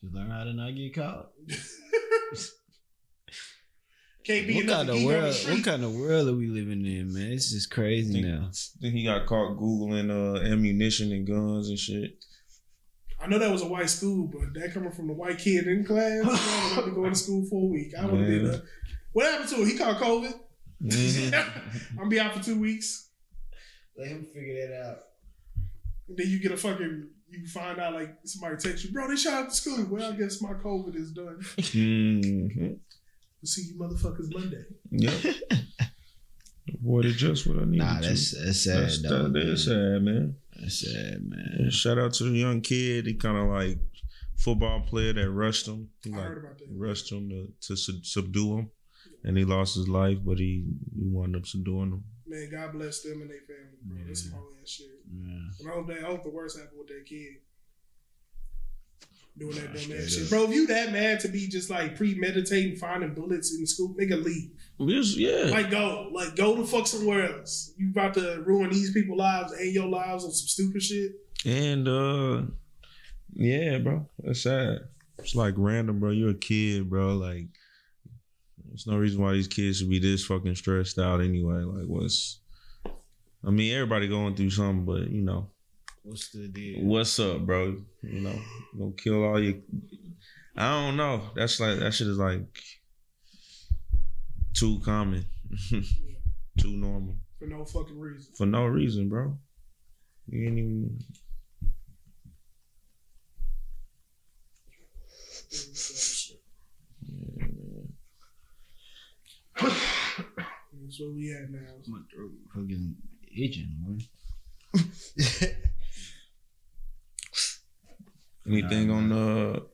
[SPEAKER 2] You learn how to not get caught.
[SPEAKER 1] Can't be
[SPEAKER 2] What
[SPEAKER 1] another
[SPEAKER 2] kind of
[SPEAKER 1] geek on the
[SPEAKER 2] world?
[SPEAKER 1] street.
[SPEAKER 2] What kind of world are we living in, man? It's just crazy
[SPEAKER 3] Think-
[SPEAKER 2] now.
[SPEAKER 3] Then he got caught googling uh ammunition and guns and shit.
[SPEAKER 1] I know that was a white school, but that coming from the white kid in class, man, I've been going to school for a week. I would have been.
[SPEAKER 3] Man.
[SPEAKER 1] Uh, what happened to him? He caught COVID.
[SPEAKER 3] Mhm.
[SPEAKER 2] Mm-hmm.
[SPEAKER 1] I'm gonna be out for two weeks.
[SPEAKER 2] Let him figure that out.
[SPEAKER 1] And then you get a fucking. You find out like somebody texts you, bro. They shot at the school. Well, I guess my COVID is done. We'll
[SPEAKER 3] Mhm.
[SPEAKER 1] see you motherfuckers Monday.
[SPEAKER 3] Yep. Boy, that's just what I needed.
[SPEAKER 2] Nah,
[SPEAKER 3] to.
[SPEAKER 2] that's that's sad.
[SPEAKER 3] that's,
[SPEAKER 2] though,
[SPEAKER 3] that is sad, man.
[SPEAKER 2] man. That's sad,
[SPEAKER 3] And
[SPEAKER 2] man.
[SPEAKER 3] shout out to the young kid. He kind of like football player that rushed him. He
[SPEAKER 1] I
[SPEAKER 3] like
[SPEAKER 1] heard about that.
[SPEAKER 3] rushed him to, to sub- subdue him, and he lost his life. But he he wound up subduing him.
[SPEAKER 1] Man, God bless them and their family, bro. That's some whole ass shit.
[SPEAKER 2] Yeah.
[SPEAKER 1] And I hope that I hope the worst happened with that kid. Doing that
[SPEAKER 2] Nah,
[SPEAKER 1] dumb
[SPEAKER 2] straight
[SPEAKER 1] ass shit.
[SPEAKER 2] up.
[SPEAKER 1] Bro, if you that mad to be just like premeditating finding bullets in school, nigga leave.
[SPEAKER 3] Yes, yeah,
[SPEAKER 1] Like go, like go to fuck somewhere else. You about to ruin these people's lives and your lives on some stupid shit.
[SPEAKER 3] and uh, yeah, bro. That's sad. It's like random, bro. You're a kid, bro. Like, there's no reason why these kids should be this fucking stressed out anyway. Like, what's? I mean, everybody going through something, but you know.
[SPEAKER 2] What's the deal?
[SPEAKER 3] what's up, bro? You know, gonna kill all your. I don't know. That's like that shit is like too common, too normal
[SPEAKER 1] For no fucking reason.
[SPEAKER 3] for no reason, bro. You ain't even.
[SPEAKER 1] That's where we at now.
[SPEAKER 2] My throat fucking itching, man.
[SPEAKER 3] Anything
[SPEAKER 2] Nah,
[SPEAKER 3] on the?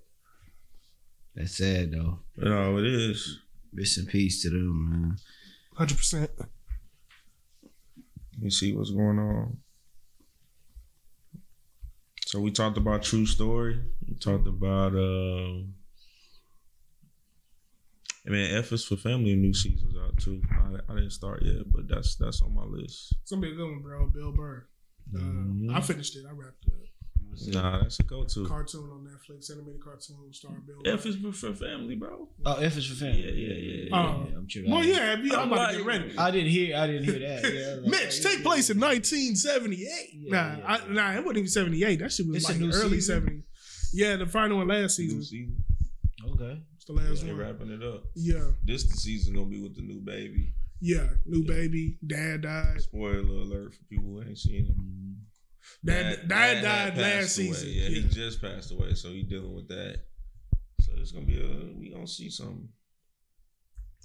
[SPEAKER 2] That's sad though.
[SPEAKER 3] No, it is.
[SPEAKER 2] Rest in peace to them, man.
[SPEAKER 1] Hundred percent.
[SPEAKER 3] Let me see what's going on. So we talked about true story. We talked about um I mean F is for family new seasons out too. I, I didn't start yet, but that's that's on my list.
[SPEAKER 1] It's gonna be a good one, bro. Bill Burr. Uh,
[SPEAKER 3] Mhm.
[SPEAKER 2] Mm-hmm.
[SPEAKER 1] I finished it. I wrapped it up.
[SPEAKER 4] Nah, that's a go-to.
[SPEAKER 1] Cartoon on Netflix, animated cartoon, Star Bill.
[SPEAKER 3] F is for family, bro.
[SPEAKER 2] Oh, F is for
[SPEAKER 3] Yeah,
[SPEAKER 2] family.
[SPEAKER 3] yeah, yeah. yeah.
[SPEAKER 1] Oh.
[SPEAKER 2] I'm tripping.
[SPEAKER 1] Well,
[SPEAKER 2] I didn't-
[SPEAKER 1] yeah, I'm
[SPEAKER 3] I'm
[SPEAKER 1] about to
[SPEAKER 3] like-
[SPEAKER 1] get ready.
[SPEAKER 2] I didn't hear. I didn't hear that. Yeah, I was like,
[SPEAKER 1] Mitch,
[SPEAKER 2] yeah,
[SPEAKER 1] take
[SPEAKER 2] yeah,
[SPEAKER 1] place in
[SPEAKER 2] yeah.
[SPEAKER 1] 1978.
[SPEAKER 2] Yeah,
[SPEAKER 1] nah,
[SPEAKER 2] yeah,
[SPEAKER 1] I, nah, it wasn't even 78. That shit was
[SPEAKER 2] It's a
[SPEAKER 1] like
[SPEAKER 2] new
[SPEAKER 1] early
[SPEAKER 2] season?
[SPEAKER 1] 70s. Yeah, the final and last
[SPEAKER 3] New
[SPEAKER 1] season.
[SPEAKER 3] season.
[SPEAKER 2] Okay.
[SPEAKER 1] It's the last
[SPEAKER 3] They
[SPEAKER 1] one.
[SPEAKER 3] wrapping it up.
[SPEAKER 1] Yeah,
[SPEAKER 3] This the season gonna be with the new baby.
[SPEAKER 1] yeah. New baby, dad died.
[SPEAKER 3] Spoiler alert for people who ain't seen it.
[SPEAKER 1] Dad, dad,
[SPEAKER 3] had
[SPEAKER 1] Mm-hmm. died last
[SPEAKER 3] passed away.
[SPEAKER 1] season.
[SPEAKER 3] Yeah,
[SPEAKER 1] Yeah.
[SPEAKER 3] he just passed away, so he dealing with that. So it's gonna be a we gonna see something.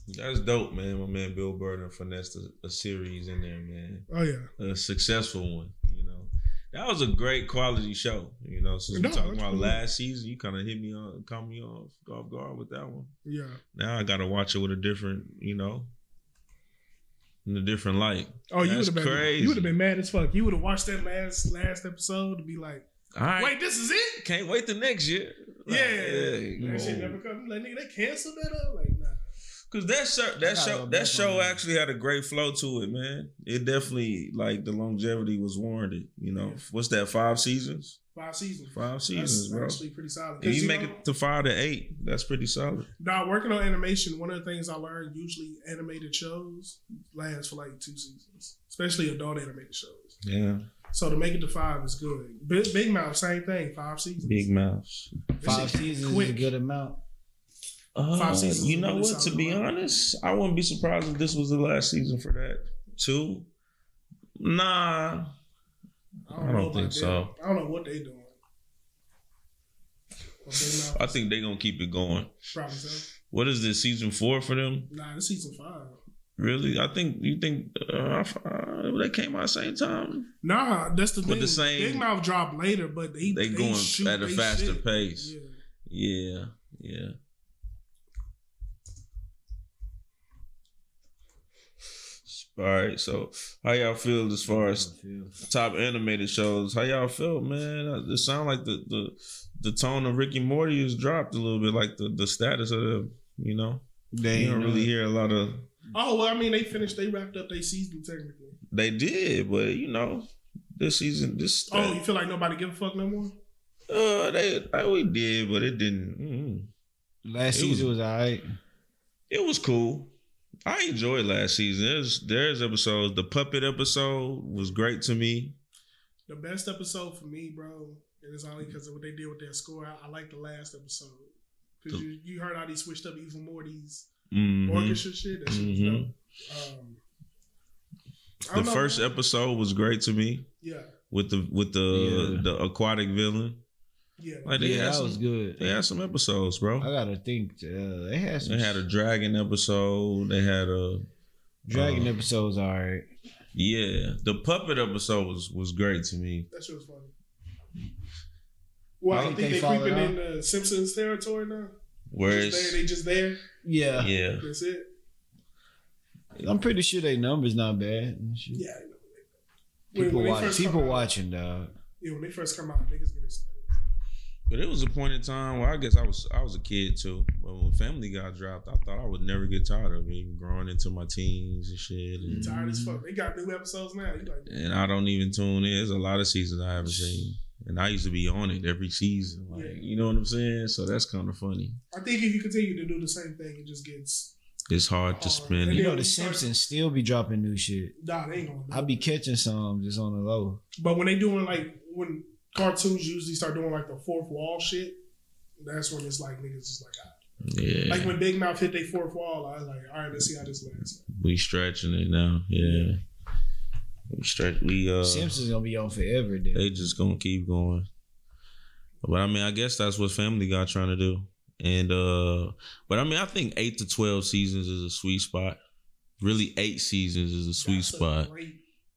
[SPEAKER 3] That's dope, man. My man Bill Burner finessed a, a series in there, man.
[SPEAKER 1] Oh yeah,
[SPEAKER 3] A successful one, you know. That was a great quality show, you know. Since
[SPEAKER 1] No,
[SPEAKER 3] we're talking
[SPEAKER 1] that's
[SPEAKER 3] about
[SPEAKER 1] cool.
[SPEAKER 3] last season, you kind of hit me on, caught me off off guard with that one.
[SPEAKER 1] yeah.
[SPEAKER 3] Now I gotta watch it with a different, you know, in a different light.
[SPEAKER 1] Oh, you would
[SPEAKER 3] That's
[SPEAKER 1] have been
[SPEAKER 3] crazy.
[SPEAKER 1] you would have been mad as fuck. You would have watched that last last episode and be like,
[SPEAKER 3] All right,
[SPEAKER 1] "Wait, this is it?
[SPEAKER 3] can't wait till next year. Like,
[SPEAKER 1] yeah,
[SPEAKER 3] come
[SPEAKER 1] that shit
[SPEAKER 3] on.
[SPEAKER 1] never come. Like nigga, they canceled that up. Like nah,
[SPEAKER 3] Cause that show, that
[SPEAKER 2] gotta
[SPEAKER 3] show,
[SPEAKER 2] go
[SPEAKER 3] that
[SPEAKER 2] back
[SPEAKER 3] show
[SPEAKER 2] on that.
[SPEAKER 3] actually had a great flow to it, man. It definitely like the longevity was warranted. You know,
[SPEAKER 1] Yeah.
[SPEAKER 3] what's that? Five seasons,
[SPEAKER 1] five seasons.
[SPEAKER 3] five
[SPEAKER 1] That's
[SPEAKER 3] seasons, bro.
[SPEAKER 1] actually pretty solid.
[SPEAKER 3] If
[SPEAKER 1] 'Cause,
[SPEAKER 3] you,
[SPEAKER 1] you
[SPEAKER 3] make
[SPEAKER 1] know-
[SPEAKER 3] it to five to eight, that's pretty solid.
[SPEAKER 1] Now working on animation, one of the things I learned usually animated shows last for like two seasons, especially adult animated shows.
[SPEAKER 3] Yeah,
[SPEAKER 1] So to make it to five is good. Big, Big Mouth, same thing, five seasons.
[SPEAKER 3] big mouths.
[SPEAKER 1] That
[SPEAKER 2] Five
[SPEAKER 1] shit
[SPEAKER 2] seasons is a
[SPEAKER 1] quick.
[SPEAKER 2] good amount.
[SPEAKER 3] Uh,
[SPEAKER 1] Five seasons
[SPEAKER 3] You
[SPEAKER 1] is
[SPEAKER 3] know
[SPEAKER 1] really
[SPEAKER 3] what? To
[SPEAKER 1] solid,
[SPEAKER 3] be
[SPEAKER 1] bro.
[SPEAKER 3] honest, I wouldn't be surprised if this was the last season for that. Two, nah. I don't
[SPEAKER 1] know about
[SPEAKER 3] think
[SPEAKER 1] them.
[SPEAKER 3] so.
[SPEAKER 1] I don't know what they doing. Well, Big Mouth,
[SPEAKER 3] I think they're gonna keep it going.
[SPEAKER 1] probably so.
[SPEAKER 3] What is this season four for them?
[SPEAKER 1] Nah, this season five.
[SPEAKER 3] Really? I think you think uh, uh, they came out same time.
[SPEAKER 1] Nah, that's the
[SPEAKER 3] But
[SPEAKER 1] thing.
[SPEAKER 3] the same-
[SPEAKER 1] Big Mouth dropped later, but they
[SPEAKER 3] They, going
[SPEAKER 1] shoot
[SPEAKER 3] at a
[SPEAKER 1] they
[SPEAKER 3] faster
[SPEAKER 1] shit.
[SPEAKER 3] pace.
[SPEAKER 1] Yeah.
[SPEAKER 3] Yeah, yeah. All right. So, how y'all feel as far as top animated shows? How y'all feel, man? It sound like the the the tone of Ricky Morty has dropped a little bit. Like the the status of the you know
[SPEAKER 2] They
[SPEAKER 3] you don't really hear a lot of.
[SPEAKER 1] Oh well, I mean, they finished. They wrapped up their season technically.
[SPEAKER 3] They did, but you know. This season, this
[SPEAKER 1] Oh, you feel like nobody give a fuck no more?
[SPEAKER 3] Uh, they I, we did, but it didn't.
[SPEAKER 2] Mm-hmm.
[SPEAKER 3] mm
[SPEAKER 2] Last
[SPEAKER 3] It was-
[SPEAKER 2] season was alright.
[SPEAKER 3] It was cool. I enjoyed last season. There's there's episodes. The puppet episode was great to me.
[SPEAKER 1] The best episode for me, bro, and it's only because of what they did with their score. I, I like the last episode because you, you heard how they switched up even more these
[SPEAKER 2] Mm-hmm.
[SPEAKER 3] Mhm.
[SPEAKER 1] orchestra shit. That shit was
[SPEAKER 3] Mhm.
[SPEAKER 1] dope. Um, I
[SPEAKER 3] The
[SPEAKER 1] don't know,
[SPEAKER 3] first
[SPEAKER 1] man.
[SPEAKER 3] episode was great to me
[SPEAKER 1] yeah,
[SPEAKER 3] with the with the
[SPEAKER 2] Yeah.
[SPEAKER 3] the aquatic villain.
[SPEAKER 1] yeah,
[SPEAKER 3] Like they
[SPEAKER 2] Yeah,
[SPEAKER 3] had
[SPEAKER 2] that
[SPEAKER 3] some,
[SPEAKER 2] was good.
[SPEAKER 3] they had some episodes,
[SPEAKER 2] I
[SPEAKER 3] bro.
[SPEAKER 2] gotta think. Uh, they had some
[SPEAKER 3] They had a dragon episode. They had a
[SPEAKER 2] dragon
[SPEAKER 3] uh,
[SPEAKER 2] episodes. Alright.
[SPEAKER 3] yeah. The puppet episode was was great to me.
[SPEAKER 1] that shit was funny. Well, I
[SPEAKER 2] Think
[SPEAKER 1] think
[SPEAKER 2] they
[SPEAKER 1] they
[SPEAKER 2] followed
[SPEAKER 1] creeping
[SPEAKER 2] out?
[SPEAKER 1] in the Simpsons territory now. Just there,
[SPEAKER 3] Whereas
[SPEAKER 1] they just there.
[SPEAKER 2] Yeah.
[SPEAKER 3] yeah,
[SPEAKER 1] That's it.
[SPEAKER 2] I'm pretty sure they numbers not bad.
[SPEAKER 1] Yeah. I know. When-
[SPEAKER 2] People
[SPEAKER 1] when they
[SPEAKER 2] watch.
[SPEAKER 1] first
[SPEAKER 2] People
[SPEAKER 1] come out-
[SPEAKER 2] watching dog.
[SPEAKER 1] Yeah, when they first come out, niggas get excited.
[SPEAKER 3] But it was a point in time where I guess I was I was a kid too. But when Family got dropped, I thought I would never get tired of it. Even growing into my teens and shit, and,
[SPEAKER 1] Tired as fuck. They got new episodes now. You like,
[SPEAKER 3] and I don't even tune in. There's a lot of seasons I haven't seen, and I used to be on it every season. Like
[SPEAKER 1] Yeah.
[SPEAKER 3] you know what I'm saying? So that's kind of funny.
[SPEAKER 1] I think if you continue to do the same thing, it just gets
[SPEAKER 3] It's hard to
[SPEAKER 1] Oh,
[SPEAKER 3] spend.
[SPEAKER 1] and
[SPEAKER 2] You
[SPEAKER 3] it.
[SPEAKER 2] know the Simpsons still be dropping new shit.
[SPEAKER 1] nah, they ain't gonna. do
[SPEAKER 2] I
[SPEAKER 1] it.
[SPEAKER 2] be catching some just on the low.
[SPEAKER 1] But when they doing like when cartoons usually start doing like the fourth wall shit, that's when it's like niggas just like, ah.
[SPEAKER 3] Yeah,
[SPEAKER 1] like when Big Mouth hit their fourth wall, I was like, all right, let's see how this lasts.
[SPEAKER 3] we stretching it now. Yeah, we stretch. We uh,
[SPEAKER 2] Simpsons gonna be on forever. Then.
[SPEAKER 3] they just gonna keep going. But I mean, I guess that's what Family Guy trying to do. And uh but I mean, I think eight to twelve seasons is a sweet spot. Really, eight seasons is a sweet
[SPEAKER 1] That's a
[SPEAKER 3] spot,
[SPEAKER 1] Great,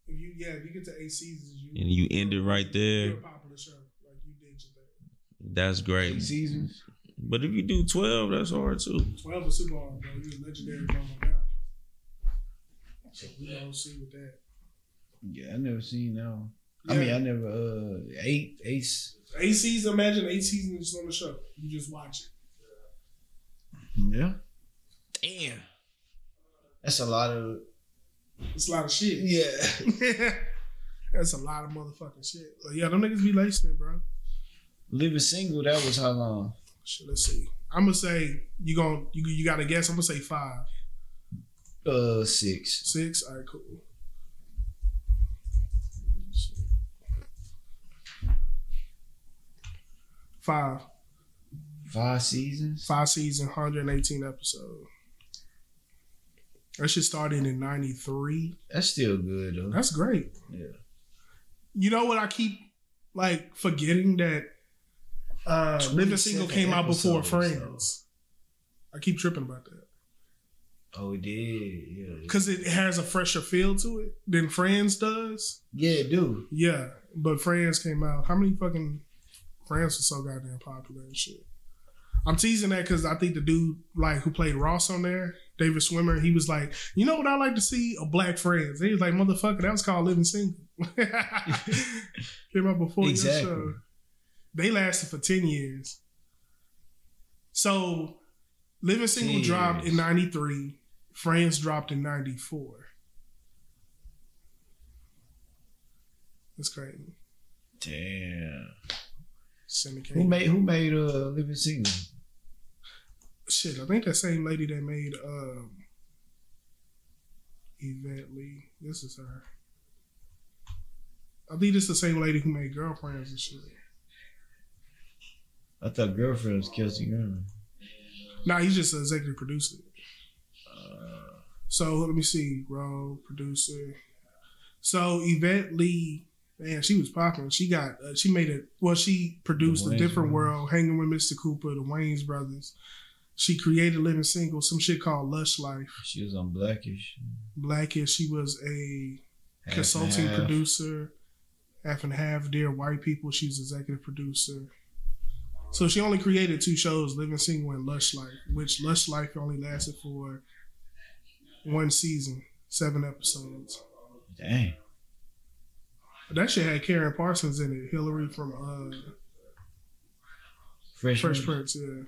[SPEAKER 1] if you yeah, if you get to eight seasons, you
[SPEAKER 3] and you end it right
[SPEAKER 1] You're
[SPEAKER 3] there.
[SPEAKER 1] a popular show. Like you did your thing.
[SPEAKER 3] That's
[SPEAKER 2] Eight
[SPEAKER 3] great.
[SPEAKER 2] seasons.
[SPEAKER 3] But if you do twelve, that's hard too.
[SPEAKER 1] Twelve is super hard, bro. You're legendary going on now. So we gonna see with that.
[SPEAKER 2] Yeah, I never seen that. One. I
[SPEAKER 1] Yeah.
[SPEAKER 2] mean, I never uh eight eight.
[SPEAKER 1] Eight seasons, imagine eight seasons just on the show. You just watch it.
[SPEAKER 2] Yeah. Damn. That's a lot of
[SPEAKER 1] It's a lot of shit.
[SPEAKER 2] yeah.
[SPEAKER 1] That's a lot of motherfucking shit. But yeah, them niggas be listening, bro.
[SPEAKER 2] Living single, that was how long?
[SPEAKER 1] Shit, let's see. I'm gonna say you going you you got to guess. I'm gonna say five,
[SPEAKER 2] Uh, six.
[SPEAKER 1] six. All right, cool. Five,
[SPEAKER 2] Five seasons.
[SPEAKER 1] five season, 118 episode. That shit started in '93.
[SPEAKER 2] That's still good though.
[SPEAKER 1] That's great.
[SPEAKER 2] Yeah.
[SPEAKER 1] You know what? I keep like forgetting that uh, Living Single
[SPEAKER 2] 27
[SPEAKER 1] came out before
[SPEAKER 2] episodes,
[SPEAKER 1] Friends. I keep tripping about that.
[SPEAKER 2] Oh, it did. Yeah.
[SPEAKER 1] because it has a fresher feel to it than Friends does.
[SPEAKER 2] Yeah, dude.
[SPEAKER 1] Yeah, but Friends came out. How many fucking Friends was so goddamn popular and shit? I'm teasing that because I think the dude like who played Ross on there, David Swimmer, he was like, you know what I like to see a black Friends. And he was like, motherfucker, that was called Living Single. came out before
[SPEAKER 2] Exactly.
[SPEAKER 1] your show. They lasted for ten years. So, Living Single
[SPEAKER 2] 10
[SPEAKER 1] dropped in
[SPEAKER 2] years.
[SPEAKER 1] '93. Friends dropped in '94. That's crazy.
[SPEAKER 2] Damn.
[SPEAKER 1] Syndicate.
[SPEAKER 2] Who made Who made uh Living Single?
[SPEAKER 1] Shit, I think that same lady that made um, Yvette Lee. This is her. I think this is the same lady who made Girlfriends and shit.
[SPEAKER 2] I thought girlfriend was Kelsey Grammer.
[SPEAKER 1] Nah, he's just an executive producer.
[SPEAKER 2] Uh,
[SPEAKER 1] So let me see, role producer. So Yvette Lee, man, she was popping. She got, uh, she made it. Well, she produced
[SPEAKER 2] The
[SPEAKER 1] a
[SPEAKER 2] Wayans
[SPEAKER 1] different
[SPEAKER 2] Brothers.
[SPEAKER 1] world, hanging with Mr. Cooper, the Wayne's brothers. She created Living Single, some shit called Lush Life.
[SPEAKER 2] she was on Blackish.
[SPEAKER 1] Blackish. She was a
[SPEAKER 2] Half and
[SPEAKER 1] consulting
[SPEAKER 2] half.
[SPEAKER 1] producer, half and half. Dear White People. She was executive producer. So she only created two shows, Living Single and Lush Life, which Lush Life only lasted for one season, seven episodes.
[SPEAKER 2] Dang.
[SPEAKER 1] But that shit had Karen Parsons in it, Hillary from uh,
[SPEAKER 2] Fresh,
[SPEAKER 1] Fresh
[SPEAKER 2] Prince.
[SPEAKER 1] Prince. Yeah,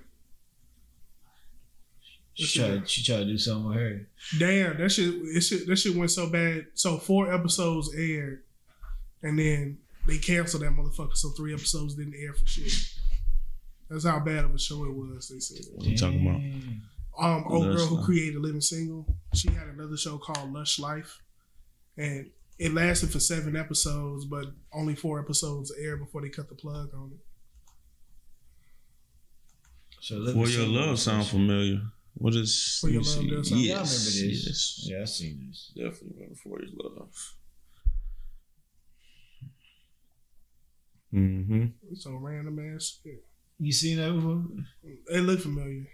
[SPEAKER 2] She tried, she tried to do something with her.
[SPEAKER 1] damn, that shit, it shit, that shit went so bad. So four episodes aired, and then they canceled that motherfucker. So three episodes didn't air for shit. That's how bad of a show it was. They said.
[SPEAKER 4] What you talking about?
[SPEAKER 2] Damn.
[SPEAKER 1] Um, old
[SPEAKER 4] Lush
[SPEAKER 1] girl who
[SPEAKER 4] Life.
[SPEAKER 1] created Living Single, she had another show called Lush Life, and it lasted for seven episodes, but only four episodes aired before they cut the plug on it.
[SPEAKER 2] So Living
[SPEAKER 4] For your
[SPEAKER 2] Single
[SPEAKER 4] love
[SPEAKER 2] was-
[SPEAKER 4] sound familiar. What is
[SPEAKER 1] For Your
[SPEAKER 4] let me
[SPEAKER 1] Love
[SPEAKER 4] see.
[SPEAKER 1] does sound-
[SPEAKER 2] Yeah, I remember
[SPEAKER 4] Yes,
[SPEAKER 2] this.
[SPEAKER 4] yes.
[SPEAKER 2] Yeah, I seen this.
[SPEAKER 3] Definitely remember for his love.
[SPEAKER 4] Mm-hmm.
[SPEAKER 1] It's so random ass shit.
[SPEAKER 2] You seen that before?
[SPEAKER 1] It looked familiar,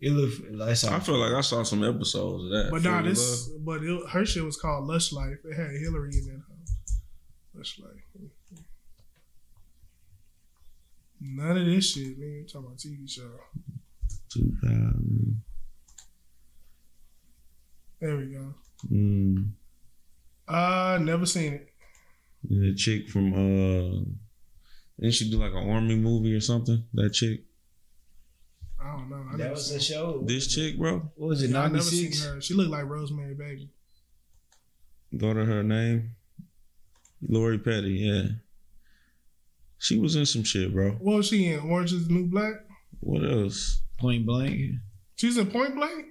[SPEAKER 2] It looked like
[SPEAKER 3] I feel like I saw some episodes of that.
[SPEAKER 1] but
[SPEAKER 3] For
[SPEAKER 1] nah,
[SPEAKER 3] Your
[SPEAKER 1] this,
[SPEAKER 3] Love.
[SPEAKER 1] but it, her shit was called Lush Life. It had Hillary in it. huh? Lush Life. None of this shit, man. you talking about TV show.
[SPEAKER 4] 2000.
[SPEAKER 1] There we go.
[SPEAKER 4] Mm.
[SPEAKER 1] Uh, never seen it.
[SPEAKER 4] The chick from uh, didn't she do like an army movie or something? That chick,
[SPEAKER 1] I don't know. I
[SPEAKER 2] that
[SPEAKER 1] never
[SPEAKER 2] was
[SPEAKER 1] seen
[SPEAKER 2] the
[SPEAKER 1] it.
[SPEAKER 2] show. What
[SPEAKER 4] this
[SPEAKER 2] was it?
[SPEAKER 4] chick, bro.
[SPEAKER 2] What was it?
[SPEAKER 1] Yeah, I
[SPEAKER 2] Ninety
[SPEAKER 1] never seen
[SPEAKER 2] six.
[SPEAKER 1] her. She looked like Rosemary Baby.
[SPEAKER 4] Go to her name, Lori Petty. Yeah, she was in some shit, bro.
[SPEAKER 1] What was she in? Orange is the New Black?
[SPEAKER 4] What else?
[SPEAKER 2] Point blank.
[SPEAKER 1] She's in Point Blank?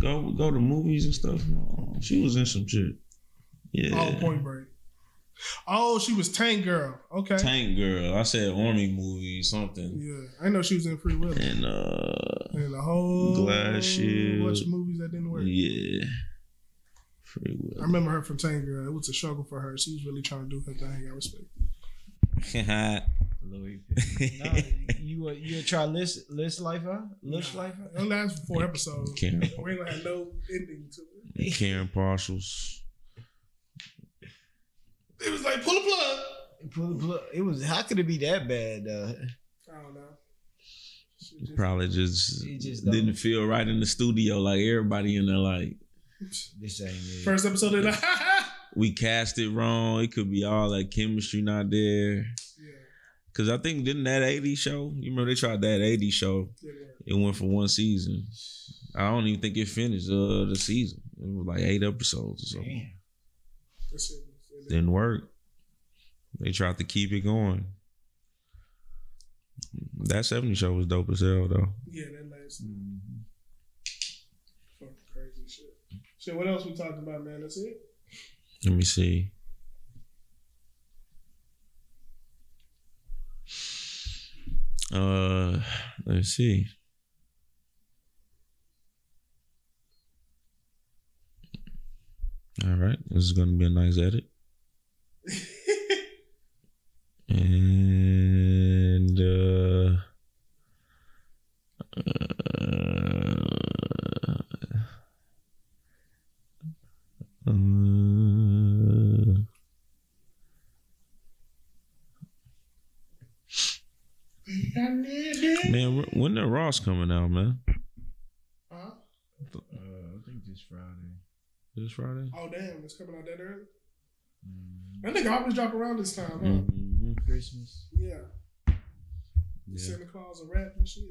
[SPEAKER 4] Go go to movies and stuff. No, she was in some shit. Yeah,
[SPEAKER 1] Oh, Point Break. Oh, she was Tank Girl. Okay.
[SPEAKER 4] Tank Girl. I said army movie something,
[SPEAKER 1] Yeah, I know she was in Free Will.
[SPEAKER 4] and uh,
[SPEAKER 1] And a whole
[SPEAKER 4] Glass Shield.
[SPEAKER 1] bunch of movies that didn't work.
[SPEAKER 4] yeah, free will.
[SPEAKER 1] I remember her from Tank Girl. It was a struggle for her. She was really trying to do her thing. I respect. it.
[SPEAKER 2] Louis. nah, you would you would try list list life out? List
[SPEAKER 1] Nah,
[SPEAKER 2] life out?
[SPEAKER 1] It lasts for four episodes.
[SPEAKER 4] Karen,
[SPEAKER 1] We ain't gonna have no ending to it.
[SPEAKER 4] Karen Parcels.
[SPEAKER 1] It was like pull a plug.
[SPEAKER 2] Pull- pull- It was how could it be that bad? Uh,
[SPEAKER 1] I don't know. She just-
[SPEAKER 3] Probably just,
[SPEAKER 2] It just don't-
[SPEAKER 3] didn't feel right in the studio. Like everybody in there, like
[SPEAKER 2] this ain't it.
[SPEAKER 1] First episode, they like,
[SPEAKER 3] we cast it wrong. It could be all that chemistry not there.
[SPEAKER 1] yeah,
[SPEAKER 3] Cause I think didn't that 80 show? You remember they tried that 80 show.
[SPEAKER 1] didn't work.
[SPEAKER 3] It went for one season. I don't even think it finished uh the season. It was like eight episodes or something.
[SPEAKER 2] Damn.
[SPEAKER 1] That shit was-
[SPEAKER 3] Didn't work. They tried to keep it going. That 70 show was dope as hell though.
[SPEAKER 1] Yeah, that last
[SPEAKER 2] mm-hmm.
[SPEAKER 1] fucking crazy shit. Shit, what else we talking about, man? That's it.
[SPEAKER 3] Let me see. Uh, let's see. All right, this is gonna be a nice edit. and uh, uh, uh, Man, wh- when the Ross coming out, man?
[SPEAKER 1] Huh?
[SPEAKER 2] Uh, I think this Friday.
[SPEAKER 3] This Friday.
[SPEAKER 1] Oh damn, it's coming out that early. That nigga always drop around this time, huh?
[SPEAKER 3] Mhm.
[SPEAKER 2] Mm-hmm. Christmas.
[SPEAKER 1] Yeah. Santa Claus a rap and shit.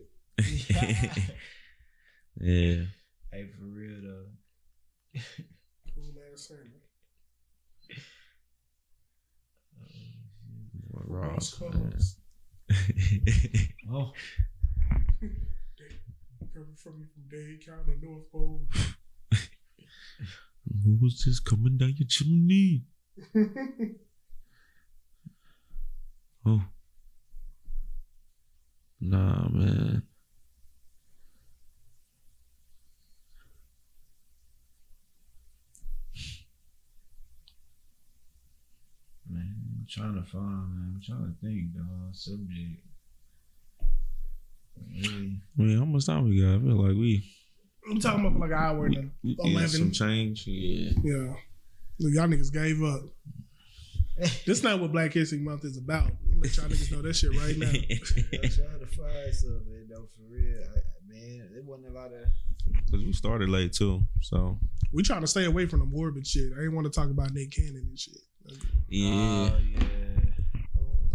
[SPEAKER 3] Yeah. yeah.
[SPEAKER 2] Hey, for real though.
[SPEAKER 1] Cool ass Santa.
[SPEAKER 2] Uh,
[SPEAKER 3] Ross. man.
[SPEAKER 1] Claus.
[SPEAKER 2] Oh,
[SPEAKER 1] Coming from you from Dade County, North Pole.
[SPEAKER 3] Who was this coming down your chimney? Oh. Nah, man.
[SPEAKER 2] man, I'm trying to find. Man. I'm trying to think. Dog subject. Really.
[SPEAKER 3] Man, how much time we got? I feel like we,
[SPEAKER 1] I'm talking about for like an hour now.
[SPEAKER 3] we, we getting
[SPEAKER 1] 11.
[SPEAKER 3] some change. Yeah.
[SPEAKER 1] Yeah. Look, y'all niggas gave up. this not what Black History Month is about. I'm gonna let y'all niggas know that shit right now.
[SPEAKER 2] I'm trying to find something though. For real, I, I- man. There wasn't a lot of.
[SPEAKER 3] Cause we started late too, so
[SPEAKER 1] We trying to stay away from the morbid shit. I ain't want to talk about Nick Cannon and shit.
[SPEAKER 7] Yeah.
[SPEAKER 2] Oh, yeah.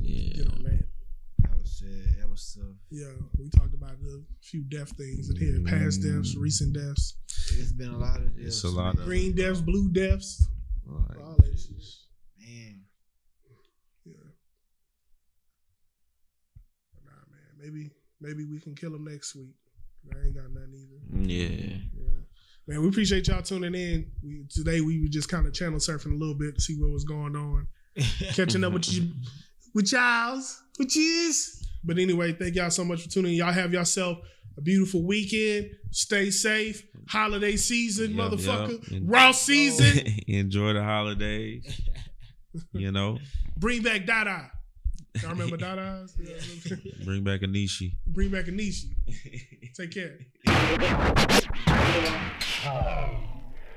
[SPEAKER 7] yeah.
[SPEAKER 1] Get on that.
[SPEAKER 2] That was shit. That was tough.
[SPEAKER 1] Yeah, we talked about a few death things in here, past deaths, recent deaths,
[SPEAKER 2] It's been a lot of.
[SPEAKER 3] It's
[SPEAKER 2] deaths,
[SPEAKER 3] a lot
[SPEAKER 2] man.
[SPEAKER 3] of-
[SPEAKER 1] green deaths, blue deaths,
[SPEAKER 3] like,
[SPEAKER 1] all that shit.
[SPEAKER 2] Man,
[SPEAKER 1] Yeah. But Nah, man. Maybe maybe we can kill them next week. I ain't got nothing either.
[SPEAKER 7] Yeah.
[SPEAKER 1] Yeah. Man, we appreciate y'all tuning in. We today we were just kind of channel surfing a little bit to see what was going on, catching up with you, with y'all's, with yous. But anyway, thank y'all so much for tuning in. Y'all have yourself a beautiful weekend. Stay safe. Holiday season,
[SPEAKER 3] Yup, Oh.
[SPEAKER 1] motherfucker.
[SPEAKER 3] yup.
[SPEAKER 1] Raw season.
[SPEAKER 3] Enjoy the holidays. You know,
[SPEAKER 1] Bring back Dada. Y'all remember Dada's? Yeah.
[SPEAKER 3] bring back Anishi.
[SPEAKER 1] Bring back Anishi. Take care.